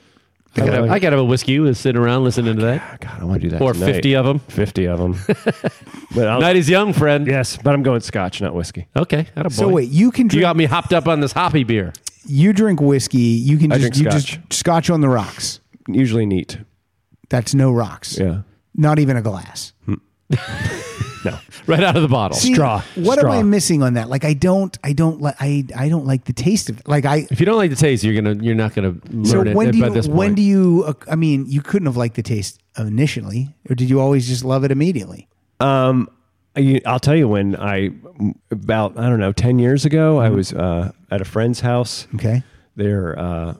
Speaker 3: I got, a, I got a whiskey. Was sitting around listening to that.
Speaker 4: Oh, God, I want to do that.
Speaker 3: Or
Speaker 4: tonight.
Speaker 3: fifty of them.
Speaker 4: Fifty
Speaker 2: *laughs*
Speaker 4: of them. but I'll,
Speaker 3: Night is young, friend.
Speaker 4: Yes, but I'm going Scotch, not whiskey.
Speaker 3: Okay. atta
Speaker 2: So
Speaker 3: boy.
Speaker 2: wait, you can
Speaker 3: You got me hopped up on this hoppy beer.
Speaker 2: You drink whiskey. You can
Speaker 3: I
Speaker 2: just
Speaker 3: drink
Speaker 2: you
Speaker 3: scotch.
Speaker 2: just scotch on the rocks.
Speaker 4: Usually neat.
Speaker 2: That's no rocks.
Speaker 4: Yeah.
Speaker 2: Not even a glass.
Speaker 4: No.
Speaker 3: Right out of the bottle.
Speaker 2: See, What am I missing on that? Like I don't I don't like I I don't like the taste of it. Like I
Speaker 3: If you don't like the taste, you're gonna you're not gonna learn
Speaker 2: so
Speaker 3: it
Speaker 2: when
Speaker 3: at-
Speaker 2: do you
Speaker 3: by this point.
Speaker 2: when do you uh, I mean you couldn't have liked the taste initially or did you always just love it immediately?
Speaker 4: Um, I- I'll tell you when I about I don't know ten years ago I was uh, at a friend's house.
Speaker 2: Hmm. Okay,
Speaker 4: they're. Uh,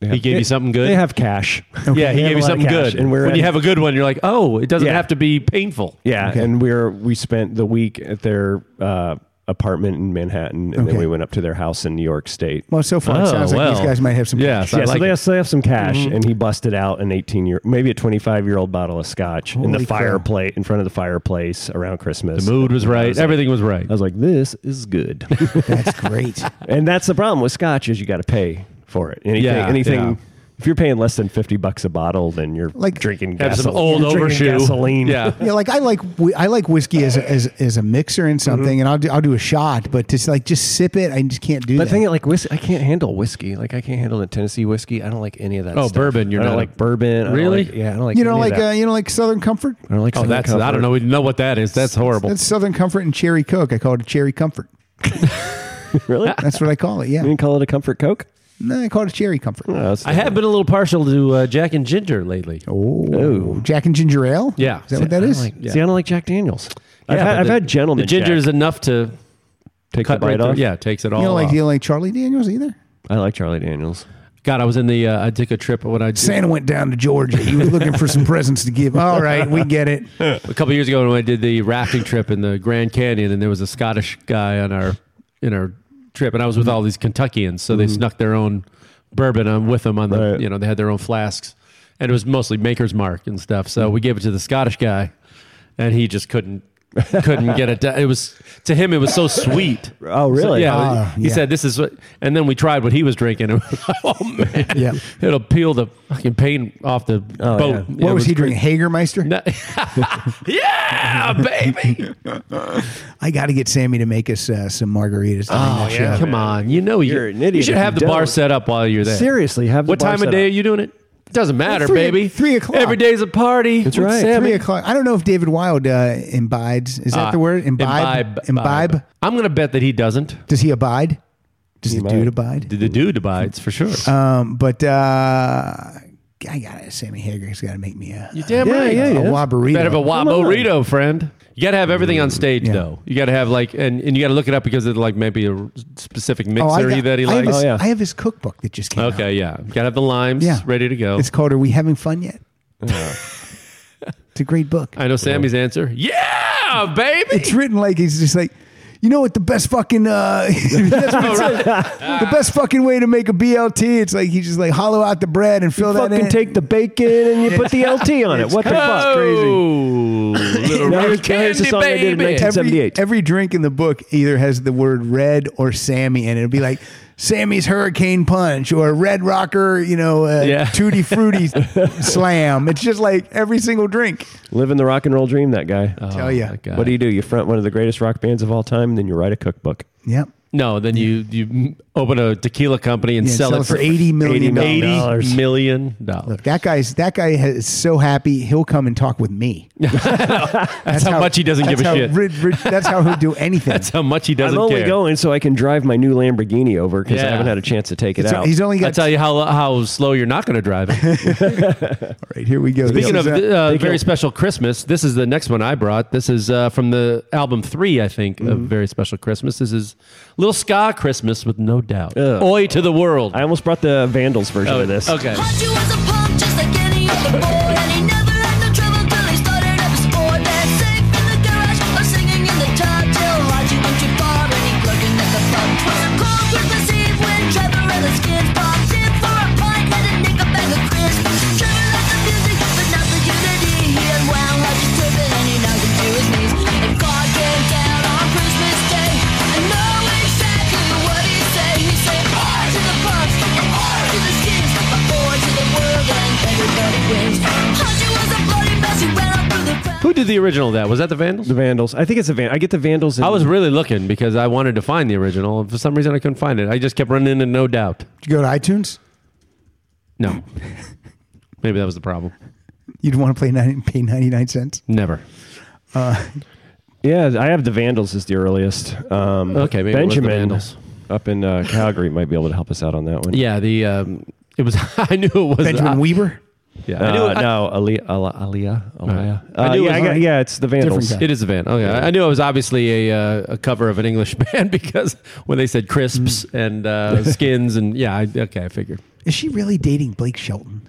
Speaker 4: they
Speaker 3: He gave you something good?
Speaker 4: They have cash. They
Speaker 3: Yeah, he
Speaker 4: have
Speaker 3: gave
Speaker 4: a
Speaker 3: you
Speaker 4: lot of
Speaker 3: something
Speaker 4: cash,
Speaker 3: good.
Speaker 4: and we're
Speaker 3: when
Speaker 4: at
Speaker 3: you have a good one, you're like, oh, it doesn't
Speaker 4: Yeah.
Speaker 3: have to be painful.
Speaker 4: Yeah, and we're we spent the week at their uh, apartment in Manhattan, and then
Speaker 2: Okay.
Speaker 4: we went up to their house in New York State.
Speaker 2: Well, so far it sounds like these guys might have some
Speaker 4: Yeah,
Speaker 2: cash.
Speaker 4: yeah. so they have, they have some cash,
Speaker 2: Mhm.
Speaker 4: and he busted out an eighteen year, maybe a twenty five year old bottle of scotch in
Speaker 3: Holy
Speaker 4: the
Speaker 3: crap.
Speaker 4: fireplace in front of the fireplace around Christmas.
Speaker 3: The mood was
Speaker 4: And I
Speaker 3: right.
Speaker 4: like-
Speaker 3: Everything was right.
Speaker 4: I was like, this is *laughs* good.
Speaker 2: *laughs* that's great.
Speaker 4: and that's the problem with scotch is you got to pay for it. Anything,
Speaker 3: Yeah,
Speaker 4: anything.
Speaker 3: yeah.
Speaker 4: If you're paying less than fifty bucks a bottle, then you're like drinking
Speaker 3: Have some
Speaker 4: gasol-
Speaker 3: old
Speaker 4: you're drinking
Speaker 3: overshoe.
Speaker 4: gasoline. *laughs*
Speaker 3: Yeah.
Speaker 2: yeah, like I like whi- I like whiskey as a, as as a mixer in something, and I'll do, I'll do a shot, but just like just sip it, I just can't do
Speaker 4: But
Speaker 2: that.
Speaker 4: thing like whiskey, I can't handle whiskey. Like I can't handle the Tennessee whiskey. I don't like any of that.
Speaker 3: Oh,
Speaker 4: stuff.
Speaker 3: bourbon, you're
Speaker 4: I don't
Speaker 3: not a-
Speaker 4: like bourbon. I don't
Speaker 3: Really?
Speaker 4: like- yeah, I don't like.
Speaker 2: you don't
Speaker 4: any
Speaker 2: like
Speaker 4: of that.
Speaker 2: uh, you don't like Southern Comfort?
Speaker 4: I don't like.
Speaker 3: Oh,
Speaker 4: Southern
Speaker 3: that's I
Speaker 4: Comfort.
Speaker 3: don't know. We know what that is. That's horrible.
Speaker 2: That's Southern Comfort and Cherry Coke. I call it a Cherry Comfort.
Speaker 4: *laughs* really?
Speaker 2: That's what I call it. Yeah.
Speaker 4: You didn't call it a Comfort Coke?
Speaker 2: No, I call it a Cherry Comfort.
Speaker 3: I have been a little partial to uh, Jack and Ginger lately.
Speaker 2: Oh, Jack and Ginger Ale.
Speaker 3: Yeah.
Speaker 2: Is that what that
Speaker 4: I
Speaker 2: is?
Speaker 4: Like, See, I don't like Jack Daniels. I've
Speaker 3: Yeah,
Speaker 4: had,
Speaker 3: but
Speaker 4: I've
Speaker 3: the-
Speaker 4: had Gentleman
Speaker 3: The ginger
Speaker 4: Jack.
Speaker 3: is enough to
Speaker 4: Take
Speaker 3: cut
Speaker 4: the
Speaker 3: right
Speaker 4: bite
Speaker 3: through-
Speaker 4: off?
Speaker 3: Yeah, takes it all.
Speaker 2: you don't like
Speaker 3: off.
Speaker 2: you don't like Charlie Daniels either.
Speaker 4: I like Charlie Daniels.
Speaker 3: God, I was in the. Uh, I took a trip when I
Speaker 2: Santa went down to Georgia. He was looking for
Speaker 3: *laughs*
Speaker 2: some presents to give. All right, we get it.
Speaker 3: a couple years ago when I did the rafting trip in the Grand Canyon, and there was a Scottish guy on our in our trip, and I was with all these Kentuckians, so they snuck their own bourbon on with them on the. You know, they had their own flasks, and it was mostly Maker's Mark and stuff. So we gave it to the Scottish guy, and he just couldn't. couldn't get it down. It was to him. It was so sweet.
Speaker 4: Oh, really?
Speaker 3: yeah.
Speaker 4: Ah,
Speaker 3: he
Speaker 4: yeah.
Speaker 3: said this is what. And then we tried what he was drinking. *laughs* And we're like, oh man, yeah. It'll peel the fucking paint off the boat. You
Speaker 2: What
Speaker 3: know,
Speaker 2: was
Speaker 3: it's
Speaker 2: he
Speaker 3: great.
Speaker 2: drinking? Hagermeister.
Speaker 3: *laughs*
Speaker 2: *laughs*
Speaker 3: yeah, baby.
Speaker 2: I got to get Sammy to make us uh, some margaritas.
Speaker 3: Oh, yeah, come on. You know you,
Speaker 4: You're an idiot
Speaker 3: you should
Speaker 4: if
Speaker 3: have
Speaker 4: you
Speaker 3: the bar
Speaker 4: don't.
Speaker 3: set up while you're there.
Speaker 4: Seriously, have the
Speaker 3: what
Speaker 4: bar
Speaker 3: time
Speaker 4: set
Speaker 3: of day
Speaker 4: up.
Speaker 3: are you doing it? Doesn't matter,
Speaker 2: Three-
Speaker 3: baby.
Speaker 2: three o'clock.
Speaker 3: Every day's a party.
Speaker 4: That's
Speaker 3: with
Speaker 4: right.
Speaker 3: Sammy.
Speaker 2: Three o'clock. I don't know if David Wild uh, imbibes. Is that
Speaker 3: Uh,
Speaker 2: the word? Imbibe.
Speaker 3: imbibe. I'm going to bet that he doesn't.
Speaker 2: Does he abide? Does the dude abide?
Speaker 3: The dude abides for sure.
Speaker 2: Um, but uh, I got it. Sammy Hager's got to make me a
Speaker 3: You damn
Speaker 2: yeah,
Speaker 3: right.
Speaker 2: yeah, yeah. A Waburito.
Speaker 3: Better have a
Speaker 2: Come on.
Speaker 3: waburito, friend. You got to have everything on stage, though. You got to have like, and, and you got to look it up because it's like maybe a specific mixer
Speaker 2: Oh, I got-
Speaker 3: that he
Speaker 2: I have
Speaker 3: likes. Oh,
Speaker 2: his- I have his cookbook that just came.
Speaker 3: okay, yeah. Got to have the limes
Speaker 2: Yeah.
Speaker 3: ready to go.
Speaker 2: It's called "Are We Having Fun
Speaker 3: *laughs*
Speaker 2: Yet?" It's a great book.
Speaker 3: I know Sammy's answer. Yeah, baby.
Speaker 2: It's written like he's just like, you know what the best fucking uh, *laughs* that's what it
Speaker 3: *laughs*
Speaker 2: says. the best fucking way to make a BLT. It's like you just like hollow out the bread and fill that
Speaker 4: fucking
Speaker 2: in.
Speaker 4: take the bacon and you put
Speaker 3: *laughs*
Speaker 4: the LT on it. What the fuck?
Speaker 3: Crazy.
Speaker 4: Now here's- now here's the song they did in 1978.
Speaker 2: Every, every drink in the book either has the word red or Sammy in it. It'll be like Sammy's Hurricane Punch or Red Rocker, you know, uh,
Speaker 4: Yeah.
Speaker 2: Tutti
Speaker 3: *laughs*
Speaker 2: Frutti Slam. It's just like every single drink.
Speaker 4: Living the rock and roll dream, that guy.
Speaker 3: Oh,
Speaker 2: Tell ya. that guy.
Speaker 4: What do you do? You front one of the greatest rock bands of all time, and then you write a cookbook.
Speaker 2: Yep.
Speaker 3: No, then you you open a tequila company and
Speaker 2: Yeah,
Speaker 3: sell,
Speaker 2: sell it for $80 million
Speaker 3: $80 million dollars.
Speaker 2: Look, that guy's that guy is so happy he'll come and talk with
Speaker 3: *laughs*
Speaker 2: me.
Speaker 3: That's, how, much he doesn't
Speaker 2: that's
Speaker 3: give a
Speaker 2: how
Speaker 3: shit.
Speaker 2: rid- rid- that's how he'll
Speaker 3: *laughs*
Speaker 2: do anything.
Speaker 3: That's how much he doesn't
Speaker 4: I'm only
Speaker 3: care.
Speaker 4: going so I can drive my new Lamborghini over because I
Speaker 3: Yeah.
Speaker 4: haven't had a chance to take it
Speaker 2: It's-
Speaker 4: out.
Speaker 2: he's only got-
Speaker 3: I tell you how how slow you're not going to drive it.
Speaker 2: All right, here we go. This
Speaker 3: Speaking
Speaker 2: is
Speaker 3: of
Speaker 2: a-
Speaker 3: uh, very special Christmas, this is the next one I brought. This is uh, from the album three, I think, of Very Special Christmas. This is Little Ska Christmas with no doubt. Oi to the world! I
Speaker 4: almost brought the Vandals version of this.
Speaker 3: Oh, Okay, who did the original? of That was that the Vandals.
Speaker 4: The Vandals. I think it's the Van. I get the Vandals. In-
Speaker 3: I was really looking because I wanted to find the original. and For some reason, I couldn't find it. I just kept running into No Doubt.
Speaker 2: Did you go to iTunes?
Speaker 3: *laughs* No, maybe that was the problem.
Speaker 2: You'd want to play nine, pay ninety nine cents.
Speaker 3: Never.
Speaker 2: Uh,
Speaker 4: yeah, I have the Vandals as the earliest. Um,
Speaker 3: Okay, maybe it was the
Speaker 4: Benjamin
Speaker 3: Vandals.
Speaker 4: up in uh, Calgary might be able to help us out on that one.
Speaker 3: Yeah, the um, it was. *laughs* I knew it was
Speaker 2: Benjamin Weber.
Speaker 3: Yeah,
Speaker 4: Uh,
Speaker 3: I knew, I-
Speaker 4: no, Aliyah. Aliyah. Aliyah.
Speaker 3: I
Speaker 4: Uh,
Speaker 3: knew it
Speaker 4: yeah,
Speaker 3: was
Speaker 4: I got-
Speaker 3: on-
Speaker 4: yeah, it's the Vandals.
Speaker 3: It is a van. Okay, I I knew it was obviously a, uh, a cover of an English *laughs* band because when they said crisps and uh, skins and yeah, I, okay, I figured.
Speaker 2: is she really dating Blake Shelton?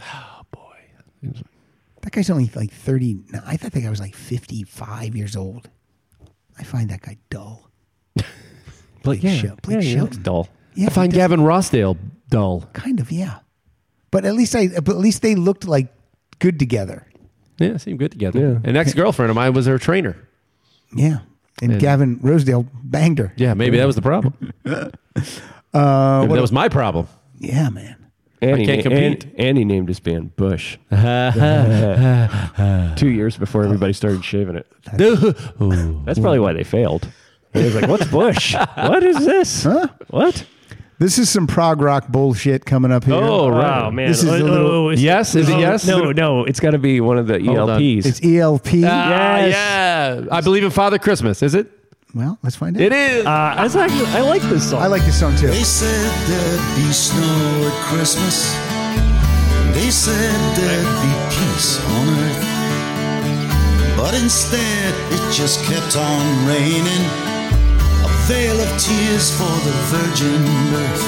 Speaker 2: Oh boy, that guy's only like thirty. No, I thought that guy was like fifty five years old. I find that guy dull. Blake,
Speaker 3: yeah,
Speaker 2: Shel- Blake
Speaker 3: yeah, he looks
Speaker 2: Shelton.
Speaker 4: dull.
Speaker 2: Yeah,
Speaker 3: I
Speaker 2: he
Speaker 3: find
Speaker 2: does.
Speaker 3: Gavin Rossdale dull.
Speaker 2: Kind of, yeah. But at least I. But at least they looked like good together.
Speaker 3: Yeah, seemed good together. An ex girlfriend of mine was her trainer.
Speaker 2: Yeah, and,
Speaker 3: And-
Speaker 2: Gavin Rosedale banged her.
Speaker 3: Yeah, maybe that was the *laughs* problem.
Speaker 2: Uh,
Speaker 3: Maybe
Speaker 2: what
Speaker 3: that was my problem.
Speaker 2: Yeah, man.
Speaker 4: And he
Speaker 3: I can't
Speaker 4: na-
Speaker 3: compete.
Speaker 4: And, and he named his
Speaker 2: *laughs*
Speaker 4: band Bush. Two years before everybody started
Speaker 2: *laughs*
Speaker 4: shaving it. That's probably why they failed. They was like, "What's Bush? what is
Speaker 2: *laughs*
Speaker 4: this?
Speaker 2: Huh?
Speaker 4: What?"
Speaker 2: This is some prog rock bullshit coming up here.
Speaker 4: Oh, wow, man.
Speaker 2: This is
Speaker 4: Oh,
Speaker 2: a little.
Speaker 4: oh, it's-
Speaker 3: Yes? Is it
Speaker 4: oh,
Speaker 3: yes?
Speaker 4: No, no. It's got to be one of the E
Speaker 3: Hold on.
Speaker 4: ELPs.
Speaker 2: It's E ELP.
Speaker 3: Ah, Yeah, I believe in Father Christmas. Is it?
Speaker 2: Well, let's find out.
Speaker 3: It is.
Speaker 4: Uh, I, actually, I like this song.
Speaker 2: I like this song too.
Speaker 16: They said there'd be snow at Christmas. They said there'd be peace on earth. But instead, it just kept on raining. A veil of tears for the virgin birth.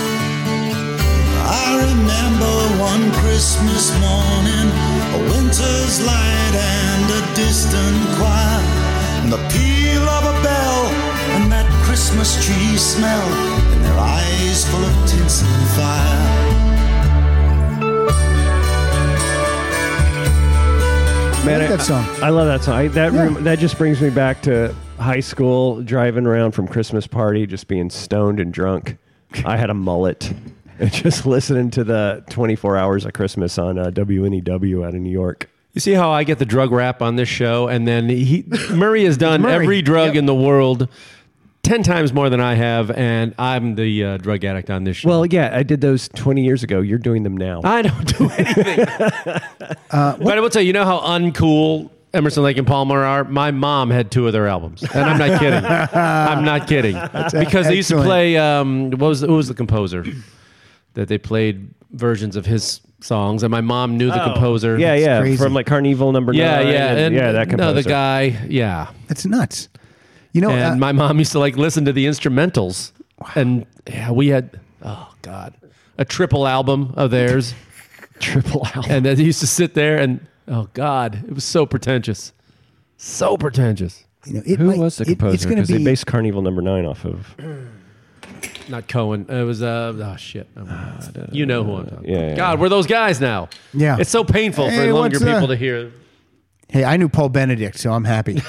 Speaker 16: I remember one Christmas morning, a winter's light and a distant choir, and the peal of a bell, and that Christmas tree smell, and their eyes full of tints and fire.
Speaker 4: Man,
Speaker 2: I like that song.
Speaker 4: I, love that song. I, that rem- that just brings me back to high school, driving around from Christmas party, just being stoned and drunk. I had a mullet, *laughs* and just listening to the 24 hours of Christmas on uh, WNEW out of New York.
Speaker 3: You see how I get the drug rap on this show, and then he Murray *laughs* has done
Speaker 2: Murray.
Speaker 3: every drug in the world ten times more than I have, and I'm the uh, drug addict on this show.
Speaker 4: Well, yeah, I did those 20 years ago. You're doing them now.
Speaker 3: I
Speaker 4: *laughs*
Speaker 3: don't do anything.
Speaker 4: Uh,
Speaker 3: but I will tell you, you know how uncool Emerson, Lake, and Palmer are. My mom had two of their albums, and I'm not kidding.
Speaker 4: *laughs*
Speaker 3: I'm not kidding because they used to
Speaker 2: excellent.
Speaker 3: play. Um, what was who was the composer that they played versions of his songs, and my mom knew the
Speaker 4: Oh,
Speaker 3: composer.
Speaker 4: Yeah, yeah,
Speaker 2: crazy.
Speaker 4: from like Carnival Number
Speaker 3: Yeah,
Speaker 4: Nine.
Speaker 3: yeah,
Speaker 4: and-
Speaker 3: and
Speaker 4: yeah, that composer.
Speaker 3: No, the guy, yeah.
Speaker 2: That's nuts. You know,
Speaker 3: and
Speaker 2: uh,
Speaker 3: my mom used to like listen to the instrumentals, and yeah, we had oh god, a triple album of
Speaker 2: *laughs*
Speaker 3: theirs,
Speaker 4: triple album.
Speaker 3: and then they used to sit there and oh god, it was so pretentious, so pretentious.
Speaker 2: You know, it
Speaker 4: Who
Speaker 2: might-
Speaker 4: was the
Speaker 2: it- it's
Speaker 4: composer?
Speaker 2: going
Speaker 4: Because
Speaker 2: to be
Speaker 4: they based Carnival Number Nine off of.
Speaker 3: Not Cohen. It was uh oh shit. I'm-
Speaker 2: Ah,
Speaker 3: you know who I'm talking.
Speaker 4: Yeah,
Speaker 3: about.
Speaker 4: yeah.
Speaker 3: God, we're those guys now.
Speaker 2: Yeah.
Speaker 3: it's so painful
Speaker 2: Hey,
Speaker 3: for
Speaker 2: what's
Speaker 3: younger
Speaker 2: up?
Speaker 3: people to hear. *laughs*
Speaker 2: Hey, I knew Paul Benedict, so I'm happy.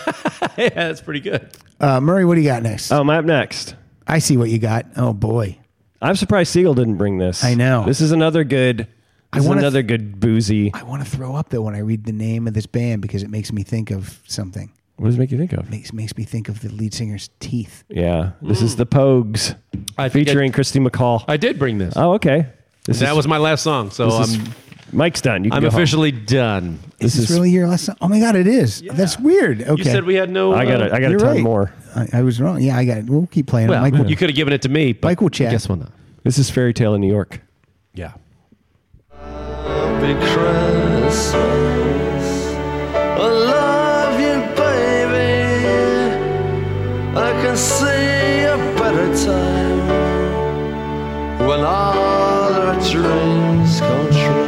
Speaker 3: yeah, that's pretty good.
Speaker 2: Uh, Murray, what do you got next?
Speaker 4: Um, up next.
Speaker 2: I see what you got. Oh boy,
Speaker 4: I'm surprised Siegel didn't bring this. I know. This is another good. This
Speaker 2: I
Speaker 4: is
Speaker 2: wanna-
Speaker 4: another good boozy.
Speaker 2: I want to throw up though when I read the name of this band because it makes me think of something.
Speaker 4: What does it make you think of?
Speaker 2: Makes makes me think of the lead singer's teeth.
Speaker 4: Yeah, this is the Pogues
Speaker 3: Mm. I think
Speaker 4: featuring Christy McCall.
Speaker 3: I did bring this.
Speaker 4: Oh, okay. This
Speaker 3: that
Speaker 4: is-
Speaker 3: was my last song, so
Speaker 4: this is-
Speaker 3: I'm
Speaker 4: Mike's done. You can
Speaker 3: I'm
Speaker 4: go home.
Speaker 3: officially done.
Speaker 2: Is this, really your last? song? Oh my god, it is. That's weird. Okay,
Speaker 3: said we had no, uh, I got a- I got a
Speaker 2: You're
Speaker 3: ton
Speaker 2: right.
Speaker 3: more.
Speaker 2: I, I was wrong. Yeah, I got it. We'll keep playing. it.
Speaker 3: Well,
Speaker 2: Mike will-
Speaker 3: you could have given it to me, but
Speaker 2: Mike will chat.
Speaker 3: guess what? Not.
Speaker 4: This is Fairy Tale in New York.
Speaker 3: Yeah.
Speaker 7: Happy Christmas. I love you, baby. I can see a better time when all our dreams come true.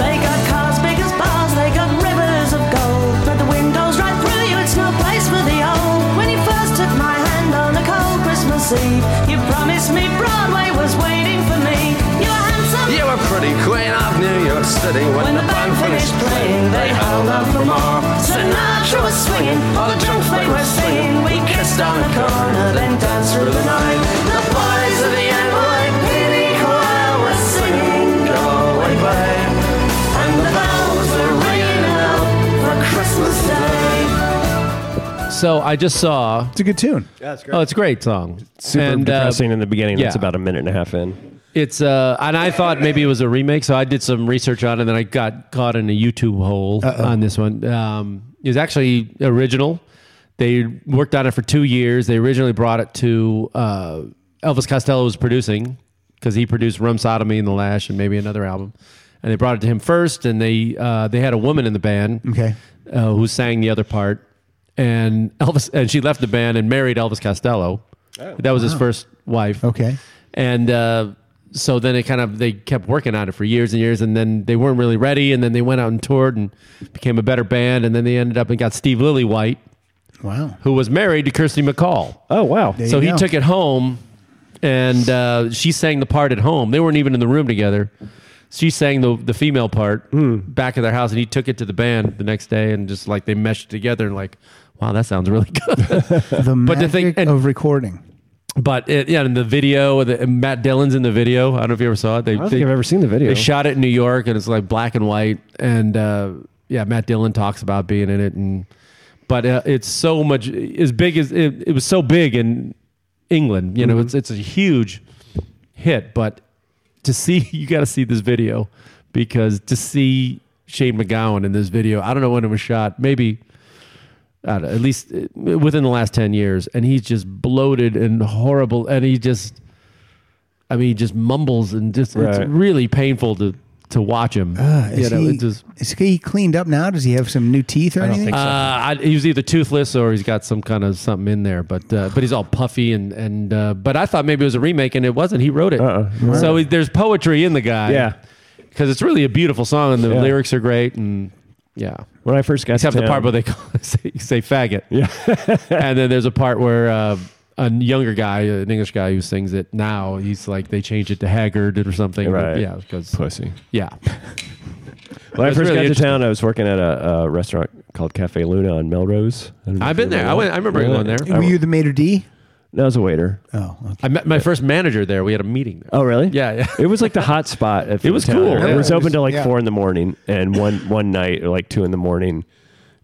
Speaker 17: They got cars big as bars, they got rivers of gold. But the windows right through you, it's no place for the old. When you first took my hand on a cold Christmas Eve, you promised me Broadway was waiting for me. You were handsome.
Speaker 7: You were pretty queen of New York City when, the band finished playing. They held out for more. Sinatra was swinging, all the junk they were singing. We kissed on the corner, then danced through the night. The boys of the NYPD choir were singing, "Go away, babe," and the bells were ringing out for Christmas Day.
Speaker 3: So I just saw. It's
Speaker 2: a good tune.
Speaker 3: Yeah, it's great. Oh, it's a great song.
Speaker 4: Super depressing in the beginning. That's
Speaker 3: uh, yeah.
Speaker 4: about a minute and a half in.
Speaker 3: It's uh, and I thought maybe it was a remake, so I did some research on it, and then I got caught in a YouTube hole on this one. Um, it was actually original. They worked on it for two years. They originally brought it to uh, Elvis Costello was producing because he produced Rum Sodomy and The Lash and maybe another album, and they brought it to him first. And they uh, they had a woman in the band,
Speaker 2: Okay.
Speaker 3: uh, who sang the other part, and Elvis and she left the band and married Elvis Costello. that was his
Speaker 2: wow.
Speaker 3: first wife.
Speaker 2: Okay.
Speaker 3: And uh, so then it kind of they kept working on it for years and years, and then they weren't really ready, and then they went out and toured and became a better band, and then they ended up and got Steve Lillywhite,
Speaker 2: Wow.
Speaker 3: who was married to Kirsty McCall.
Speaker 4: Oh wow!
Speaker 2: There
Speaker 3: so
Speaker 2: you
Speaker 3: he
Speaker 2: go.
Speaker 3: took it home, and uh, she sang the part at home. They weren't even in the room together. She sang the the female part
Speaker 4: Hmm.
Speaker 3: back at their house, and he took it to the band the next day, and just like they meshed together, and like, wow, that sounds really *laughs* good.
Speaker 2: the magic
Speaker 3: but the thing- and-
Speaker 2: of recording.
Speaker 3: But it, yeah, in the video, the, Matt Dillon's in the video. I don't know if you ever saw it. They,
Speaker 4: I don't think I've ever seen the video.
Speaker 3: They shot it in New York, and it's like black and white. And uh, yeah, Matt Dillon talks about being in it, and but uh, it's so much as big as it, it was so big in England. You know, it's it's a huge hit. But to see, *laughs* you got to see this video because to see Shane McGowan in this video, I don't know when it was shot. Maybe I don't know, at least uh, within the last 10 years and he's just bloated and horrible and he just i mean he just mumbles and just it's
Speaker 4: Right.
Speaker 3: really painful to to watch him
Speaker 2: Uh,
Speaker 3: you
Speaker 2: is,
Speaker 3: know
Speaker 2: he,
Speaker 3: it just
Speaker 2: is he cleaned up now? Does he have some new teeth or anything?
Speaker 3: uh, I, he was either toothless or he's got some kind of something in there, but uh, but he's all puffy and and uh, but I thought maybe it was a remake and it wasn't. He wrote it,
Speaker 4: Uh-uh.
Speaker 3: so he- there's poetry in the guy.
Speaker 4: Yeah.
Speaker 3: because it's really a beautiful song and the
Speaker 4: Yeah.
Speaker 3: lyrics are great and yeah.
Speaker 4: When I first got
Speaker 3: Except
Speaker 4: to
Speaker 3: the part
Speaker 4: town-
Speaker 3: where they call, *laughs* say, say faggot. Yeah. *laughs* and then there's a part where uh, a younger guy, an English guy who sings it now, he's like, they changed it to haggard or something. but
Speaker 4: Right.
Speaker 3: Yeah. Because,
Speaker 4: Pussy.
Speaker 3: Yeah.
Speaker 4: When I first got
Speaker 3: It's really
Speaker 4: to
Speaker 3: interesting.
Speaker 4: town, I was working at a, a restaurant called Cafe Luna on Melrose. I don't know
Speaker 3: I've
Speaker 4: if
Speaker 3: been
Speaker 4: you
Speaker 3: there. I went- I remember going there.
Speaker 2: Uh, Were you the maitre d?
Speaker 4: No, I was a waiter.
Speaker 2: Oh,
Speaker 3: I met my first manager there. We had a meeting there.
Speaker 4: Oh, really?
Speaker 3: Yeah. yeah.
Speaker 4: It was like the hot spot. At
Speaker 3: *laughs* It was
Speaker 4: Town
Speaker 3: cool,
Speaker 4: Area.
Speaker 3: yeah.
Speaker 4: It was
Speaker 3: It
Speaker 4: open
Speaker 3: was-
Speaker 4: till like
Speaker 3: yeah.
Speaker 4: four in the morning, and
Speaker 3: *laughs*
Speaker 4: one one night or like two in the morning.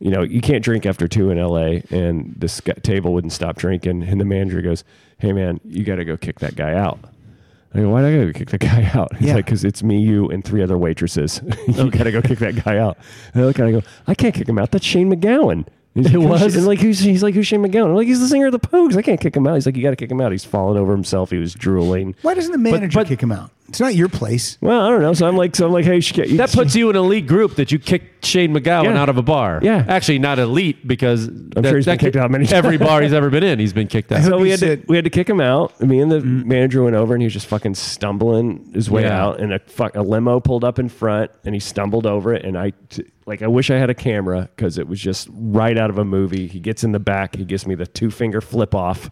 Speaker 4: You know, you can't drink after two in L.A. And this guy, table wouldn't stop drinking, and the manager goes, "Hey, man, you got to go kick that guy out." I go, why do I gotta go kick that guy *laughs* out? He's
Speaker 2: Yeah.
Speaker 4: like, because it's me, you, and three *laughs* other waitresses. you gotta go kick that guy out. And I look at it, I go, I can't kick him out. That's Shane McGowan. He's
Speaker 3: It
Speaker 4: like,
Speaker 3: was?
Speaker 4: "Who's-" and like who's he's like who's Shane McGowan? I'm like he's the singer of the Pogues. I can't kick him out. He's like you got to kick him out. He's falling over himself. He was drooling.
Speaker 2: Why doesn't the manager kick him out? It's not your place.
Speaker 4: Well, I don't know. So I'm like so I'm like hey
Speaker 3: That puts you in an elite group that you kicked Shane McGowan
Speaker 4: Yeah.
Speaker 3: out of a bar.
Speaker 4: Yeah.
Speaker 3: actually not elite because I'm
Speaker 4: sure he's been kicked out many
Speaker 3: *laughs* Every
Speaker 4: times.
Speaker 3: bar he's ever been in, he's been kicked out.
Speaker 4: so we had to we had to kick him out. Me and the manager went over, and he was just fucking stumbling his way
Speaker 3: Mm-hmm. Yeah.
Speaker 4: out. And a fuck, a limo pulled up in front, and he stumbled over it. And I t- like I wish I had a camera because it was just right out of a movie. He gets in the back, he gives me the two finger flip off,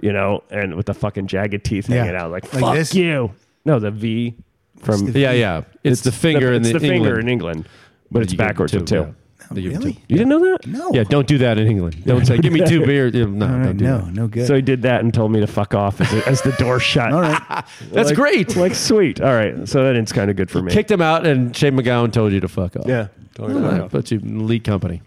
Speaker 4: you know, and with the fucking jagged teeth
Speaker 3: Yeah.
Speaker 4: hanging out, like,
Speaker 3: Like
Speaker 4: fuck
Speaker 3: this?
Speaker 4: you. No, the V from
Speaker 3: It's the Yeah, V. yeah. It's the finger in
Speaker 4: it's
Speaker 3: the
Speaker 4: the finger
Speaker 3: England.
Speaker 4: in England, but it's backwards too.
Speaker 3: yeah.
Speaker 4: really? You didn't know that? No.
Speaker 3: Yeah, don't do that in England. Don't say, "Give me
Speaker 4: *laughs*
Speaker 3: two beers." Yeah, No, don't do that.
Speaker 2: good.
Speaker 4: So he did that and told me to fuck off as, as the
Speaker 2: *laughs*
Speaker 4: door shut. All
Speaker 2: right.
Speaker 3: That's
Speaker 4: great. Like, sweet. All right. So that ends kind of good for me.
Speaker 3: Kicked him out, and Shane McGowan told you to fuck off.
Speaker 4: Yeah.
Speaker 3: told
Speaker 4: Told you to fuck off.
Speaker 3: But you in elite company.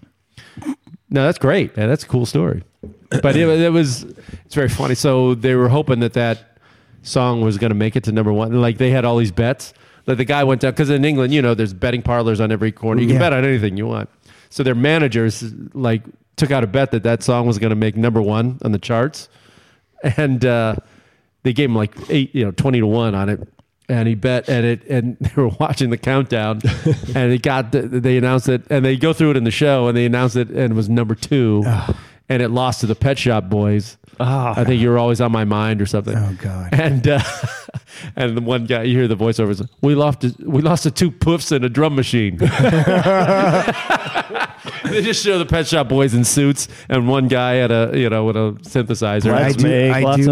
Speaker 3: No, that's great. Yeah, that's a
Speaker 4: *coughs*
Speaker 3: cool story. But it, it was, it's very funny. So they were hoping that that song was going to make it to number one. Like they had all these bets. Like the guy went down because in England, you know, there's betting parlors on every corner. You can
Speaker 4: Yeah.
Speaker 3: bet on anything you want. So their managers like took out a bet that that song was going to make number one on the charts, and uh, they gave him like eight, you know, twenty to one on it. And he bet, and it, and *laughs* they were watching the
Speaker 2: *laughs*
Speaker 3: countdown, and it got. the- They announced it, and they go through it in the show, and they announced it, and it was number two, and it lost to the Pet Shop Boys. I think you were always on my mind or something. Oh
Speaker 2: Ah. God!
Speaker 3: And uh, *laughs* and the one guy, you hear the voiceovers. We lost. To, we lost to two poofs and a
Speaker 2: *laughs*
Speaker 3: drum machine. *laughs* they just show the Pet Shop Boys in suits and one guy at a you know with a synthesizer.
Speaker 2: I do, I do,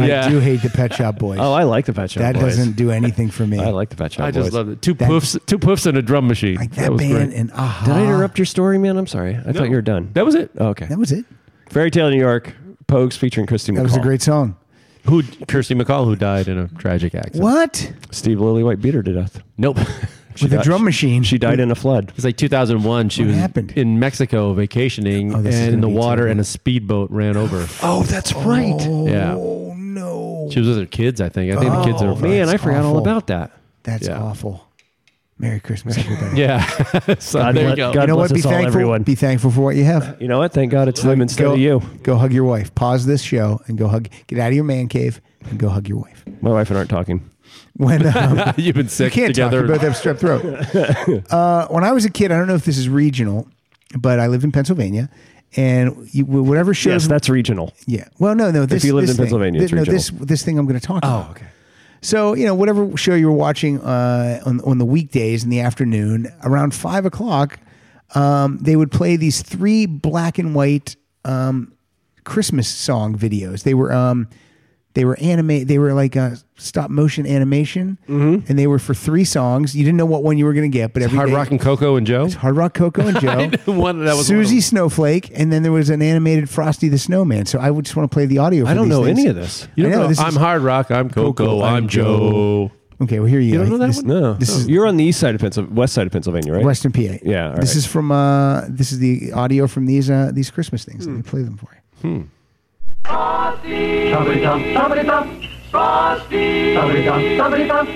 Speaker 2: I do hate the Pet Shop
Speaker 4: *laughs*
Speaker 2: Boys.
Speaker 3: Oh, I like the Pet Shop
Speaker 2: that
Speaker 3: Boys.
Speaker 2: doesn't do anything for me. I
Speaker 4: like the Pet
Speaker 3: I just love it. Two poofs, two poofs and a drum machine.
Speaker 2: that, band and Aha.
Speaker 4: Did I interrupt your story, man? I'm sorry. I
Speaker 3: No.
Speaker 4: thought you were done.
Speaker 3: That was it.
Speaker 4: Oh, okay. That
Speaker 2: was it.
Speaker 4: Fairy Tale New York, Pogues featuring Christy McCall.
Speaker 2: That was a great song.
Speaker 3: Who Kirsty McCall, who died in a tragic accident.
Speaker 2: What?
Speaker 4: Steve Lillywhite beat her to death.
Speaker 3: Nope. *laughs*
Speaker 2: With a drum machine.
Speaker 4: She died in a flood.
Speaker 3: It's like 2001. She was in Mexico vacationing,
Speaker 4: Oh, this is
Speaker 3: and
Speaker 4: gonna
Speaker 3: in the
Speaker 4: be
Speaker 3: water, and a speedboat ran over.
Speaker 4: Oh, that's right.
Speaker 3: yeah. Oh no. She was with her kids, I think. I think the kids are.
Speaker 2: Oh, that's awful.
Speaker 3: that.
Speaker 2: That's
Speaker 3: Yeah.
Speaker 2: awful. Merry Christmas, everybody.
Speaker 3: *laughs* Yeah. *laughs* so
Speaker 4: God
Speaker 3: there
Speaker 4: bless-
Speaker 3: you go.
Speaker 4: God
Speaker 2: you know
Speaker 4: bless
Speaker 2: what? Be
Speaker 4: us all,
Speaker 2: thankful.
Speaker 4: everyone.
Speaker 2: Be thankful for what you have.
Speaker 4: You know what? Thank God it's them instead
Speaker 2: go,
Speaker 4: of you.
Speaker 2: Go hug your wife. Pause this show and go hug. Get out of your man cave and go hug your wife.
Speaker 4: My wife and I aren't talking.
Speaker 2: When um,
Speaker 3: You've been sick
Speaker 2: you can't
Speaker 3: together.
Speaker 2: talk. You both have strep
Speaker 3: *laughs*
Speaker 2: throat. uh, when I was a kid, I don't know if this is regional, but I lived in Pennsylvania, and you, whatever shows.
Speaker 4: Yes, that's regional.
Speaker 2: Yeah. Well, no, no.
Speaker 4: If
Speaker 2: This,
Speaker 4: you lived
Speaker 2: this
Speaker 4: in
Speaker 2: thing-
Speaker 4: Pennsylvania,
Speaker 2: thi-
Speaker 4: it's
Speaker 2: no,
Speaker 4: regional.
Speaker 2: this this thing I'm going to talk about. Oh, okay. So you know, whatever show you were watching uh, on on the weekdays in the afternoon around five o'clock, um, they would play these three black and white um, Christmas song videos. They were um, they were anime. They were like uh stop motion animation, and they were for three songs. You didn't know what one you were going to get, but every
Speaker 3: Hard
Speaker 2: day-
Speaker 3: Rock and Coco and Joe.
Speaker 2: Hard Rock Coco and
Speaker 3: I
Speaker 2: Joe.
Speaker 3: knew one- that was one of
Speaker 2: Susie Snowflake, and then there was an animated Frosty the Snowman. So I would just want to play the audio. For
Speaker 3: I don't
Speaker 2: these
Speaker 3: know
Speaker 2: things.
Speaker 3: any of this.
Speaker 2: I
Speaker 3: You don't
Speaker 2: know,
Speaker 3: know.
Speaker 2: this
Speaker 3: I'm
Speaker 2: is-
Speaker 3: Hard Rock. I'm Coco. I'm Joe.
Speaker 2: Okay, well here you,
Speaker 4: You don't
Speaker 2: go.
Speaker 4: know that
Speaker 2: This-
Speaker 4: one? No.
Speaker 2: This
Speaker 3: Oh.
Speaker 2: is
Speaker 4: You're on the east side of Pennsylvania, west side of Pennsylvania, right?
Speaker 2: Western PA.
Speaker 4: Yeah. all
Speaker 2: This
Speaker 4: right.
Speaker 2: is from uh, this is the audio from these uh, these Christmas things. Let
Speaker 4: Hmm.
Speaker 2: me play them for you.
Speaker 7: Somebody dump, somebody dump, Frosty. Somebody dump, somebody dump.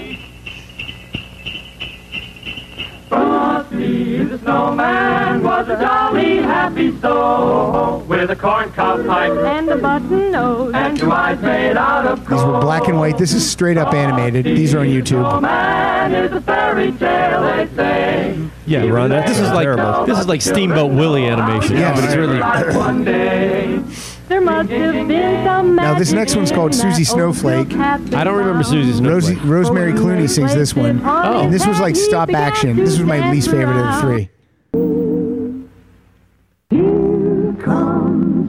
Speaker 7: Frosty the snowman was a jolly happy soul with a corncob pipe and a button nose and two eyes made out of
Speaker 2: These were black and white. This is straight up animated. These are on YouTube.
Speaker 7: man is a fairy tale they say.
Speaker 3: Yeah, Ron. This is like this is like Steamboat Willie animation.
Speaker 7: Yes.
Speaker 3: but it's really.
Speaker 7: One day
Speaker 13: There must have been some
Speaker 2: Now this next one's called Susie Snowflake.
Speaker 3: I don't remember Susie
Speaker 2: Rosie,
Speaker 3: Snowflake.
Speaker 2: Rosemary Clooney sings this one. Oh. And this was like stop action. This was my least favorite of the three.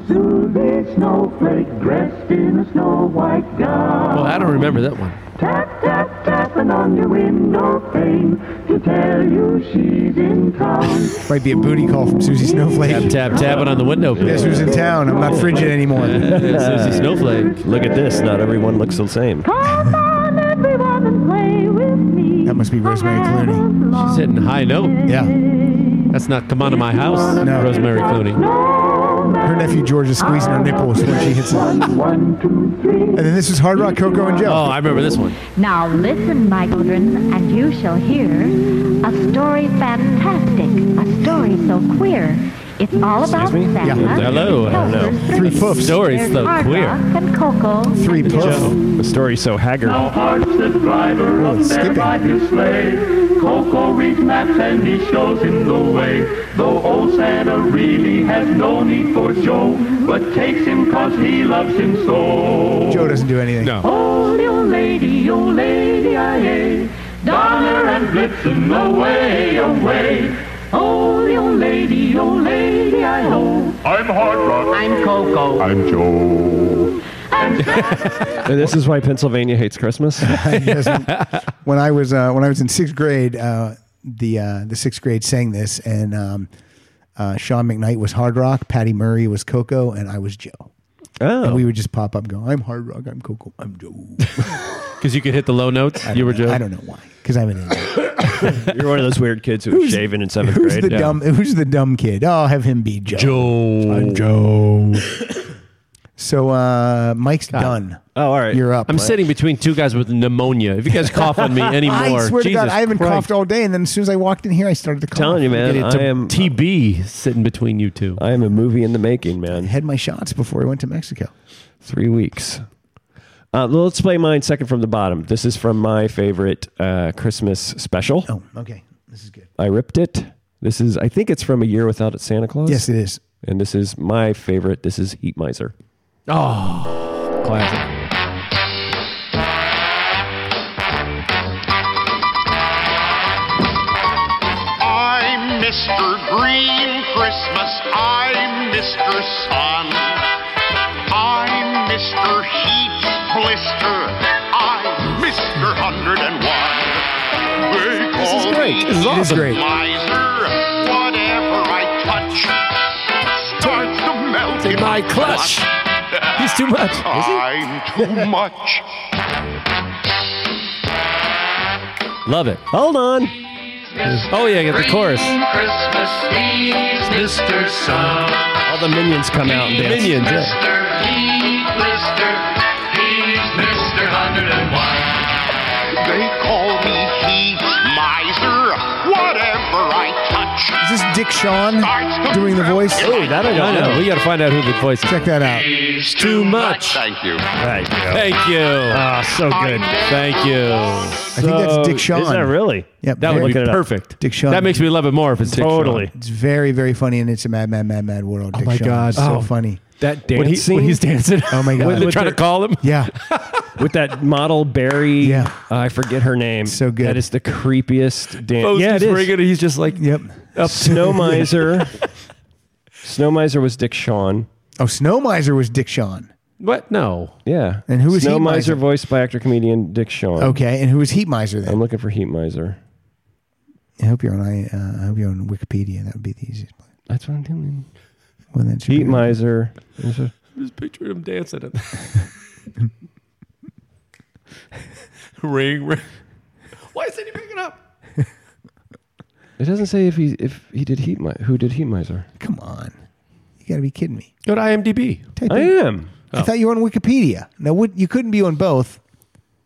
Speaker 7: Susie Snowflake dressed in a snow white gown.
Speaker 3: Well, I don't remember that one.
Speaker 7: Tap, tap, tapping on your window pane to tell you she's in town.
Speaker 2: Might be a booty call from Susie Snowflake.
Speaker 3: Tap tap tapping on the window.
Speaker 2: Guess who's in town? I'm not frigid anymore.
Speaker 3: Susie Snowflake.
Speaker 4: Look at this. Not everyone looks the same.
Speaker 2: That must be Rosemary Clooney.
Speaker 3: She's hitting high note.
Speaker 2: Yeah.
Speaker 3: That's not come on to my house.
Speaker 2: No.
Speaker 3: Rosemary Clooney.
Speaker 2: Her nephew George is squeezing her nipples when she hits it. And then this is Hard Rock Coco and Joe.
Speaker 3: Oh, I remember this one.
Speaker 18: Now listen, my children, and you shall hear a story fantastic, a story so queer. It's all about
Speaker 3: Excuse me?
Speaker 18: Santa.
Speaker 3: Hello.
Speaker 18: Elvis,
Speaker 3: Three
Speaker 18: Hershey,
Speaker 3: poofs. Story's
Speaker 18: there's
Speaker 3: so
Speaker 18: Hard
Speaker 3: queer.
Speaker 18: Rock And Coco.
Speaker 2: Three
Speaker 19: Joe, the story's so haggard.
Speaker 18: skipping.
Speaker 19: Coco reads maps and he shows him the way. Though old Santa really has no need for Joe, but takes him cause he loves him so.
Speaker 2: Joe doesn't do anything.
Speaker 19: Holy old lady, old lady, I ay. Donner and Blitzen, away, away. Holy old lady, old lady, I ho. I'm Hard Rock. I'm Coco.
Speaker 4: I'm Joe. this is why Pennsylvania hates
Speaker 3: *laughs*
Speaker 4: Christmas.
Speaker 2: when I was uh, when I was in sixth grade, uh, the uh, the sixth grade sang this, and um, uh, Sean McKnight was Hard Rock, Patty Murray was Coco, and I was Joe.
Speaker 4: Oh,
Speaker 2: and we would just pop up, and go, I'm Hard Rock, I'm Coco, I'm Joe,
Speaker 3: Because you could hit the low notes. You were Joe. I don't
Speaker 2: know why. because I'm an idiot.
Speaker 3: *laughs*
Speaker 4: You're one of those weird kids who was
Speaker 2: Who's-
Speaker 4: shaving in seventh
Speaker 2: who's
Speaker 4: grade.
Speaker 2: the dumb? Who's the dumb kid? Oh, I'll have him be Joe.
Speaker 3: Joe,
Speaker 2: I'm Joe. so uh, Mike's done.
Speaker 4: Oh, all right.
Speaker 2: You're up.
Speaker 3: I'm
Speaker 2: Mike.
Speaker 3: sitting between two guys with pneumonia. If you guys cough on
Speaker 2: *laughs*
Speaker 3: me anymore,
Speaker 2: I swear to
Speaker 3: Jesus
Speaker 2: God, I haven't
Speaker 3: Christ.
Speaker 2: coughed all day, and then as soon as I walked in here, I started to cough.
Speaker 4: telling you, man.
Speaker 3: Get it to
Speaker 4: I am
Speaker 3: TB sitting between you two.
Speaker 4: I am a movie in the making, man.
Speaker 2: Had my shots before I went to Mexico.
Speaker 4: Three weeks. Uh, well, let's play mine second from the bottom. This is from my favorite uh, Christmas special.
Speaker 2: Oh, okay. This is good.
Speaker 4: I ripped it. This is, I think it's from a year without it, Santa Claus.
Speaker 2: Yes, it is.
Speaker 4: And this is my favorite. This is Heat Miser.
Speaker 3: Oh, classic.
Speaker 20: I'm Mr. Green Christmas. I'm Mr. Sun. I'm Mr. Heat Blister. I'm Mr. 101. They
Speaker 7: This is
Speaker 20: call
Speaker 7: great.
Speaker 20: me
Speaker 7: This is awesome.
Speaker 20: Miser. Whatever I touch starts to melt
Speaker 7: In
Speaker 20: in
Speaker 7: my clutch.
Speaker 3: He's too much. *laughs*
Speaker 20: I'm too much.
Speaker 3: Love it.
Speaker 4: Hold on.
Speaker 3: Oh yeah, get the chorus.
Speaker 19: Christmas, he's Mr. Sun.
Speaker 4: All the minions come out and dance.
Speaker 3: Minions, yeah.
Speaker 19: Mr. Heat Blister. He's Mr. 101.
Speaker 20: They call me Heat Miser. Whatever I touch
Speaker 2: Is this Dick Sean doing the voice?
Speaker 20: Oh, that I don't
Speaker 3: I know.
Speaker 20: know.
Speaker 3: We got to find out who the voice is.
Speaker 2: Check that out.
Speaker 20: is
Speaker 3: Too much.
Speaker 20: Thank you.
Speaker 4: Thank you.
Speaker 3: Thank you. Ah,
Speaker 4: so good.
Speaker 3: Thank you.
Speaker 2: I think that's Dick Sean.
Speaker 4: Is that really?
Speaker 2: Yep.
Speaker 3: That
Speaker 2: very-
Speaker 3: would be perfect.
Speaker 2: Dick Sean.
Speaker 3: That makes me love it more if it's Dick Sean.
Speaker 2: It's very, very funny, and it's a mad, mad, mad, mad world. Oh Dick
Speaker 3: my
Speaker 2: Sean.
Speaker 3: God.
Speaker 2: It's so
Speaker 3: Oh.
Speaker 2: funny.
Speaker 4: That
Speaker 3: When, he, when he's
Speaker 4: *laughs*
Speaker 3: dancing.
Speaker 2: Oh my God.
Speaker 3: When they're
Speaker 2: With
Speaker 3: trying
Speaker 2: their-
Speaker 3: to call him.
Speaker 2: Yeah.
Speaker 4: with that model Barry. Yeah, I forget her name. So good. That is the creepiest dance.
Speaker 3: Both
Speaker 4: yeah, it
Speaker 3: Oh, he's
Speaker 4: is.
Speaker 3: *laughs* bringing it, He's just like.
Speaker 2: Yep. *laughs*
Speaker 4: Up Snow Miser. Snow Miser was Dick Sean.
Speaker 2: Oh, Snow Miser was Dick Sean.
Speaker 3: What? No.
Speaker 4: Yeah.
Speaker 2: And who was
Speaker 4: Snow
Speaker 2: Heat
Speaker 4: Miser?
Speaker 2: Miser?
Speaker 4: Voiced by actor comedian Dick Sean.
Speaker 2: Okay, and who was Heat Miser then?
Speaker 4: I'm looking for Heat Miser.
Speaker 2: I hope you're on. I, uh, I hope you're on Wikipedia. That would be the easiest. place.
Speaker 4: That's what I'm doing.
Speaker 2: Well, that's
Speaker 4: Heat Miser. Is it-
Speaker 3: I'm just picturing him dancing. It. *laughs* ring, ring. Why isn't he picking up?
Speaker 4: It doesn't say if he if he did Heat Miser. Who did Heat Miser?
Speaker 2: Come on, you got to be kidding me.
Speaker 3: Go to IMDb.
Speaker 2: Type
Speaker 4: I
Speaker 2: in-
Speaker 4: am.
Speaker 2: I thought you were on Wikipedia. Now, would you couldn't be on both?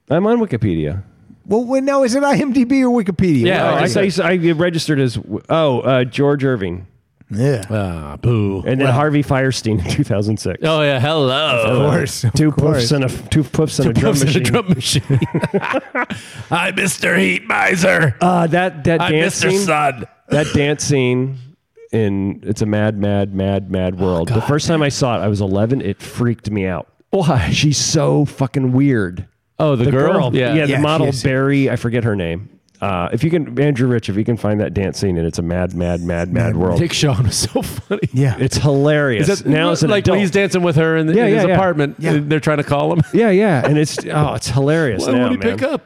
Speaker 4: I'm on Wikipedia.
Speaker 2: Well, when, now is it IMDb or Wikipedia?
Speaker 4: Yeah,
Speaker 2: What
Speaker 4: I,
Speaker 2: is
Speaker 4: I,
Speaker 2: it?
Speaker 4: I, registered as oh uh, George Irving.
Speaker 2: Yeah.
Speaker 3: Ah, boo.
Speaker 4: And then Harvey Firestein in 2006.
Speaker 3: Oh yeah, hello.
Speaker 4: Of course, of Two course. puffs and a- two puffs and a *laughs* drum
Speaker 3: puffs and
Speaker 4: machine.
Speaker 3: drum
Speaker 4: *laughs*
Speaker 3: machine. Hi, Mister Heat Miser.
Speaker 4: Uh, that that
Speaker 3: Hi,
Speaker 4: dance
Speaker 3: Mr.
Speaker 4: scene.
Speaker 3: Sun.
Speaker 4: That dance scene in it's a mad, mad, mad, mad
Speaker 3: Oh,
Speaker 4: world. the first time I saw it, I was 11. It freaked me out. Why? She's so fucking weird.
Speaker 3: Oh, the girl?
Speaker 4: Yeah,
Speaker 3: Yeah. Yeah,
Speaker 4: the
Speaker 3: she
Speaker 4: model
Speaker 3: is.
Speaker 4: Barry. I forget her name. Uh, if you can, Andrew Rich, if you can find that dance scene, and it's a mad, mad, mad, mad world.
Speaker 3: Dick Sean was so funny.
Speaker 2: Yeah,
Speaker 4: it's hilarious.
Speaker 3: Is that
Speaker 4: now it's an
Speaker 3: like when
Speaker 4: adult.
Speaker 3: he's dancing with her in, the,
Speaker 4: Yeah,
Speaker 3: in his
Speaker 4: yeah, yeah.
Speaker 3: apartment?
Speaker 4: Yeah.
Speaker 3: They're trying to call him.
Speaker 4: yeah, yeah, and it's *laughs* oh, it's hilarious.
Speaker 3: Why
Speaker 4: now,
Speaker 3: won't he
Speaker 4: man.
Speaker 3: pick up?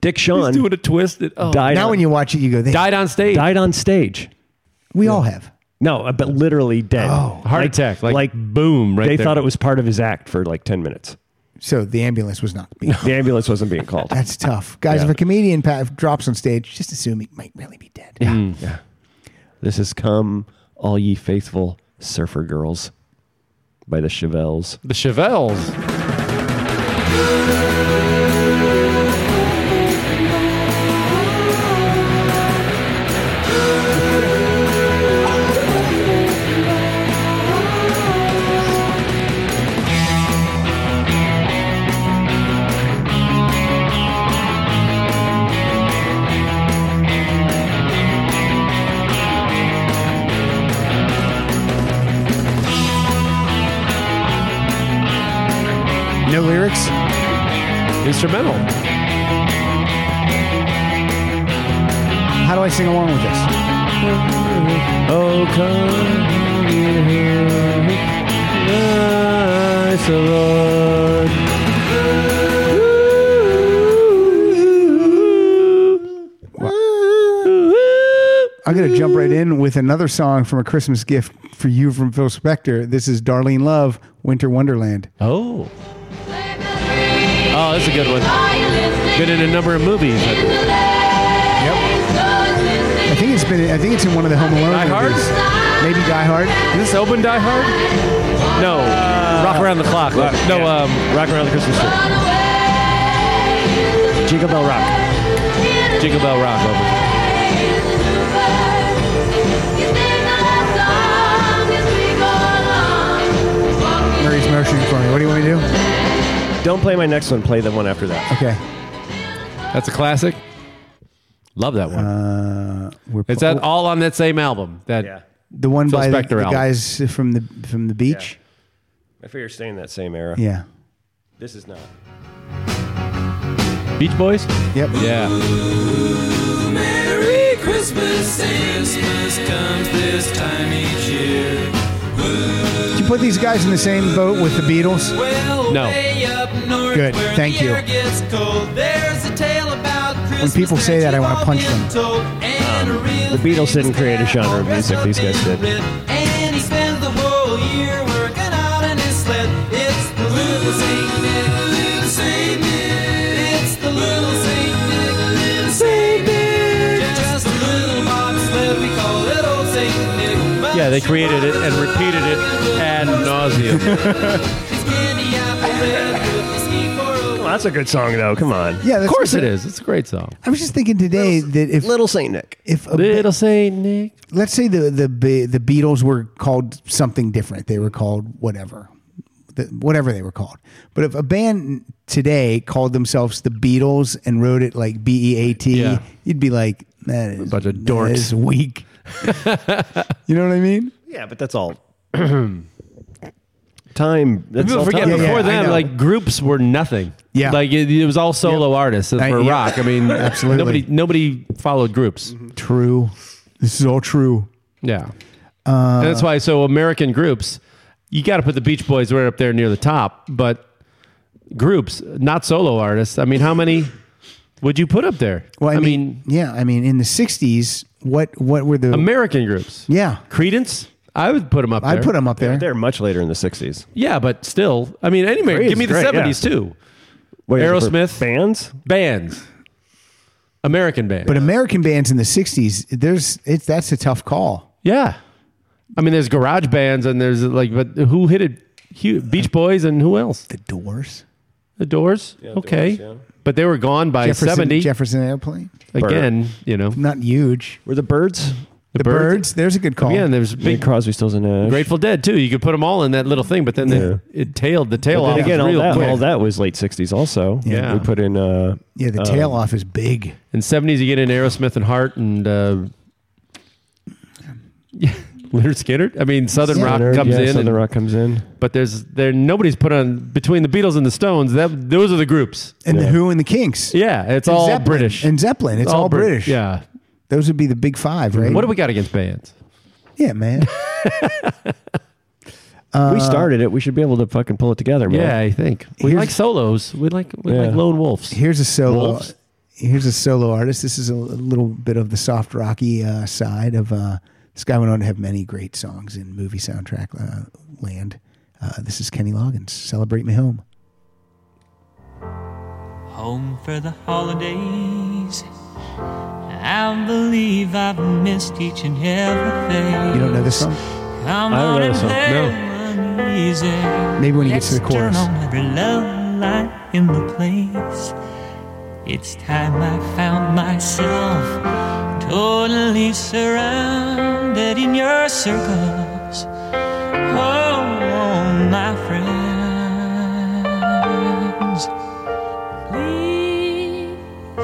Speaker 4: Dick Sean
Speaker 3: He's doing a twist. It, oh.
Speaker 4: died.
Speaker 2: now
Speaker 4: on,
Speaker 2: when you watch it, you go. They,
Speaker 3: died on stage.
Speaker 4: died on stage.
Speaker 2: we all have.
Speaker 4: No, uh, but literally dead. Oh,
Speaker 3: Heart attack, like, boom, right
Speaker 4: they
Speaker 3: there.
Speaker 4: thought it was part of his act for like 10 minutes.
Speaker 2: So the ambulance was not. Being,
Speaker 4: The ambulance wasn't
Speaker 2: *laughs*
Speaker 4: being called.
Speaker 2: that's tough, guys.
Speaker 4: Yeah.
Speaker 2: If a comedian pa- drops on stage, just assume he might really be dead. Yeah.
Speaker 4: Yeah. This is Come All Ye Faithful Surfer Girls by the Chevelles.
Speaker 3: The Chevelles. instrumental.
Speaker 2: How do I sing along with this?
Speaker 4: Oh, come you hear me. Nice, the Lord.
Speaker 2: I'm going to jump right in with another song from a Christmas gift for you from Phil Spector. This is Darlene Love, Winter Wonderland.
Speaker 3: Oh. Oh, that's a good one. Been in a number of movies.
Speaker 2: I think it's been. I think it's in one of the Home Alone
Speaker 3: Die Hard?
Speaker 2: movies. Maybe Die Hard.
Speaker 3: Is this open Die Hard? No. Uh, rock around the clock. no, um, rock around the Christmas tree. Jingle Bell Rock. Jingle Bell Rock. Over.
Speaker 2: Murray's motioning for me. What do you want me to do?
Speaker 4: Don't play my next one. Play the one after that.
Speaker 2: Okay.
Speaker 3: That's a classic. Love that one.
Speaker 2: Uh, we're
Speaker 3: Is
Speaker 4: oh.
Speaker 3: that all on that same album? That
Speaker 2: the one
Speaker 3: Phil
Speaker 2: by the,
Speaker 3: Spector
Speaker 2: the
Speaker 3: album.
Speaker 2: guys from the from the beach?
Speaker 4: I figure stay in that same era.
Speaker 2: Yeah.
Speaker 4: This is not.
Speaker 3: Beach Boys?
Speaker 2: Yep.
Speaker 3: Yeah.
Speaker 7: Merry Christmas and Christmas comes this time each year.
Speaker 2: Did you put these guys in the same boat with the Beatles?
Speaker 7: Way up north
Speaker 2: Good.
Speaker 7: where
Speaker 2: Thank
Speaker 7: the
Speaker 2: you.
Speaker 7: air gets cold, there's a tale about
Speaker 2: When
Speaker 7: Christmas
Speaker 2: people say that, I want to punch them.
Speaker 7: been told, and a real
Speaker 4: The Beatles didn't create a genre of music. These guys did.
Speaker 7: red. And he spends the whole year working out in his sled. It's the little Saint Nick, little Saint Nick. It's the little Saint Nick, little Saint Nick. Just a little bobsled, we call it old Saint Nick. But
Speaker 3: Yeah, they created it and repeated it ad
Speaker 4: *laughs*
Speaker 3: nauseum.
Speaker 4: Well, that's a good song, though. Come on.
Speaker 2: Yeah, that's
Speaker 4: of course
Speaker 2: good.
Speaker 4: it
Speaker 3: is. It's a great song.
Speaker 2: I was just thinking today that if
Speaker 4: Little Saint Nick,
Speaker 2: if a,
Speaker 4: Little Saint Nick,
Speaker 2: let's say the the Be- the Beatles were called something different, they were called whatever, the, whatever they were called. But if a band today called themselves the Beatles and wrote it like B E A T, you'd be like, that is a bunch of
Speaker 3: dorks.
Speaker 2: That is weak. you know what I mean?
Speaker 4: Yeah, but that's all. *clears throat* time. That's
Speaker 3: People
Speaker 4: all
Speaker 3: forget
Speaker 4: time.
Speaker 3: before them, like groups were nothing.
Speaker 4: Yeah.
Speaker 3: like it, it was all solo artists for
Speaker 4: I- yeah.
Speaker 3: rock. I
Speaker 2: *laughs*
Speaker 3: mean,
Speaker 2: Absolutely.
Speaker 3: Nobody, nobody followed groups.
Speaker 2: True. This is all true.
Speaker 3: Yeah,
Speaker 2: Uh,
Speaker 3: and that's why. So American groups, you got to put the Beach Boys right up there near the top. But groups, not solo artists. I mean, how many would you put up there?
Speaker 2: Well, I, mean, yeah, I mean, in the '60s, what what were the
Speaker 3: American groups?
Speaker 2: Yeah,
Speaker 3: Credence. I would put them up.
Speaker 2: I'd
Speaker 3: there.
Speaker 2: put 'em up there.
Speaker 4: They're much later in the '60s.
Speaker 3: Yeah, but still, I mean, anyway,
Speaker 4: Creedence
Speaker 3: give me
Speaker 4: is
Speaker 3: the
Speaker 4: great, yeah.
Speaker 3: '70s too.
Speaker 4: What, you prefer
Speaker 3: Aerosmith
Speaker 4: bands,
Speaker 3: bands, American bands.
Speaker 2: But American bands in the '60s, there's it's that's a tough call.
Speaker 3: Yeah. I mean, there's garage bands and there's like, but who hit it? Hu- Beach Boys and who else? The
Speaker 2: Doors.
Speaker 3: The Doors? okay. But they were gone by
Speaker 2: Jefferson,
Speaker 3: 70.
Speaker 2: Jefferson Airplane.
Speaker 3: Again, you know.
Speaker 2: Not huge.
Speaker 4: Were the Birds?
Speaker 2: The, birds. There's a good call.
Speaker 3: Yeah, and there's
Speaker 4: Big
Speaker 3: big
Speaker 4: Crosby, Stills and Nash.
Speaker 3: Grateful Dead too. You could put them all in that little thing, but then they-
Speaker 4: Yeah.
Speaker 3: it tailed the tail
Speaker 4: But
Speaker 3: off
Speaker 4: then again, all
Speaker 3: real
Speaker 4: that,
Speaker 3: quick.
Speaker 4: all that was late '60s. Also,
Speaker 3: Yeah.
Speaker 4: we put in. Uh,
Speaker 2: Yeah, the
Speaker 4: um,
Speaker 2: tail off is big.
Speaker 3: In seventies, you get in Aerosmith and Heart and uh, *laughs* Leonard Skinner. I mean, Southern
Speaker 4: Yeah.
Speaker 3: rock
Speaker 4: Leonard,
Speaker 3: comes
Speaker 4: yeah,
Speaker 3: in.
Speaker 4: Southern
Speaker 3: and-
Speaker 4: Rock comes in.
Speaker 3: But there's there nobody's put on between the Beatles and the Stones. That those are the groups.
Speaker 2: And the Who and the Kinks.
Speaker 3: Yeah, it's
Speaker 2: And
Speaker 3: all
Speaker 2: Zeppelin.
Speaker 3: British.
Speaker 2: And Zeppelin. It's all
Speaker 3: Brit-
Speaker 2: British.
Speaker 3: Yeah.
Speaker 2: Those would be the big five, right?
Speaker 3: What do we got against bands?
Speaker 2: Yeah, man. Uh,
Speaker 4: we started it. We should be able to fucking pull it together, man.
Speaker 3: Yeah, I think we
Speaker 2: Here's-
Speaker 3: like solos. We like we
Speaker 4: Yeah.
Speaker 3: like lone wolves.
Speaker 2: Here's a solo.
Speaker 3: Wolves.
Speaker 2: Here's a solo artist. This is a, a little bit of the soft rocky uh, side of. Uh, this guy went on to have many great songs in movie soundtrack uh, land. Uh, this is Kenny Loggins. Celebrate me home.
Speaker 12: Home for the holidays. I believe I've missed each and everything.
Speaker 2: You don't know this song?
Speaker 12: Come
Speaker 2: I don't
Speaker 12: on
Speaker 2: know
Speaker 12: and
Speaker 2: this song.
Speaker 12: play one easy.
Speaker 2: Maybe when you get to the
Speaker 12: Let's turn
Speaker 2: chorus.
Speaker 12: on every love light in the place. It's time I found myself totally surrounded in your circles. Oh, my friends, please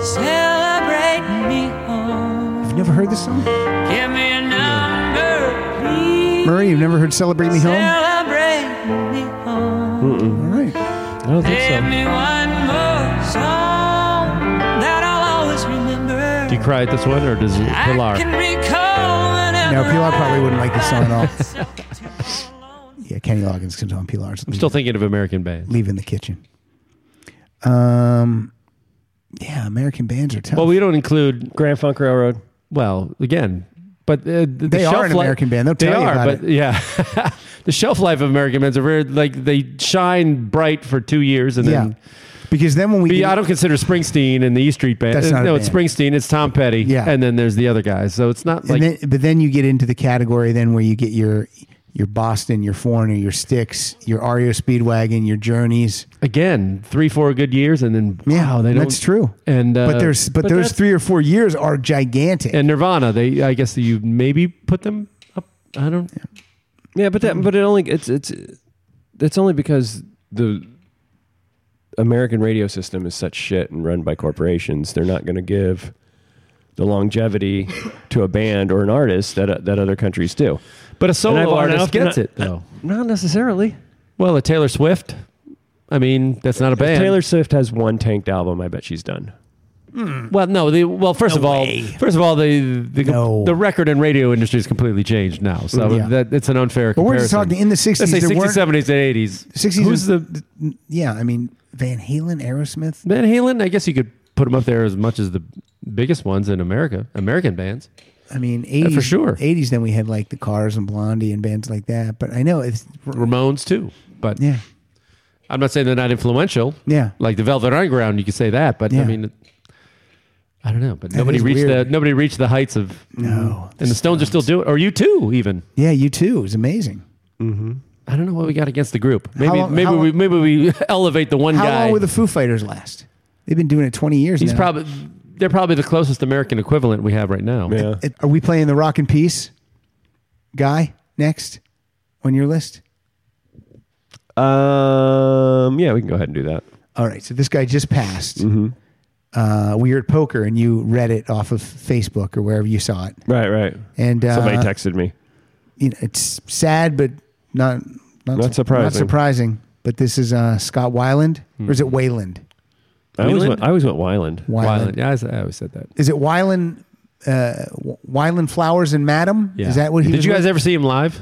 Speaker 12: celebrate me home.
Speaker 2: You've never heard this song?
Speaker 12: Give me a number, please.
Speaker 2: Murray, you've never heard Celebrate Me Home?
Speaker 12: Celebrate me home.
Speaker 2: All right.
Speaker 4: I don't
Speaker 12: Give me one more song that I'll always remember.
Speaker 3: Do you cry at this one or does
Speaker 12: I
Speaker 3: Pilar?
Speaker 12: can recall whenever
Speaker 2: No, Pilar probably wouldn't like this song at all. yeah, Kenny Loggins comes on Pilar's.
Speaker 3: I'm still thinking of American bands.
Speaker 2: Leave in the kitchen. Um, yeah, American bands are tough.
Speaker 3: Well, we don't include
Speaker 4: Grand Funk Railroad.
Speaker 3: Well, again, but uh, the, the
Speaker 2: They are
Speaker 3: shelf
Speaker 2: an
Speaker 3: li-
Speaker 2: American band. They'll
Speaker 3: they
Speaker 2: tell you
Speaker 3: are,
Speaker 2: about
Speaker 3: but yeah, *laughs* the shelf life of American bands are very like they shine bright for two years and
Speaker 2: yeah,
Speaker 3: then.
Speaker 2: because then when we
Speaker 3: But
Speaker 2: get-
Speaker 3: yeah, I don't consider Springsteen and the E Street Band.
Speaker 2: That's not a
Speaker 3: no, it's
Speaker 2: band.
Speaker 3: Springsteen. It's Tom Petty.
Speaker 2: Yeah.
Speaker 3: and then there's the other guys. So it's not like
Speaker 2: and then, but then you get into the category then where you get your your Boston, your Foreigner, your Sticks, your Ario Speedwagon, your Journeys.
Speaker 3: again three, four good years, and then wow, they don't.
Speaker 2: That's true.
Speaker 3: And uh,
Speaker 2: but there's but, those
Speaker 3: that's-
Speaker 2: three or four years are gigantic.
Speaker 3: and Nirvana. They, I guess you maybe put them up. I don't.
Speaker 4: Yeah, but that, but it only it's it's it's only because the American radio system is such shit and run by corporations. They're not going to give the longevity *laughs* to a band or an artist that that other countries do.
Speaker 3: But a
Speaker 4: And I've-
Speaker 3: solo
Speaker 4: and
Speaker 3: artist
Speaker 4: I've-
Speaker 3: gets
Speaker 4: and
Speaker 2: *laughs*
Speaker 3: it though.
Speaker 4: Not necessarily.
Speaker 3: Well, a Taylor Swift. I mean, that's not a band.
Speaker 4: Taylor Swift has one tanked album. I bet she's done.
Speaker 3: Well, no. The, well, first of all, first of all, the the, the record and radio industry has completely changed now. So
Speaker 2: Mm, Yeah.
Speaker 3: that it's an unfair
Speaker 2: But we're just
Speaker 3: comparison.
Speaker 2: talking in the 60s,
Speaker 3: Let's say
Speaker 2: there
Speaker 3: 60s,
Speaker 2: weren't-
Speaker 3: 70s, and 80s.
Speaker 2: 60s
Speaker 3: Who's the
Speaker 2: and- yeah, I mean Van Halen, Aerosmith.
Speaker 3: Van Halen? I guess you could put them up there as much as the biggest ones in America, American bands.
Speaker 2: I mean,
Speaker 3: Yeah,
Speaker 2: 80s,
Speaker 3: for sure.
Speaker 2: 80s then we had like the Cars and Blondie and bands like that, but I know it's
Speaker 3: Ramones too, but
Speaker 2: yeah.
Speaker 3: I'm not saying they're not influential.
Speaker 2: Yeah.
Speaker 3: like the Velvet Underground, you could say that, but
Speaker 2: Yeah.
Speaker 3: I mean, I don't know. But
Speaker 2: That
Speaker 3: nobody
Speaker 2: is
Speaker 3: reached
Speaker 2: weird.
Speaker 3: the nobody reached the heights of no, and the Stones are still doing, or you too, even.
Speaker 2: Oh, Yeah, you too. It was amazing.
Speaker 3: Mm-hmm. I don't know what we got against the group. Maybe
Speaker 2: long-
Speaker 3: maybe
Speaker 2: how
Speaker 3: we maybe we *laughs* elevate the one
Speaker 2: How
Speaker 3: guy.
Speaker 2: long will the Foo Fighters last? They've been doing it 20 years
Speaker 3: He's
Speaker 2: now.
Speaker 3: probably they're probably the closest American equivalent we have right now. Yeah.
Speaker 2: It- Are we playing the Rock and Peace guy next on your list?
Speaker 4: *laughs* Um, yeah, we can go ahead and do that.
Speaker 2: All right. So this guy just passed.
Speaker 3: Mm-hmm.
Speaker 2: Uh, we were at poker and you read it off of Facebook or wherever you saw it.
Speaker 4: Right, right.
Speaker 2: And uh,
Speaker 4: Somebody texted me.
Speaker 2: You know, it's sad, but not not,
Speaker 4: Not surprising.
Speaker 2: Not surprising. But this is uh, Scott Weiland, or
Speaker 4: Hmm.
Speaker 2: is it Wayland?
Speaker 4: I always
Speaker 2: Weiland?
Speaker 4: went. I always went Wyland.
Speaker 2: Weiland. Weiland.
Speaker 3: Yeah, I s- I always said that.
Speaker 2: Is it Weiland? Uh, Weiland Flowers and Madam.
Speaker 3: Yeah.
Speaker 2: Is that what he?
Speaker 3: Did
Speaker 2: was
Speaker 3: you guys
Speaker 2: with?
Speaker 3: ever see him live?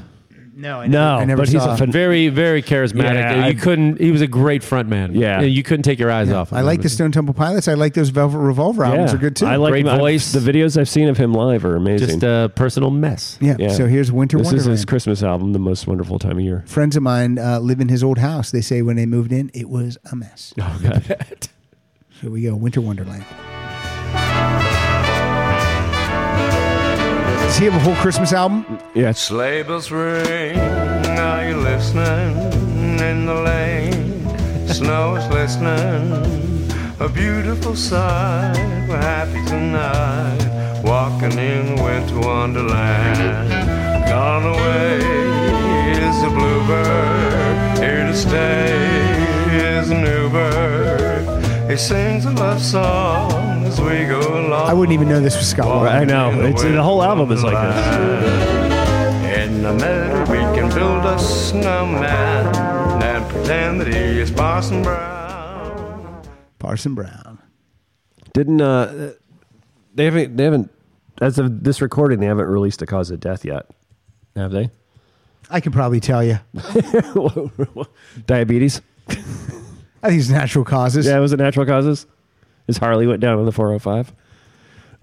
Speaker 2: No, I
Speaker 4: No, I never but he's saw a him. phen-
Speaker 3: very, very charismatic.
Speaker 4: Yeah,
Speaker 3: and you
Speaker 4: I-
Speaker 3: couldn't. He was a great front man.
Speaker 4: Yeah.
Speaker 3: And you couldn't take your eyes off. Him.
Speaker 2: I like the Stone Temple Pilots. I like those Velvet Revolver albums. Are good too.
Speaker 4: I like
Speaker 3: Great
Speaker 4: him. I've-
Speaker 3: voice.
Speaker 4: The videos I've seen of him live are amazing.
Speaker 3: Just a personal mess.
Speaker 2: Yeah. So here's Winter
Speaker 4: This is his
Speaker 2: Wonderland.
Speaker 4: Christmas album, the most wonderful time of year.
Speaker 2: Friends of mine uh, live in his old house. They say when they moved in, it was a mess.
Speaker 3: *laughs* Oh,
Speaker 2: Here we go, Winter Wonderland. Does he have a whole Christmas album?
Speaker 4: Yeah.
Speaker 21: Sleigh bells ring, are you listening in the lane? Snow is listening, a beautiful sight. We're happy tonight, walking in winter wonderland. Gone away is the bluebird, here to stay is a new bird. He sings a love song as we go along.
Speaker 2: I wouldn't even know this was Scott. Weiland.
Speaker 4: Oh, I know. It's the whole album is like
Speaker 21: this. In the middle, we can build a snowman and pretend that he is Parson Brown.
Speaker 2: Parson Brown.
Speaker 4: Didn't uh, they haven't they haven't as of this recording they haven't released a cause of death yet, have they?
Speaker 2: I can probably tell you.
Speaker 4: *laughs* Diabetes.
Speaker 2: I think it's natural causes.
Speaker 4: Yeah, was it natural causes? As Harley went down on the 405.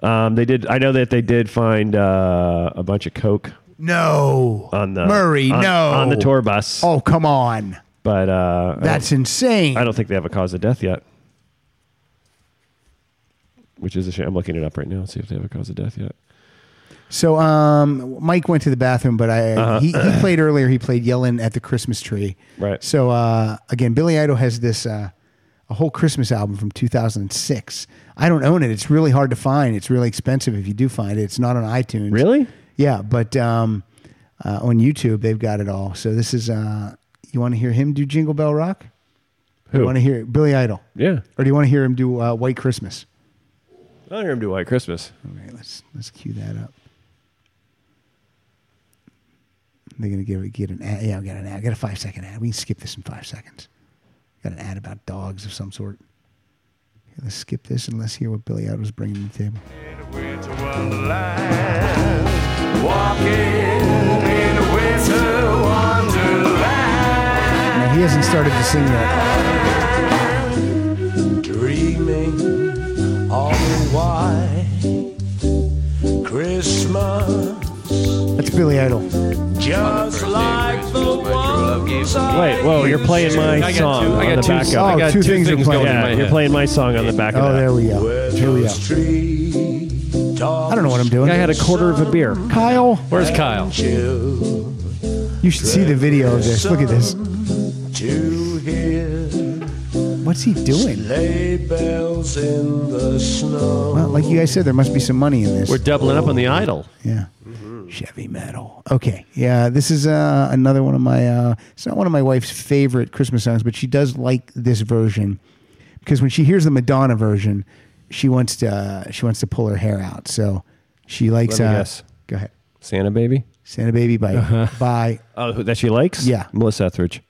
Speaker 4: Um, they did. I know that they did find uh, a bunch of coke
Speaker 2: No.
Speaker 4: on the
Speaker 2: Murray,
Speaker 4: on-
Speaker 2: no.
Speaker 4: on the tour bus.
Speaker 2: Oh, come on.
Speaker 4: But uh, I
Speaker 2: That's
Speaker 4: don't-
Speaker 2: insane.
Speaker 4: I don't think they have a cause of death yet, which is a shame. I'm looking it up right now. and See if they have a cause of death yet.
Speaker 2: So um, Mike went to the bathroom, but I
Speaker 4: Uh-huh.
Speaker 2: he,
Speaker 4: *clears throat*
Speaker 2: he played earlier. He played "Yelling at the Christmas Tree."
Speaker 4: Right.
Speaker 2: So uh, again, Billy Idol has this uh, a whole Christmas album from 2006. I don't own it. It's really hard to find. It's really expensive if you do find it. It's not on iTunes.
Speaker 4: Really?
Speaker 2: Yeah, but um, uh, on YouTube they've got it all. So this is uh, you want to hear him do Jingle Bell Rock? Or
Speaker 4: Who?
Speaker 2: You want to hear Billy Idol?
Speaker 4: Yeah.
Speaker 2: Or do you want to hear him do uh, White Christmas?
Speaker 4: I don't hear him do White Christmas.
Speaker 2: Okay, let's let's cue that up. They're gonna give get an ad. Yeah, I got an ad. I got a five second ad. We can skip this in five seconds. Got an ad about dogs of some sort. Let's skip this and let's hear what Billy Idol was bringing to the table.
Speaker 21: winter wonderland. Walking in a winter wonderland.
Speaker 2: Now, he hasn't started to sing yet.
Speaker 8: Dreaming all the while. Christmas
Speaker 2: That's Billy Idol.
Speaker 8: just like the ones I
Speaker 4: Wait, whoa, you're playing
Speaker 8: I
Speaker 4: my
Speaker 8: got
Speaker 4: song
Speaker 8: two- I
Speaker 4: on
Speaker 8: got
Speaker 4: the
Speaker 8: two-
Speaker 4: back of
Speaker 8: I
Speaker 4: it.
Speaker 8: got two things
Speaker 4: you're
Speaker 8: going in
Speaker 4: yeah,
Speaker 8: my
Speaker 4: You're
Speaker 8: head.
Speaker 4: playing my song on the back
Speaker 2: Oh,
Speaker 4: of that.
Speaker 2: there we go. Here we go. I don't know what I'm doing.
Speaker 4: I had a quarter of a beer.
Speaker 2: Kyle.
Speaker 3: Where's Kyle?
Speaker 2: You should see the video of this. Look at this.
Speaker 8: to hear
Speaker 2: What's he doing?
Speaker 8: sleigh bells in the snow.
Speaker 2: Well, like you guys said, there must be some money in this.
Speaker 3: We're doubling up on the idol.
Speaker 2: Yeah. Chevy metal. Okay. Yeah, this is uh, another one of my. Uh, it's not one of my wife's favorite Christmas songs, but she does like this version because when she hears the Madonna version, she wants to uh, she wants to pull her hair out. So she likes.
Speaker 4: Let me
Speaker 2: uh,
Speaker 4: guess.
Speaker 2: Go ahead.
Speaker 4: Santa Baby?
Speaker 2: Santa Baby by by
Speaker 4: Oh, who- that she likes?
Speaker 2: Yeah.
Speaker 4: Melissa Etheridge.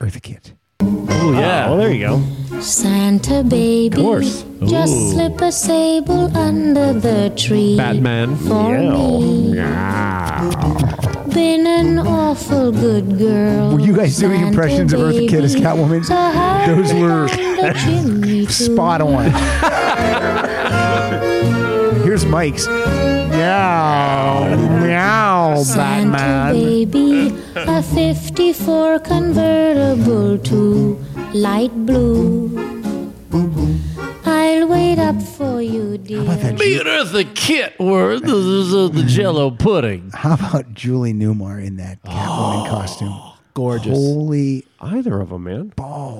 Speaker 2: Eartha Kitt.
Speaker 4: Oh, yeah. well, there you go.
Speaker 14: Santa baby,
Speaker 4: course.
Speaker 14: just
Speaker 4: Ooh.
Speaker 14: slip a sable under the tree.
Speaker 3: Batman.
Speaker 14: For me. Been an awful good girl.
Speaker 2: Were you guys doing
Speaker 14: Santa
Speaker 2: impressions of Eartha Kitt as
Speaker 14: baby.
Speaker 2: Catwoman?
Speaker 14: So hurry
Speaker 2: Those were
Speaker 14: down the chimney to
Speaker 2: spot on. Here's Mike's. Meow, meow,
Speaker 14: Santa
Speaker 2: Batman.
Speaker 14: baby, a 54 convertible to light blue. I'll wait up for you, dear.
Speaker 3: Me and Eartha Kit were this is, uh, the Jello pudding.
Speaker 2: How about Julie Newmar in that Catwoman costume?
Speaker 3: Oh, Gorgeous.
Speaker 2: Holy
Speaker 4: Either
Speaker 8: Oh,
Speaker 4: of them, man.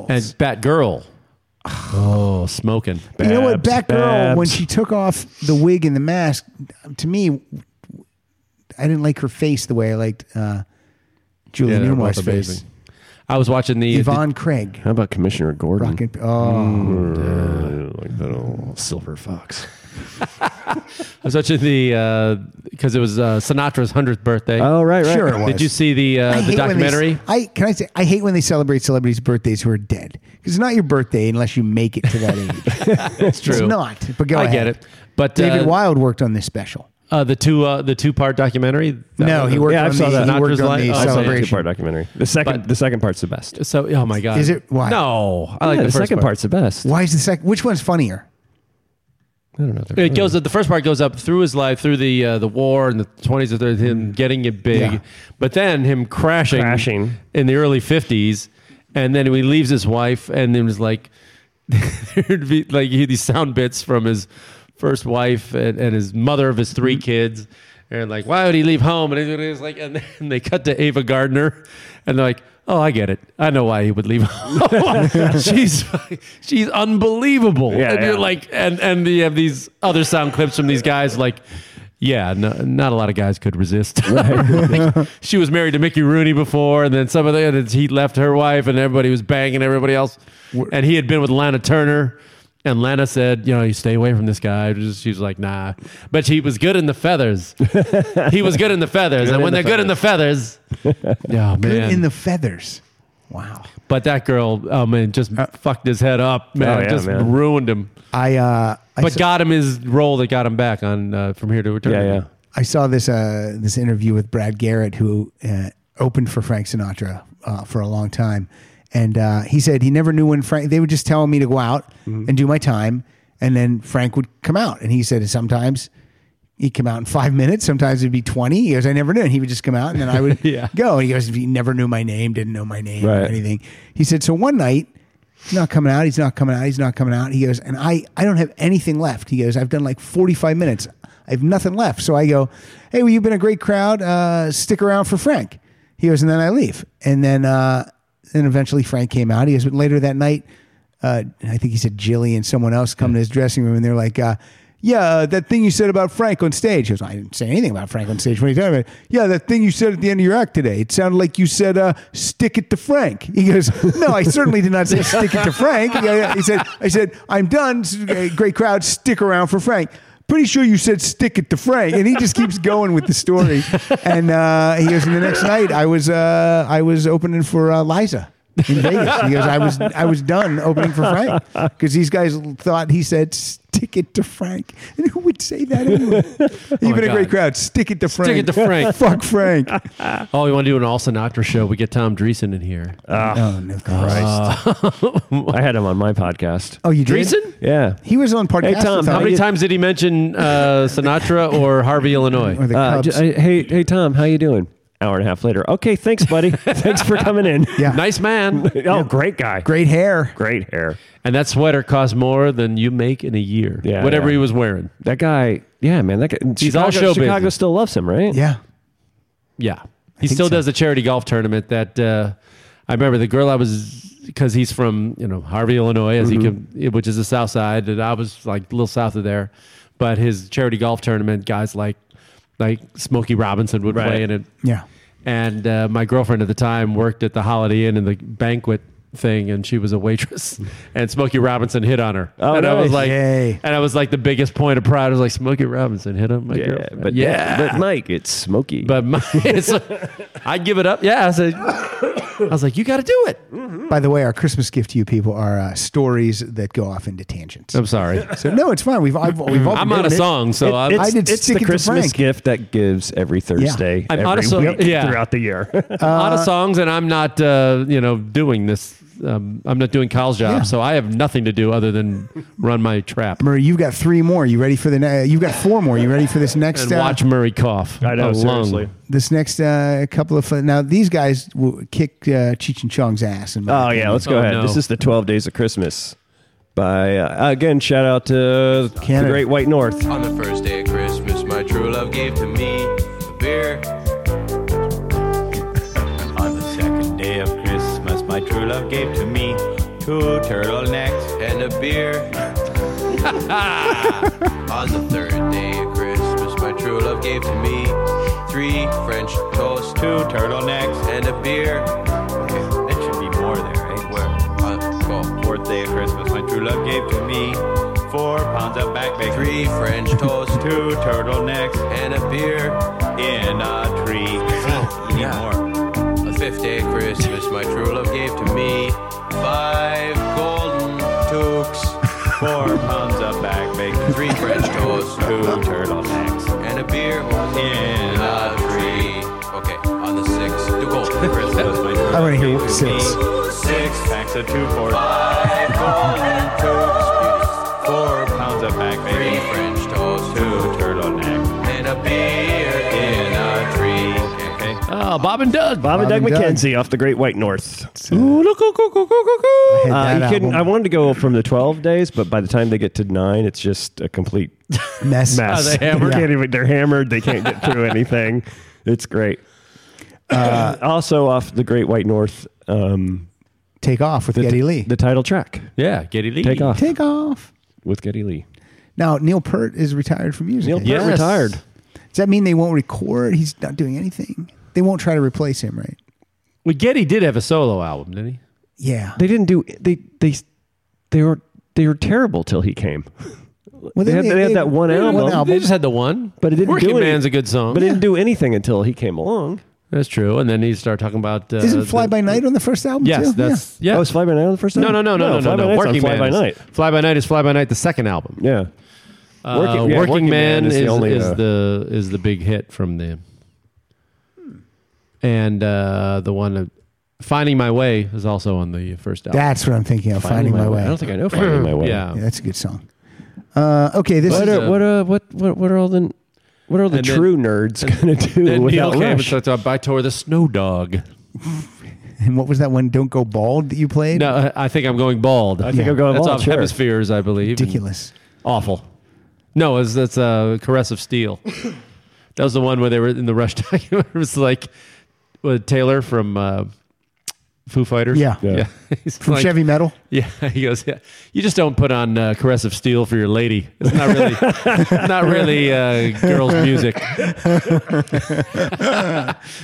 Speaker 3: And Batgirl. Oh, smoking.
Speaker 2: you know what,
Speaker 4: Babs,
Speaker 2: Batgirl, girl, when
Speaker 4: Babs.
Speaker 2: she took off the wig and the mask, to me, I didn't like her face the way I liked uh, Julie
Speaker 3: Yeah, they're
Speaker 2: Newmar's
Speaker 3: both
Speaker 2: face.
Speaker 3: amazing. I was watching the
Speaker 2: Yvonne Craig.
Speaker 4: How about Commissioner Gordon?
Speaker 2: Rockin' oh,
Speaker 4: Mm, like that old silver fox.
Speaker 3: I *laughs* was watching the because it was uh, Sinatra's hundredth birthday.
Speaker 4: Oh, right, right.
Speaker 2: Sure it was.
Speaker 3: Did you see the
Speaker 2: I
Speaker 3: uh, the
Speaker 2: hate when they-
Speaker 3: documentary?
Speaker 2: I can I say I hate when they celebrate celebrities' birthdays who are dead because it's not your birthday unless you make it to that age.
Speaker 3: *laughs* That's true.
Speaker 2: It's not. But go
Speaker 3: I
Speaker 2: ahead.
Speaker 3: get it. But
Speaker 2: David
Speaker 3: uh,
Speaker 2: Wilde worked on this special.
Speaker 3: uh, the two uh, the two part documentary. that
Speaker 2: No,
Speaker 3: one-
Speaker 2: he worked
Speaker 4: Yeah, I
Speaker 2: on
Speaker 4: saw
Speaker 2: the,
Speaker 4: that.
Speaker 2: He worked
Speaker 3: Sinatra's
Speaker 2: on
Speaker 3: Life-
Speaker 2: the
Speaker 3: I saw that
Speaker 4: Two part
Speaker 2: celebration.
Speaker 4: documentary. The second,
Speaker 3: But-
Speaker 4: the second part's the best.
Speaker 3: So oh my god,
Speaker 2: Is it? Why?
Speaker 3: No, I like
Speaker 4: yeah,
Speaker 3: the,
Speaker 4: the,
Speaker 3: first
Speaker 4: second
Speaker 3: part.
Speaker 4: part's the best.
Speaker 2: Why is the second? Which one's funnier?
Speaker 4: I don't know. They're
Speaker 3: It
Speaker 4: really-
Speaker 3: goes. The first part goes up through his life, through the uh, the war and the twenties, and 30s, him getting it big,
Speaker 2: Yeah.
Speaker 3: but then him crashing,
Speaker 4: Mm. Crashing.
Speaker 3: in the early fifties, and then he leaves his wife, and then was like, *laughs* there'd be like he these sound bits from his first wife and, and his mother of his three
Speaker 4: Mm-hmm.
Speaker 3: kids, and like why would he leave home? And it was like, and then they cut to Ava Gardner, and they're like. Oh, I get it. I know why he would
Speaker 4: *laughs*
Speaker 3: leave. *laughs* home. she's she's unbelievable.
Speaker 4: Yeah,
Speaker 3: and you're
Speaker 4: yeah.
Speaker 3: like like and and you have these other sound clips from these guys like yeah no, not a lot of guys could resist *laughs* Like, she was married to mickey rooney before and then some of the and he left her wife and everybody was banging everybody else and he had been with lana turner and Lana said, "You know, you stay away from this guy." Just- She was like, "Nah," but he was good in the feathers. *laughs* he was good in the feathers, and when they're good in the feathers, yeah, man.
Speaker 2: Good in the feathers. Wow.
Speaker 3: but that girl, oh man, just fucked his head up, man.
Speaker 4: Oh, yeah,
Speaker 3: just
Speaker 4: man.
Speaker 3: ruined him
Speaker 2: I uh, I
Speaker 3: but
Speaker 2: saw,
Speaker 3: got him his role that got him back on uh, from here to
Speaker 4: Yeah,
Speaker 3: eternity.
Speaker 4: yeah.
Speaker 2: I saw this uh, this interview with Brad Garrett, who uh, opened for Frank Sinatra uh, for a long time, and uh, he said he never knew when Frank. They would just tell me to go out and do my time, and then Frank would come out, and he said sometimes he'd come out in five minutes, sometimes it'd be twenty. He goes, I never knew, and he would just come out, and then I would
Speaker 3: Yeah.
Speaker 2: go. And he goes, he never knew my name, didn't know my name or
Speaker 4: Right.
Speaker 2: anything. He said, so one night. He's not coming out. He's not coming out. He's not coming out. He goes, and I, I don't have anything left. He goes, I've done like 45 minutes. I have nothing left. So I go, hey, well, you've been a great crowd. Uh, stick around for Frank. He goes, and then I leave. And then, uh, then eventually Frank came out. He goes, but later that night, uh, I think he said Jilly and someone else come to his dressing room and they're like, uh, yeah, uh, that thing you said about Frank on stage. He goes, I didn't say anything about Frank on stage. What are you talking about? Yeah, that thing you said at the end of your act today. It sounded like you said, uh, stick it to Frank. He goes, no, I certainly did not say stick it to Frank. Yeah, yeah. He said, I said, I'm done. S- uh, Great crowd. Stick around for Frank. Pretty sure you said stick it to Frank. And he just keeps going with the story. And uh, he goes, and the next night I was, uh, I was opening for uh, Liza. in Vegas. He goes, I was I was done opening for Frank because these guys thought he said stick it to Frank, and who would say that
Speaker 3: *laughs*
Speaker 2: anyway? Even a great
Speaker 3: Oh God.
Speaker 2: crowd, stick it to Frank.
Speaker 3: Stick it to
Speaker 2: *laughs*
Speaker 3: Frank.
Speaker 2: Fuck Frank.
Speaker 3: oh, we want to do an All Sinatra show. We get Tom Dreesen in here. Ah.
Speaker 4: Oh,
Speaker 2: no,
Speaker 4: I had him on my podcast.
Speaker 2: Oh, you did?
Speaker 3: Dreesen?
Speaker 4: Yeah.
Speaker 2: He was on
Speaker 4: Hey, Tom,
Speaker 3: how many times did he mention uh, Sinatra or Harvey, Illinois?
Speaker 4: Uh, j- I- hey, hey, Tom, how you doing? Hour and a half later. Okay,
Speaker 2: *laughs*
Speaker 4: thanks, buddy. thanks for coming in.
Speaker 2: Yeah.
Speaker 4: *laughs*
Speaker 3: Nice man. oh,
Speaker 4: great guy.
Speaker 2: Great hair.
Speaker 4: Great hair.
Speaker 3: And that sweater cost more than you make in a year.
Speaker 4: Yeah,
Speaker 3: Whatever
Speaker 4: yeah.
Speaker 3: he was wearing.
Speaker 4: That guy. Yeah, man. That guy.
Speaker 3: He's
Speaker 4: Chicago,
Speaker 3: all show
Speaker 4: Chicago
Speaker 3: business.
Speaker 4: still loves him, right?
Speaker 2: Yeah.
Speaker 3: Yeah. He still does the charity golf tournament that uh, I remember the girl I was because he's from you know Harvey, Illinois, as
Speaker 4: Mm-hmm.
Speaker 3: he can, which is the South Side, and I was like a little south of there. But his charity golf tournament, guys like like Smokey Robinson would
Speaker 2: Right.
Speaker 3: play in it.
Speaker 2: Yeah.
Speaker 3: And uh, my girlfriend at the time worked at the Holiday Inn in the banquet thing, and she was
Speaker 4: *laughs*
Speaker 3: a waitress. and Smokey Robinson hit on her,
Speaker 4: Oh,
Speaker 3: and I was
Speaker 4: nice.
Speaker 3: like,
Speaker 4: Yay.
Speaker 3: and I was like the biggest point of pride. I was like, Smokey Robinson hit on my
Speaker 4: Yeah,
Speaker 3: girlfriend.
Speaker 4: but- but Mike, it's Smokey.
Speaker 3: But Mike, *laughs* it's, I'd give it up. Yeah, I said, I was like, you got to do it.
Speaker 2: By the way, our Christmas gift to you people are uh, stories that go off into tangents.
Speaker 3: I'm sorry.
Speaker 2: So no, it's fine. We've I've, we've all
Speaker 3: I'm
Speaker 2: been
Speaker 3: on a
Speaker 2: doing it.
Speaker 3: song, so I'm-
Speaker 4: it's,
Speaker 2: I did
Speaker 4: it's
Speaker 2: stick
Speaker 4: the
Speaker 2: it to
Speaker 4: Christmas
Speaker 2: Frank.
Speaker 4: gift that gives every Thursday,
Speaker 3: I'm
Speaker 4: every
Speaker 3: on a song-
Speaker 4: week
Speaker 3: yeah.
Speaker 4: throughout
Speaker 2: *laughs*
Speaker 4: the year. *laughs*
Speaker 3: I'm out of songs, and I'm not, uh, you know, doing this. Um, I'm not doing Kyle's job,
Speaker 2: Yeah.
Speaker 3: so I have nothing to do other than run my trap
Speaker 2: Murray, you've got three more. You ready for the? Ne- you've got four more. You ready for this next? uh,
Speaker 3: and watch Murray cough. I
Speaker 4: know, seriously.
Speaker 2: this next uh, couple of now these guys will kick uh, Cheech and Chong's ass. In my
Speaker 4: Oh yeah, let's go
Speaker 2: Oh,
Speaker 4: ahead.
Speaker 2: no.
Speaker 4: This is the Twelve Days of Christmas. By uh, again, shout out to
Speaker 2: Canada.
Speaker 4: the Great White North.
Speaker 5: On the first day of Christmas, my true love gave to me a beer. On the second day of Christmas, my true love gave to me two turtlenecks and a beer. *laughs* On the third day of Christmas, my true love gave to me three French toasts, two turtlenecks, and a beer. Okay, that should be more there, right? Where? Uh, cool. Fourth day of Christmas, my true love gave to me four pounds of back bacon, three French toasts, two turtlenecks, and a beer in a tree. You need more. On the fifth day of Christmas, my true love gave to me five golden toques. Four pounds of back bacon, three French toasts,
Speaker 2: *laughs*
Speaker 5: two turtlenecks, and a beer in a tree. Okay, on the sixth, to go. Christmas, my
Speaker 2: I wanna hear six.
Speaker 5: Six packs of two fours. Five golden toasts, four pounds of back bacon, three French toasts, two turtlenecks, and a beer in a tree. Okay.
Speaker 3: Oh, Bob and Doug.
Speaker 4: Bob, and Doug, McKenzie off the Great White North. Ooh, look, look, look, look, look, look, look.
Speaker 2: I
Speaker 4: Uh,
Speaker 2: hate
Speaker 4: you
Speaker 2: that
Speaker 4: couldn't-
Speaker 2: album.
Speaker 4: I wanted to go from the 12 days, but by the time they get to nine, it's just a complete
Speaker 2: Mess.
Speaker 4: mess.
Speaker 2: Are they hammered?
Speaker 4: Oh, They can't even, they're hammered. They can't get through anything. It's great. Uh, also off the Great White North. Um,
Speaker 2: Take off with
Speaker 4: the,
Speaker 2: Geddy Lee.
Speaker 4: The title track.
Speaker 3: Yeah, Geddy Lee.
Speaker 4: Take off
Speaker 2: Take off.
Speaker 4: with Geddy Lee.
Speaker 2: Now Neil Peart is retired from music.
Speaker 4: Neil
Speaker 2: I
Speaker 4: Peart
Speaker 2: think.
Speaker 4: retired.
Speaker 2: Does that mean they won't record? He's not doing anything. They won't try to replace him, right?
Speaker 3: Well, Getty did have a solo album, didn't he?
Speaker 2: Yeah.
Speaker 4: They didn't do they they they were they were terrible till he *laughs* came. they,
Speaker 2: then
Speaker 4: had, they, had that one
Speaker 3: they-
Speaker 4: album.
Speaker 3: They just had the one,
Speaker 4: but it didn't
Speaker 3: Working
Speaker 4: do any-
Speaker 3: Man's a good song,
Speaker 4: But it didn't do anything until he came along.
Speaker 3: That's true. And then he started talking about uh,
Speaker 2: Isn't
Speaker 3: the-
Speaker 2: Fly By Night on the first album?
Speaker 3: Yes,
Speaker 2: too?
Speaker 3: that's yeah.
Speaker 4: Oh, was Fly by Night on the first
Speaker 3: no,
Speaker 4: album?
Speaker 3: no, no,
Speaker 4: Fly by
Speaker 3: no, no, no, no.
Speaker 4: Night's on
Speaker 3: Working
Speaker 4: Fly
Speaker 3: Man
Speaker 4: by
Speaker 3: is-
Speaker 4: Night.
Speaker 3: Fly by Night is Fly by Night, the second album.
Speaker 4: Yeah.
Speaker 3: Uh,
Speaker 4: Working-
Speaker 3: working,
Speaker 4: yeah, Working
Speaker 3: man, is, the only, uh, is the is the big hit from them. And uh, the one that Finding My Way is also on the first album.
Speaker 2: That's what I'm thinking of. Finding, my, way.
Speaker 4: I don't think I know Finding
Speaker 3: *clears throat*
Speaker 4: My Way.
Speaker 3: Yeah.
Speaker 2: Yeah, that's a good song. Uh, okay, this
Speaker 4: What
Speaker 2: is
Speaker 4: are, what, are, what what what are all the what are all the
Speaker 3: And then-
Speaker 4: true nerds going to do
Speaker 3: Then Neil
Speaker 4: without
Speaker 3: came and
Speaker 4: Rush?
Speaker 3: started talking about I tore the snow dog.
Speaker 4: uh,
Speaker 2: and what was that one? Don't go bald that you played.
Speaker 3: No, I- I think I'm going bald.
Speaker 4: I think I'm going
Speaker 3: That's
Speaker 4: bald,
Speaker 3: off
Speaker 4: sure.
Speaker 3: hemispheres, I believe. and-
Speaker 2: ridiculous.
Speaker 3: Awful. No, it's that's uh, caress
Speaker 2: *coughs*
Speaker 3: of steel. that was the one where they were in the Rush *laughs* documentary. It was like with Taylor from uh, Foo Fighters.
Speaker 2: Yeah.
Speaker 3: yeah. *laughs*
Speaker 2: Yeah.
Speaker 3: He's
Speaker 2: From
Speaker 3: like-
Speaker 2: Chevy Metal.
Speaker 3: Yeah, *laughs* he goes. Yeah, you just don't put on uh, caress of steel for your lady. It's not really, *laughs* not really uh, girls' music. *laughs*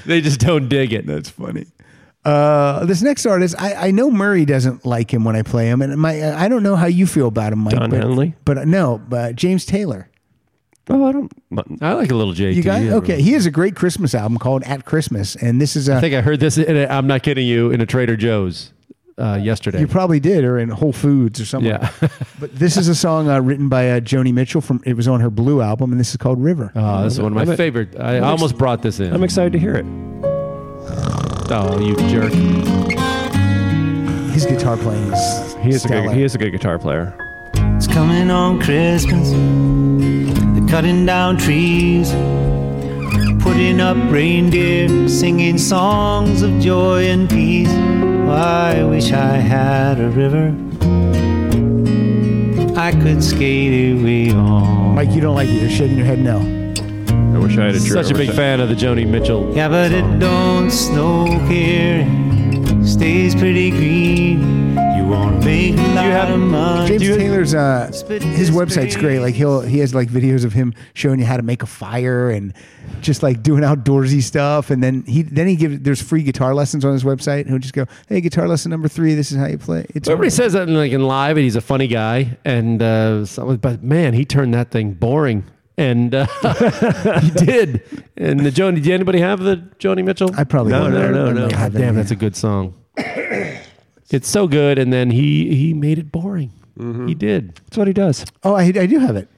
Speaker 3: they just don't dig it.
Speaker 2: That's funny. Uh, this next artist, I, I know Murray doesn't like him when I play him, and my I don't know how you feel about him, Mike.
Speaker 4: Don
Speaker 2: but,
Speaker 4: Henley?
Speaker 2: but uh, no, but James Taylor.
Speaker 4: Oh, I don't.
Speaker 3: I like a little JT.
Speaker 2: You guys, okay? He has a great Christmas album called At Christmas, and this is a
Speaker 3: I think I heard this. In a, I'm not kidding you. In a Trader Joe's, uh, yesterday.
Speaker 2: You probably did, or in Whole Foods or somewhere.
Speaker 3: Yeah.
Speaker 2: but this is a song uh, written by uh, Joni Mitchell from. It was on her Blue album, and this is called River.
Speaker 3: Oh, this is one of my favorite.
Speaker 2: I'm
Speaker 3: I
Speaker 2: ex-
Speaker 3: almost brought this in.
Speaker 2: I'm
Speaker 4: excited to hear it.
Speaker 3: Oh, you jerk!
Speaker 2: His guitar playing is.
Speaker 4: He is, a good, he is a good guitar player.
Speaker 6: It's coming on Christmas. They're cutting down trees, putting up reindeer, singing songs of joy and peace. I wish I had a river I could skate away on.
Speaker 2: Mike, you don't like it. You're shaking your head no.
Speaker 4: I wish I had a tree.
Speaker 3: Such a big fan of the Joni Mitchell.
Speaker 6: Yeah, but it don't snow here. Stays pretty green. You won't make a lot of money.
Speaker 2: James Taylor's uh, his website's great. Like he'll he has like videos of him showing you how to make a fire and just like doing outdoorsy stuff. And then he then he gives there's free guitar lessons on his website. And he'll just go, hey, guitar lesson number three. This is how you play. It's
Speaker 3: Everybody says that in, like in live, and he's a funny guy. And uh, some- but man, he turned that thing boring, and uh, *laughs* he did. And the Joni, did anybody have the Joni Mitchell? I
Speaker 2: probably
Speaker 3: no,
Speaker 2: don't. I
Speaker 3: no,
Speaker 2: don't- I
Speaker 3: no,
Speaker 2: don't
Speaker 3: no.
Speaker 2: have
Speaker 3: God
Speaker 2: that,
Speaker 3: damn,
Speaker 2: yeah.
Speaker 3: that's a good song. it's so good, and then he he made it boring. He did.
Speaker 4: That's what he does.
Speaker 2: Oh, I, I do have it.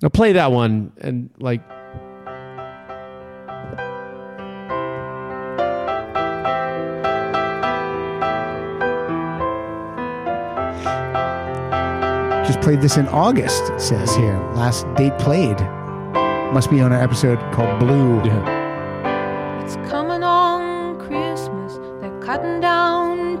Speaker 3: Now play that one, and like
Speaker 2: Just played this in August. It says here last date played. Must be on an episode called Blue.
Speaker 22: It's coming on Christmas. They're cutting down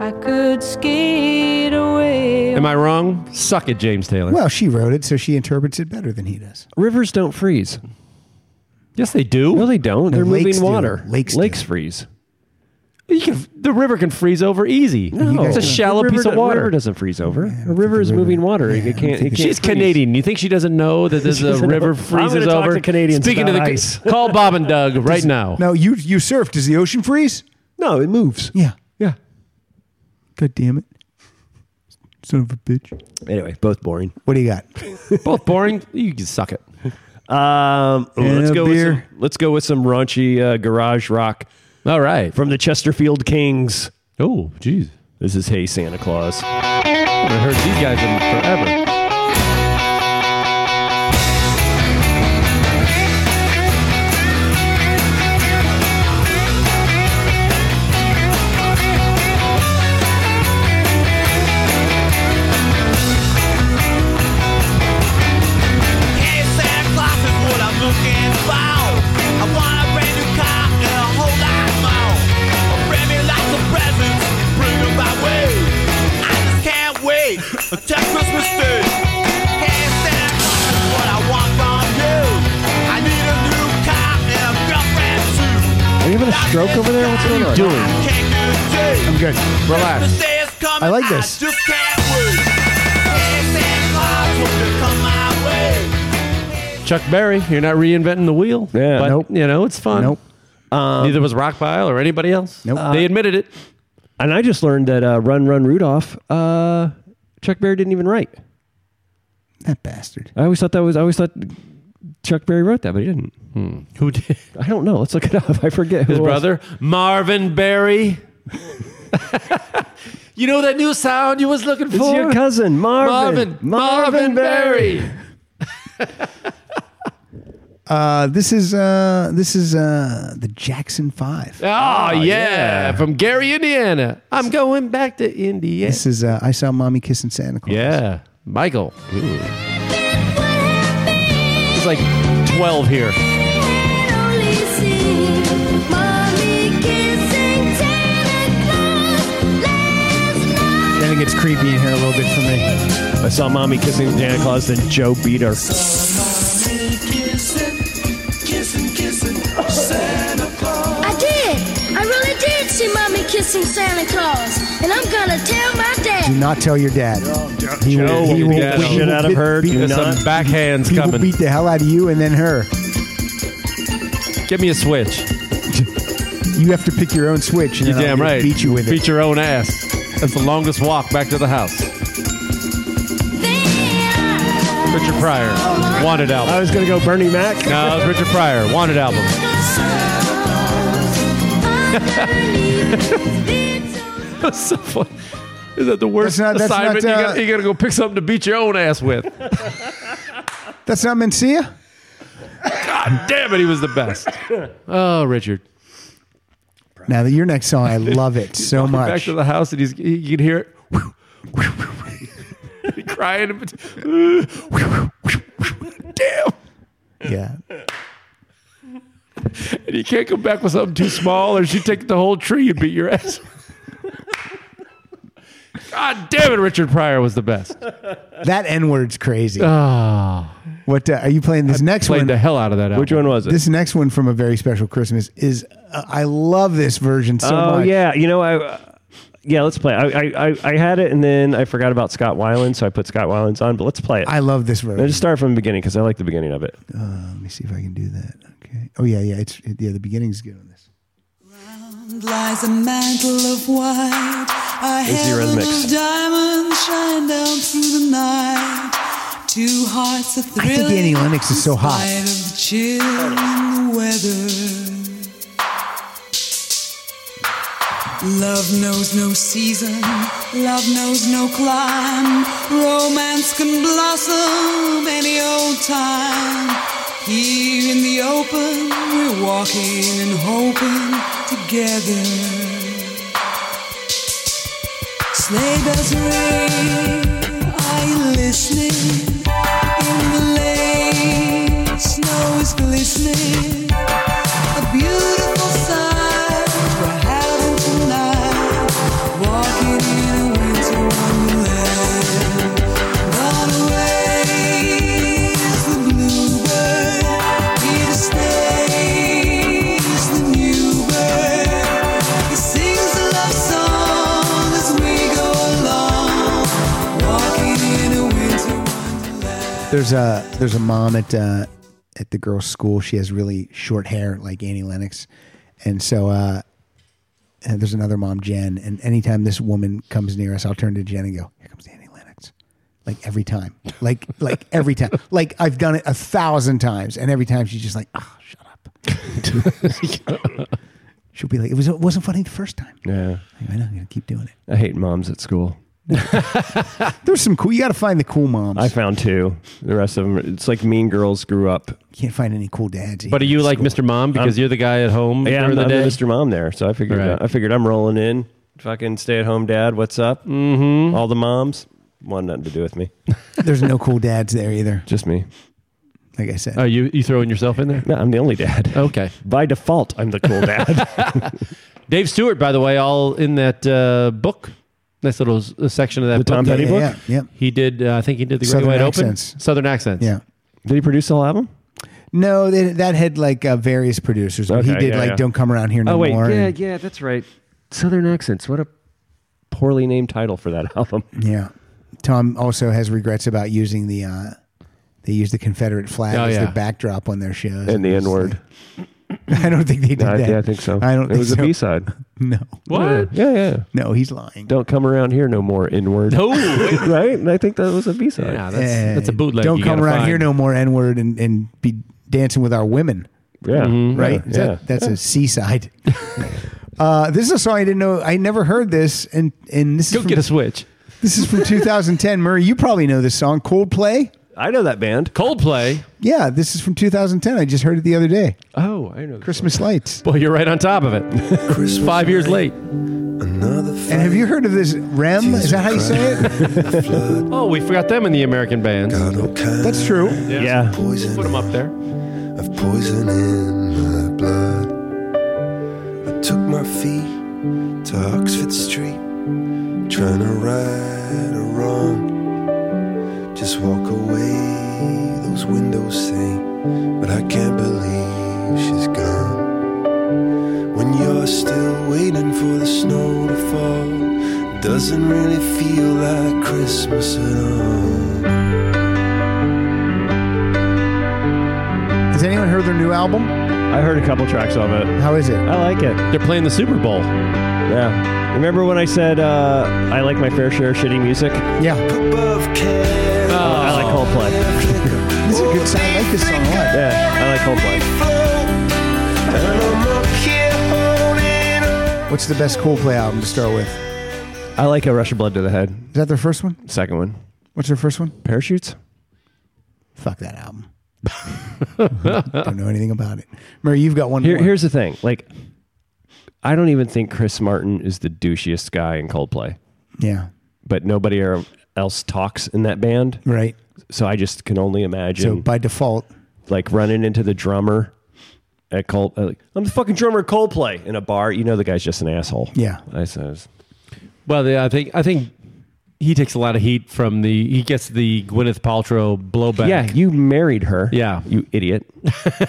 Speaker 22: I could skate away.
Speaker 3: Am I wrong? Suck it, James Taylor.
Speaker 2: Well, she wrote it, so she interprets it better than he does.
Speaker 4: Rivers don't freeze.
Speaker 3: Yes, they do.
Speaker 4: No, they don't.
Speaker 2: No,
Speaker 4: They're
Speaker 2: lakes
Speaker 4: moving
Speaker 2: do.
Speaker 4: water.
Speaker 2: Lakes
Speaker 4: lakes freeze.
Speaker 3: You can, the river can freeze over easy.
Speaker 4: No,
Speaker 3: it's a shallow
Speaker 4: The river
Speaker 3: piece of
Speaker 4: do-
Speaker 3: water.
Speaker 4: River doesn't freeze over. a river is moving water. It can't. It can't
Speaker 3: She's
Speaker 4: freeze.
Speaker 3: Canadian. You think she doesn't know that
Speaker 4: *laughs*
Speaker 3: there's
Speaker 4: She
Speaker 3: a
Speaker 4: doesn't know.
Speaker 3: river
Speaker 4: I'm
Speaker 3: freezes
Speaker 4: gonna talk
Speaker 3: over?
Speaker 4: to Canadians
Speaker 3: Speaking
Speaker 4: about
Speaker 3: of the
Speaker 4: ice.
Speaker 3: call Bob and Doug
Speaker 4: *laughs*
Speaker 3: right now.
Speaker 2: No, you you surf. Does the ocean freeze?
Speaker 4: No, it moves.
Speaker 2: Yeah.
Speaker 4: Yeah.
Speaker 2: God damn it. Son of a bitch.
Speaker 4: Anyway, both boring.
Speaker 2: What do you got?
Speaker 3: Both boring. You can suck it.
Speaker 4: Um,
Speaker 3: And
Speaker 4: let's
Speaker 3: a
Speaker 4: go.
Speaker 3: beer.
Speaker 4: With some, let's go with some raunchy uh, garage rock.
Speaker 3: All right,
Speaker 4: from the Chesterfield Kings.
Speaker 3: Oh, jeez.
Speaker 4: This is Hey Santa Claus.
Speaker 3: I haven't heard these guys in forever.
Speaker 7: Hey, Santa Claus is what I'm looking for. I want a brand new car and a whole lot more. Bring me lots of presents, bring them my way. I just can't wait until Christmas Day. Hey, Santa Claus is what I want from you. I need a new car and a girlfriend too.
Speaker 4: Are you having a stroke over there? What's going on?
Speaker 7: Can't get a date.
Speaker 2: I'm good.
Speaker 7: Christmas Day is coming.
Speaker 2: I like this.
Speaker 7: I just can't wait. Hey, Santa Claus, won't you come my way?
Speaker 3: Chuck Berry, you're not reinventing the wheel. Yeah, but,
Speaker 4: Nope.
Speaker 3: You know, it's fun.
Speaker 4: Nope.
Speaker 3: Neither was Rockpile or anybody else. Nope. Uh, they admitted it.
Speaker 4: And I just learned that uh, Run Run Rudolph, uh, Chuck Berry didn't even write.
Speaker 2: That bastard.
Speaker 4: I always thought that was. I always thought Chuck Berry wrote that, but he didn't.
Speaker 3: Who did?
Speaker 4: I don't know. Let's look it up. *laughs* I forget. who
Speaker 3: His
Speaker 4: it was.
Speaker 3: brother, Marvin Berry. *laughs* you know that new sound you was looking
Speaker 4: It's
Speaker 3: for?
Speaker 4: your cousin, Marvin.
Speaker 3: Marvin. Marvin Berry.
Speaker 2: Uh, this is uh, this is uh, the Jackson Five.
Speaker 3: Oh, yeah. From Gary, Indiana. I'm going back to Indiana.
Speaker 2: This is uh, I saw mommy kissing Santa Claus.
Speaker 3: Yeah. Michael. It's like 12 here.
Speaker 2: I think it's creepy in here a little bit for me.
Speaker 4: I saw mommy kissing Santa Claus, then Joe beat her.
Speaker 7: Kissing, kissing,
Speaker 23: I did. I really did see mommy kiss
Speaker 1: missing Santa Claus, and I'm gonna tell my dad.
Speaker 2: Do not tell your dad. He
Speaker 3: Joe will beat
Speaker 2: will-
Speaker 3: the
Speaker 2: he will
Speaker 3: shit out of
Speaker 2: beat-
Speaker 3: her.
Speaker 2: beat-
Speaker 3: Do There's not- some backhands
Speaker 2: he will
Speaker 3: coming.
Speaker 2: beat the hell out of you and then her.
Speaker 3: Give me a switch.
Speaker 2: You have to pick your own switch. And
Speaker 3: You're
Speaker 2: then
Speaker 3: damn
Speaker 2: I'll
Speaker 3: right.
Speaker 2: Beat you with it.
Speaker 3: Beat your own ass. That's the longest walk back to the house. Richard Pryor, Wanted album. I
Speaker 4: was going to go Bernie Mac.
Speaker 3: No, it was Richard Pryor, Wanted album. *laughs*
Speaker 7: *laughs*
Speaker 3: That's so funny. Is that the worst
Speaker 2: That's not- that's
Speaker 3: assignment?
Speaker 2: not,
Speaker 3: you
Speaker 2: uh,
Speaker 3: gotta- you got to go pick something to beat your own ass with.
Speaker 2: *laughs* That's not Mencia.
Speaker 3: God damn it, he was the best. Oh, Richard.
Speaker 2: Now your next song, I love
Speaker 3: *laughs*
Speaker 2: it so
Speaker 3: Walking Back
Speaker 2: much.
Speaker 3: to the house, and he's he, you can hear it. *laughs* crying. *laughs* Damn.
Speaker 2: Yeah.
Speaker 3: And you can't come back with something too small, or she take the whole tree and beat your ass. *laughs* God damn it, Richard Pryor was the best.
Speaker 2: That N word's crazy.
Speaker 3: Oh.
Speaker 2: What uh, are you playing? This next
Speaker 3: played
Speaker 2: one.
Speaker 3: the hell out of that Which album. one was it?
Speaker 2: This next one from a very special Christmas is. Uh, I love this version so
Speaker 4: oh
Speaker 2: much.
Speaker 4: yeah, you know I. Yeah, let's play. it. I, I I- I had it and then I forgot about Scott Weiland, so I put Scott Weiland's on. But let's play it. I
Speaker 2: love this version.
Speaker 4: Let's start from the beginning because I like the beginning of it.
Speaker 2: Uh, let me see if I can do that. Okay. Oh yeah, yeah. It's it- yeah. The beginning's good on this.
Speaker 9: lies a mantle of white. A
Speaker 2: This is your
Speaker 9: heaven
Speaker 2: Eurythmics.
Speaker 9: of diamonds shine down through the night. Two hearts are
Speaker 2: I
Speaker 9: thrilling.
Speaker 2: think Annie Lennox is so hot.
Speaker 9: Light of the chill in the weather. Love knows no season. Love knows no climb. Romance can blossom any old time. Here in the open, we're walking and hoping together. Sleigh bells ring. Are you listening? In the lane, snow is glistening. A beautiful sight. We're having tonight. Walking in a winter wonderland. Gone away is the bluebird. Here to stay is the new bird. He sings a love song as we go along. Walking in a winter
Speaker 2: There's a there's a mom at uh, at the girls' school. She has really short hair, like Annie Lennox, and so uh, and there's another mom, Jen. And anytime this woman comes near us, I'll turn to Jen and go, "Here comes Annie Lennox," like every time, like *laughs* like every time, like I've done it a thousand times, and every time she's just like, "Ah, shut up." *laughs* She'll be like, "It was it wasn't funny the first time."
Speaker 4: Yeah,
Speaker 2: I know. I'm gonna keep doing
Speaker 4: it. I hate moms at school.
Speaker 2: There's some cool. You got to find the cool moms.
Speaker 4: I found two. The rest of them, it's like Mean Girls grew up.
Speaker 2: Can't find any cool dads.
Speaker 4: But are you like
Speaker 3: Mr. Mom because you're the guy at home
Speaker 4: Yeah,
Speaker 3: during
Speaker 4: I'm,
Speaker 3: the
Speaker 4: I'm
Speaker 3: day?
Speaker 4: Mr. Mom there, so I figured
Speaker 3: Right.
Speaker 4: I figured I'm rolling in. Fucking stay at home dad, what's up? Mm-hmm. All the moms want nothing to do with me.
Speaker 2: There's no cool dads there either.
Speaker 4: Just me.
Speaker 2: Like I said.
Speaker 3: Oh, you you throwing yourself in there?
Speaker 4: No, I'm the only dad.
Speaker 3: Okay.
Speaker 4: By default, I'm the cool dad.
Speaker 3: Dave Stewart, by the way, all in that uh, book. Nice little s- uh, section of that
Speaker 4: The Tom
Speaker 3: book.
Speaker 4: Petty Yeah, yeah, book? yeah, yeah.
Speaker 3: He did. Uh, I think he did the Great
Speaker 2: Southern
Speaker 3: Wide
Speaker 2: Accents.
Speaker 3: Open. Southern accents.
Speaker 2: Yeah.
Speaker 4: Did he produce the whole album?
Speaker 2: No, they, that had like uh, various producers. but he
Speaker 4: Okay,
Speaker 2: did
Speaker 4: yeah,
Speaker 2: like
Speaker 4: yeah.
Speaker 2: "Don't Come Around Here No
Speaker 4: oh wait,
Speaker 2: More."
Speaker 4: yeah,
Speaker 2: and-
Speaker 4: yeah, that's right. Southern accents. What a poorly named title for that *laughs* album.
Speaker 2: yeah. Tom also has regrets about using the. Uh, they used the Confederate flag
Speaker 4: Oh,
Speaker 2: as
Speaker 4: yeah.
Speaker 2: their backdrop on their shows.
Speaker 4: And the
Speaker 2: It was
Speaker 4: N *laughs* word.
Speaker 2: like- *laughs* I don't think they did
Speaker 4: I,
Speaker 2: that.
Speaker 4: yeah, I think so.
Speaker 2: I don't.
Speaker 4: It
Speaker 2: think
Speaker 4: was
Speaker 2: so.
Speaker 4: a B side.
Speaker 2: *laughs* No.
Speaker 4: What? *laughs* Yeah, yeah.
Speaker 2: No, he's lying.
Speaker 4: Don't come around here no more. N word.
Speaker 2: No.
Speaker 4: *laughs* right? And I think that was a B side.
Speaker 3: Yeah,
Speaker 2: Eh, Don't come around here no more N word and, and be dancing with our women.
Speaker 4: Yeah. Mhm.
Speaker 2: Right?
Speaker 4: Yeah,
Speaker 2: Is that-
Speaker 4: yeah.
Speaker 2: That's
Speaker 4: Yeah.
Speaker 2: a
Speaker 4: *laughs*
Speaker 2: seaside. uh, this is a song I didn't know. I never heard this. And, and this is from, *laughs*
Speaker 3: get a switch.
Speaker 2: This is
Speaker 4: *laughs*
Speaker 2: from 2010. Murray, you probably know this song, Coldplay.
Speaker 4: I know that band.
Speaker 3: Coldplay.
Speaker 2: Yeah, this is from 2010. I just heard it the other day.
Speaker 4: Oh, I know.
Speaker 2: Christmas Lights.
Speaker 3: Boy, you're right on top
Speaker 2: *laughs*
Speaker 3: of it. *laughs* Five years late.
Speaker 2: And have you heard of this REM? Is that how you say it?
Speaker 3: oh, we forgot them in the American bands.
Speaker 2: That's true.
Speaker 4: Yeah.
Speaker 3: Put them up there.
Speaker 8: of poison in my blood. I took my feet to Oxford Street, trying to right a wrong. Just walk away, those windows say, but I can't believe she's gone. When you're still waiting for the snow
Speaker 2: new album?
Speaker 4: I heard a couple tracks of it.
Speaker 2: How is it?
Speaker 4: I like it.
Speaker 3: They're playing the Super Bowl.
Speaker 4: Yeah. Remember when I said uh, I like my fair share of shitty music?
Speaker 2: Yeah.
Speaker 4: I like Coldplay.
Speaker 2: this is a good song. I like this song a lot.
Speaker 4: Yeah, I like Coldplay.
Speaker 2: What's the best Coldplay album to start with?
Speaker 4: I like A Rush of Blood to the Head. Is
Speaker 2: that their first one?
Speaker 4: Second one.
Speaker 2: What's their first one?
Speaker 4: Parachutes.
Speaker 2: Fuck that album.
Speaker 4: *laughs*
Speaker 2: Don't know anything about it. Mary, you've got one.
Speaker 4: Here,
Speaker 2: more.
Speaker 4: here's the thing. Like, I don't even think Chris Martin is the douchiest guy in Coldplay,
Speaker 2: Yeah.
Speaker 4: but nobody er- else talks in that band.
Speaker 2: Right.
Speaker 4: So I just can only
Speaker 2: So
Speaker 4: imagine.
Speaker 2: by default,
Speaker 4: like running into the drummer at Cold. uh, like, I'm the fucking drummer at Coldplay in a bar. You know the guy's just an asshole.
Speaker 2: Yeah.
Speaker 4: I says.
Speaker 3: Well, yeah, I think I think he takes a lot of heat from the. He gets the Gwyneth Paltrow blowback.
Speaker 4: Yeah, you married her.
Speaker 3: Yeah,
Speaker 4: you idiot.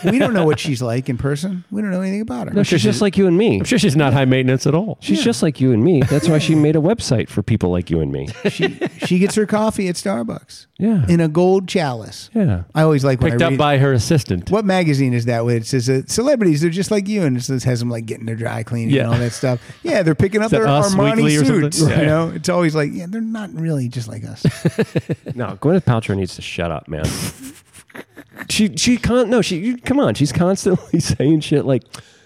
Speaker 2: we don't know what she's like in person. We don't know anything about her.
Speaker 4: No, she's just like you and me.
Speaker 3: I'm sure she's not high maintenance at all.
Speaker 4: She's just like you and me. That's why she made a website for people like
Speaker 2: *laughs*
Speaker 4: you and me.
Speaker 2: she gets her coffee at Starbucks.
Speaker 4: Yeah.
Speaker 2: In a gold chalice.
Speaker 4: Yeah.
Speaker 2: I always like when
Speaker 3: Picked
Speaker 2: I
Speaker 3: up
Speaker 2: read-
Speaker 3: by her assistant.
Speaker 2: What magazine is that? Where it says uh, celebrities, they're just like you, and it says, has them like getting their dry cleaning
Speaker 3: Yeah.
Speaker 2: and all that stuff. Yeah, they're picking up
Speaker 3: Is that
Speaker 2: their
Speaker 3: Us
Speaker 2: Armani
Speaker 3: Weekly or something?
Speaker 2: suits.
Speaker 3: Yeah.
Speaker 2: You know, it's always like, yeah, they're not really just like
Speaker 3: *laughs*
Speaker 2: us.
Speaker 4: No, Gwyneth Paltrow needs to shut up, *laughs* man. she she can't. No, she you- come on. She's constantly *laughs* saying shit like.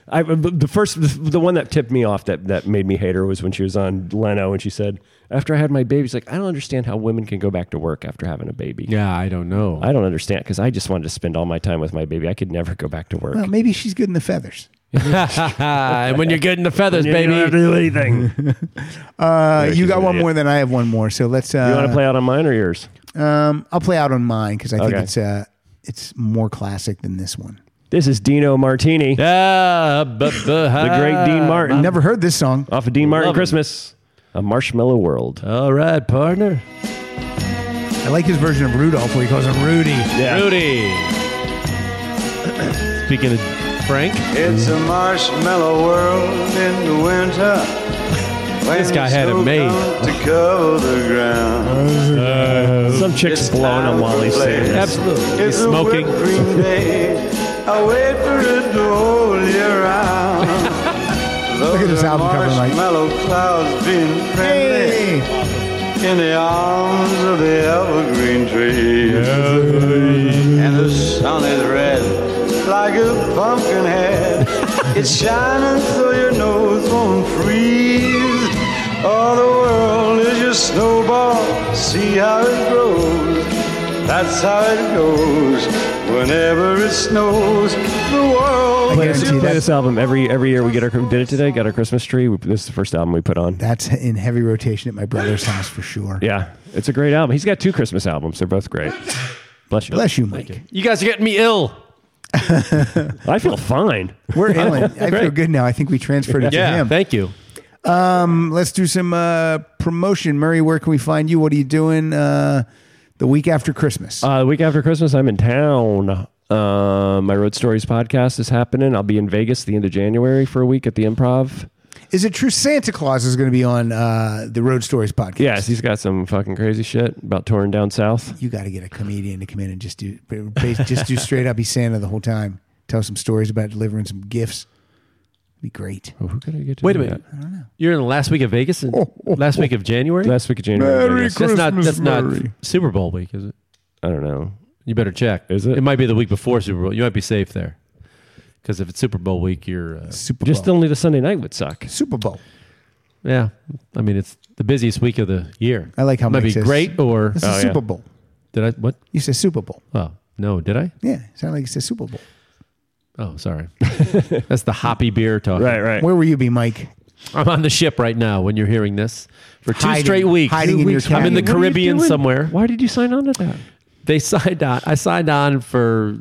Speaker 4: I, uh, the first, the one that tipped me off that, that made me hate her was when she was on Leno and she said, After I had my baby, she's like, I don't understand how women can go back to work after having a baby.
Speaker 3: Yeah, I don't know.
Speaker 4: I don't understand because I just wanted to spend all my time with my baby. I could never go back to work.
Speaker 3: *laughs*
Speaker 2: well, maybe she's good in the feathers.
Speaker 3: *laughs* and when you're good in the feathers,
Speaker 4: You
Speaker 3: baby,
Speaker 4: don't have to do
Speaker 3: *laughs*
Speaker 4: anything.
Speaker 2: Uh,
Speaker 4: Eric
Speaker 2: you
Speaker 4: is
Speaker 2: got
Speaker 4: an
Speaker 2: one
Speaker 4: idiot.
Speaker 2: more than I have one more. So let's. Uh,
Speaker 4: you want to play out on mine or yours?
Speaker 2: Um, I'll play out on mine because I think
Speaker 4: Okay.
Speaker 2: it's uh, it's more classic than this one.
Speaker 4: This is Dino Martini. the great Dean
Speaker 3: Um,
Speaker 4: Martin.
Speaker 2: Never heard this song.
Speaker 4: Off of Dean Martin
Speaker 2: Love him.
Speaker 4: Christmas, A Marshmallow World.
Speaker 3: All right, partner.
Speaker 2: I like his version of Rudolph where he calls him Rudy.
Speaker 4: Yeah.
Speaker 3: Rudy. Speaking of Frank,
Speaker 10: It's a marshmallow world in the winter. When
Speaker 3: This guy
Speaker 10: the
Speaker 3: had it
Speaker 10: snow
Speaker 3: made.
Speaker 10: comes To cover the ground.
Speaker 4: Some chick's blowing on while he's singing. Absolutely.
Speaker 10: It's smoking. A whipped cream day. I wait for it to all year
Speaker 2: *laughs*
Speaker 10: round. Look
Speaker 2: at this album cover, Mike.
Speaker 10: Marshmallow clouds being friendly in the arms of the evergreen tree. And the sun is red like a pumpkin head. it's shining so your nose won't freeze. All the world is your snowball. See how it grows. That's how it goes. Whenever it snows, the world
Speaker 4: I
Speaker 10: is
Speaker 4: guarantee
Speaker 10: your
Speaker 4: that. this album every every year we get our did it today got our Christmas tree we, this is the first album we put on
Speaker 2: That's in heavy rotation at my brother's house for sure.
Speaker 4: yeah it's a great album he's got two Christmas albums they're both great bless you
Speaker 2: Bless you, Mike.
Speaker 3: you guys are getting me ill.
Speaker 4: I feel fine
Speaker 3: *laughs*
Speaker 2: We're Ellen. I feel
Speaker 3: Great.
Speaker 2: good now. I think we transferred it
Speaker 3: yeah,
Speaker 2: to him.
Speaker 3: thank you.
Speaker 2: Um, let's do some uh, promotion. Murray, where can we find you? What are you doing uh, the week after Christmas?
Speaker 4: Uh, the week after Christmas, I'm in town. Uh, my Road Stories podcast is happening. I'll be in Vegas the end of January for a week at the Improv.
Speaker 2: Is it true Santa Claus is going to be on uh, the Road Stories podcast?
Speaker 4: Yes, he's got some fucking crazy shit about touring down south.
Speaker 2: You got to get a comedian to come in and just do ba- just do straight up be Santa the whole time. Tell some stories about delivering some gifts. Be great.
Speaker 3: Oh.
Speaker 4: who could I get
Speaker 3: Wait a minute. You're in the last week of Vegas, and last week of January.
Speaker 4: oh. Last week of January.
Speaker 3: Merry
Speaker 4: Vegas.
Speaker 3: That's not that's not Super Bowl week, is it?
Speaker 4: I don't know.
Speaker 3: You better check. Is
Speaker 4: it?
Speaker 3: It might be the week before Super Bowl. You might be safe there, because if it's Super Bowl week, you're uh,
Speaker 2: Super
Speaker 4: Just only the Sunday night would suck.
Speaker 2: Super Bowl.
Speaker 3: Yeah, I mean it's the busiest week of the year.
Speaker 2: I like how
Speaker 3: it might
Speaker 2: Mike
Speaker 3: be
Speaker 2: says-
Speaker 3: great or
Speaker 2: This is Oh, yeah. Super Bowl.
Speaker 3: Did I what?
Speaker 2: You said Super Bowl.
Speaker 3: Oh no, did I?
Speaker 2: Yeah, sound like you said Super Bowl. *laughs*
Speaker 3: Oh, sorry. That's the hoppy beer talk.
Speaker 4: Right, right.
Speaker 2: Where will you be, Mike?
Speaker 3: I'm on the ship right now. When you're hearing this, for two
Speaker 2: Hiding-
Speaker 3: straight weeks,
Speaker 2: hiding
Speaker 3: Two
Speaker 2: in your
Speaker 3: weeks. I'm in the
Speaker 2: cabin. What are you
Speaker 3: Caribbean
Speaker 2: doing?
Speaker 3: somewhere.
Speaker 4: Why did you sign on to that?
Speaker 3: They signed on. I signed on for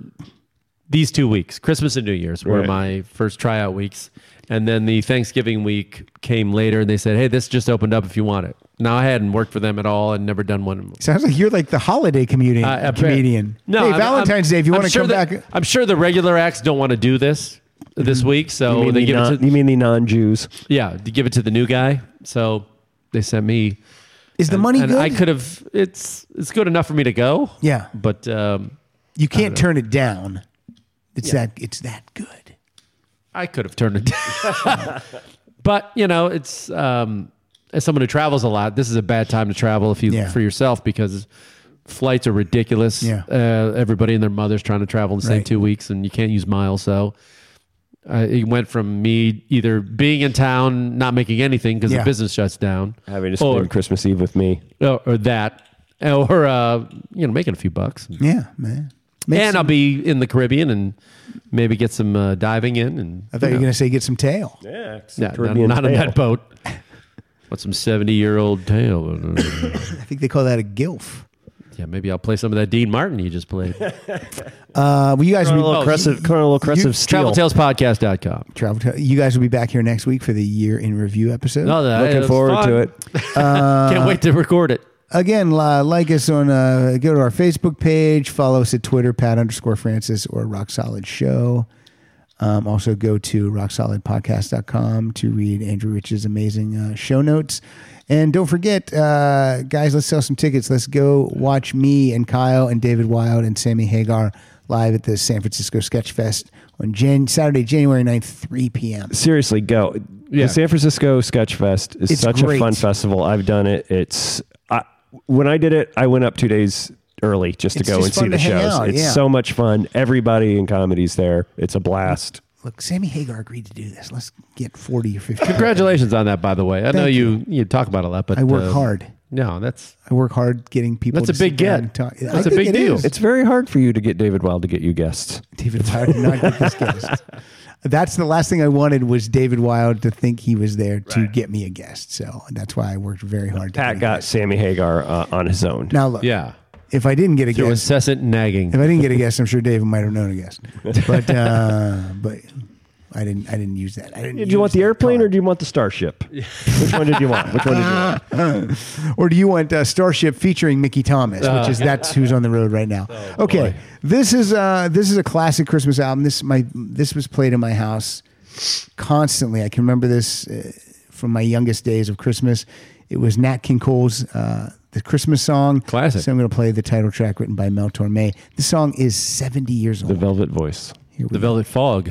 Speaker 3: these two weeks, Christmas and New Year's, were
Speaker 4: Right.
Speaker 3: my first tryout weeks, and then the Thanksgiving week came later, and they said, "Hey, this just opened up if you want it." Now I hadn't worked for them at all, and never done one.
Speaker 2: Sounds like you're like the holiday comedian.
Speaker 3: Uh, appa-
Speaker 2: comedian. hey,
Speaker 3: I'm-
Speaker 2: Valentine's
Speaker 3: I'm-
Speaker 2: Day. If you
Speaker 3: I'm
Speaker 2: want to
Speaker 3: sure
Speaker 2: come
Speaker 3: that-
Speaker 2: back,
Speaker 3: I'm sure the regular acts don't want to do this this week, so
Speaker 4: you mean
Speaker 3: Oh, they
Speaker 4: the
Speaker 3: give
Speaker 4: non,
Speaker 3: it to
Speaker 4: you mean the non-Jews?
Speaker 3: yeah, to give it to the new guy. So they sent me.
Speaker 2: Is the
Speaker 3: and-
Speaker 2: money
Speaker 3: and
Speaker 2: good?
Speaker 3: I could have. It's it's good enough for me to go.
Speaker 2: Yeah.
Speaker 3: but um,
Speaker 2: you can't turn it down. It's that it's that good.
Speaker 3: I could have turned it down. *laughs* but, you know, it's um, as someone who travels a lot, this is a bad time to travel if you
Speaker 2: Yeah.
Speaker 3: for yourself because flights are ridiculous.
Speaker 2: Yeah.
Speaker 3: Uh, everybody and their mother's trying to travel in the same
Speaker 2: Right.
Speaker 3: two weeks and you can't use miles. So uh, it went from me either being in town, not making anything because
Speaker 4: Yeah.
Speaker 3: the business shuts down.
Speaker 4: Having to
Speaker 3: or-
Speaker 4: spend Christmas Eve with me.
Speaker 3: or, or that, or uh, you know, making a few bucks.
Speaker 2: Yeah, man. Make
Speaker 3: and I'll be in the Caribbean and maybe get some uh, diving in. And
Speaker 2: I thought you were going to say get some tail.
Speaker 4: Yeah,
Speaker 3: yeah, not, not on that boat. *laughs* What's some seventy-year-old tale? *clears throat*
Speaker 2: I think they call that a gilf.
Speaker 3: yeah, maybe I'll play some of that Dean Martin you just *laughs* played.
Speaker 2: Uh, well, you guys
Speaker 3: Colonel Aggressive- Colonel Aggressive Steel. TravelTalesPodcast.com.
Speaker 2: Travel Tales- you guys will be back here next week for the year in review episode.
Speaker 3: No, Oh, that- Looking that's forward fun. to it.
Speaker 2: Uh,
Speaker 3: Can't wait to record it.
Speaker 2: Again, li- like us on uh, go to our Facebook page, follow us at Twitter, Pat underscore Francis or Rock Solid Show. Um, also go to rocksolidpodcast.com to read Andrew Rich's amazing uh, show notes. And don't forget, uh, guys, let's sell some tickets. Let's go watch me and Kyle and David Wild and Sammy Hagar live at the San Francisco Sketch Fest on Jan- Saturday, January 9th, 3 p.m.
Speaker 4: Seriously, go.
Speaker 2: Yeah.
Speaker 4: The San Francisco Sketch Fest is
Speaker 2: It's
Speaker 4: such
Speaker 2: great.
Speaker 4: a fun festival. I've done it. It's I, when I did it, I went up two days early just to
Speaker 2: It's
Speaker 4: go
Speaker 2: just
Speaker 4: and see
Speaker 2: fun
Speaker 4: the
Speaker 2: to hang
Speaker 4: shows.
Speaker 2: out,
Speaker 4: it's
Speaker 2: yeah.
Speaker 4: so much fun. Everybody in comedy's there. It's a blast.
Speaker 2: Look, Sammy Hagar agreed to do this. Let's get 40 or 50.
Speaker 3: Congratulations on that, by the way. I know
Speaker 2: Thank
Speaker 3: you, you talk about it a lot, but uh,
Speaker 2: I work hard.
Speaker 3: No, that's
Speaker 2: I work hard getting people.
Speaker 3: That's a
Speaker 2: to sit
Speaker 3: big
Speaker 2: down
Speaker 3: get.
Speaker 2: and talk. I
Speaker 3: That's a
Speaker 2: think
Speaker 3: big
Speaker 2: it
Speaker 3: deal.
Speaker 2: is.
Speaker 4: It's very hard for you to get David Wild to get you guests.
Speaker 2: David Wild did not get this guest.
Speaker 3: *laughs*
Speaker 2: That's the last thing I wanted was David Wild to think he was there to get me a guest. So that's why I worked very hard.
Speaker 4: Pat got Sammy Hagar uh, on his own.
Speaker 2: Now look,
Speaker 3: yeah.
Speaker 2: if I didn't get a
Speaker 3: Through
Speaker 2: guest,
Speaker 3: incessant nagging.
Speaker 2: if I didn't get a guest, I'm sure David might have known a
Speaker 3: *laughs*
Speaker 2: guest. But uh, but I didn't. I didn't use that. I didn't.
Speaker 4: Do you want the airplane or do you want the starship? Which one did you want? Which one did you want?
Speaker 2: *laughs* or do you want uh, Starship featuring Mickey Thomas,
Speaker 4: Oh.
Speaker 2: which is that's who's on the road right
Speaker 4: *laughs*
Speaker 2: now? okay, this is uh this is a classic Christmas album. This my this was played in my house constantly. I can remember this uh, from my youngest days of Christmas. It was Nat King Cole's uh, the Christmas song classic. So I'm going to play the title track written by Mel Torme. This song is 70 years old.
Speaker 4: The Velvet Voice.
Speaker 3: The Velvet Fog.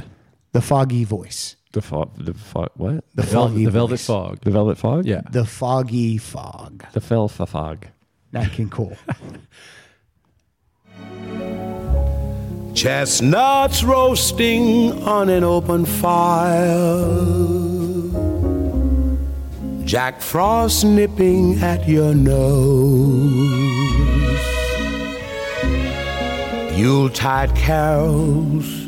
Speaker 2: The foggy voice.
Speaker 4: The fog. The fog. What?
Speaker 2: The The vel- foggy the velvet voice.
Speaker 3: fog.
Speaker 4: The velvet fog.
Speaker 3: Yeah.
Speaker 2: The foggy fog.
Speaker 4: The fel fa- fog.
Speaker 2: Nat King Cole.
Speaker 11: Chestnuts roasting on an open fire. Jack Frost nipping at your nose. Yuletide carols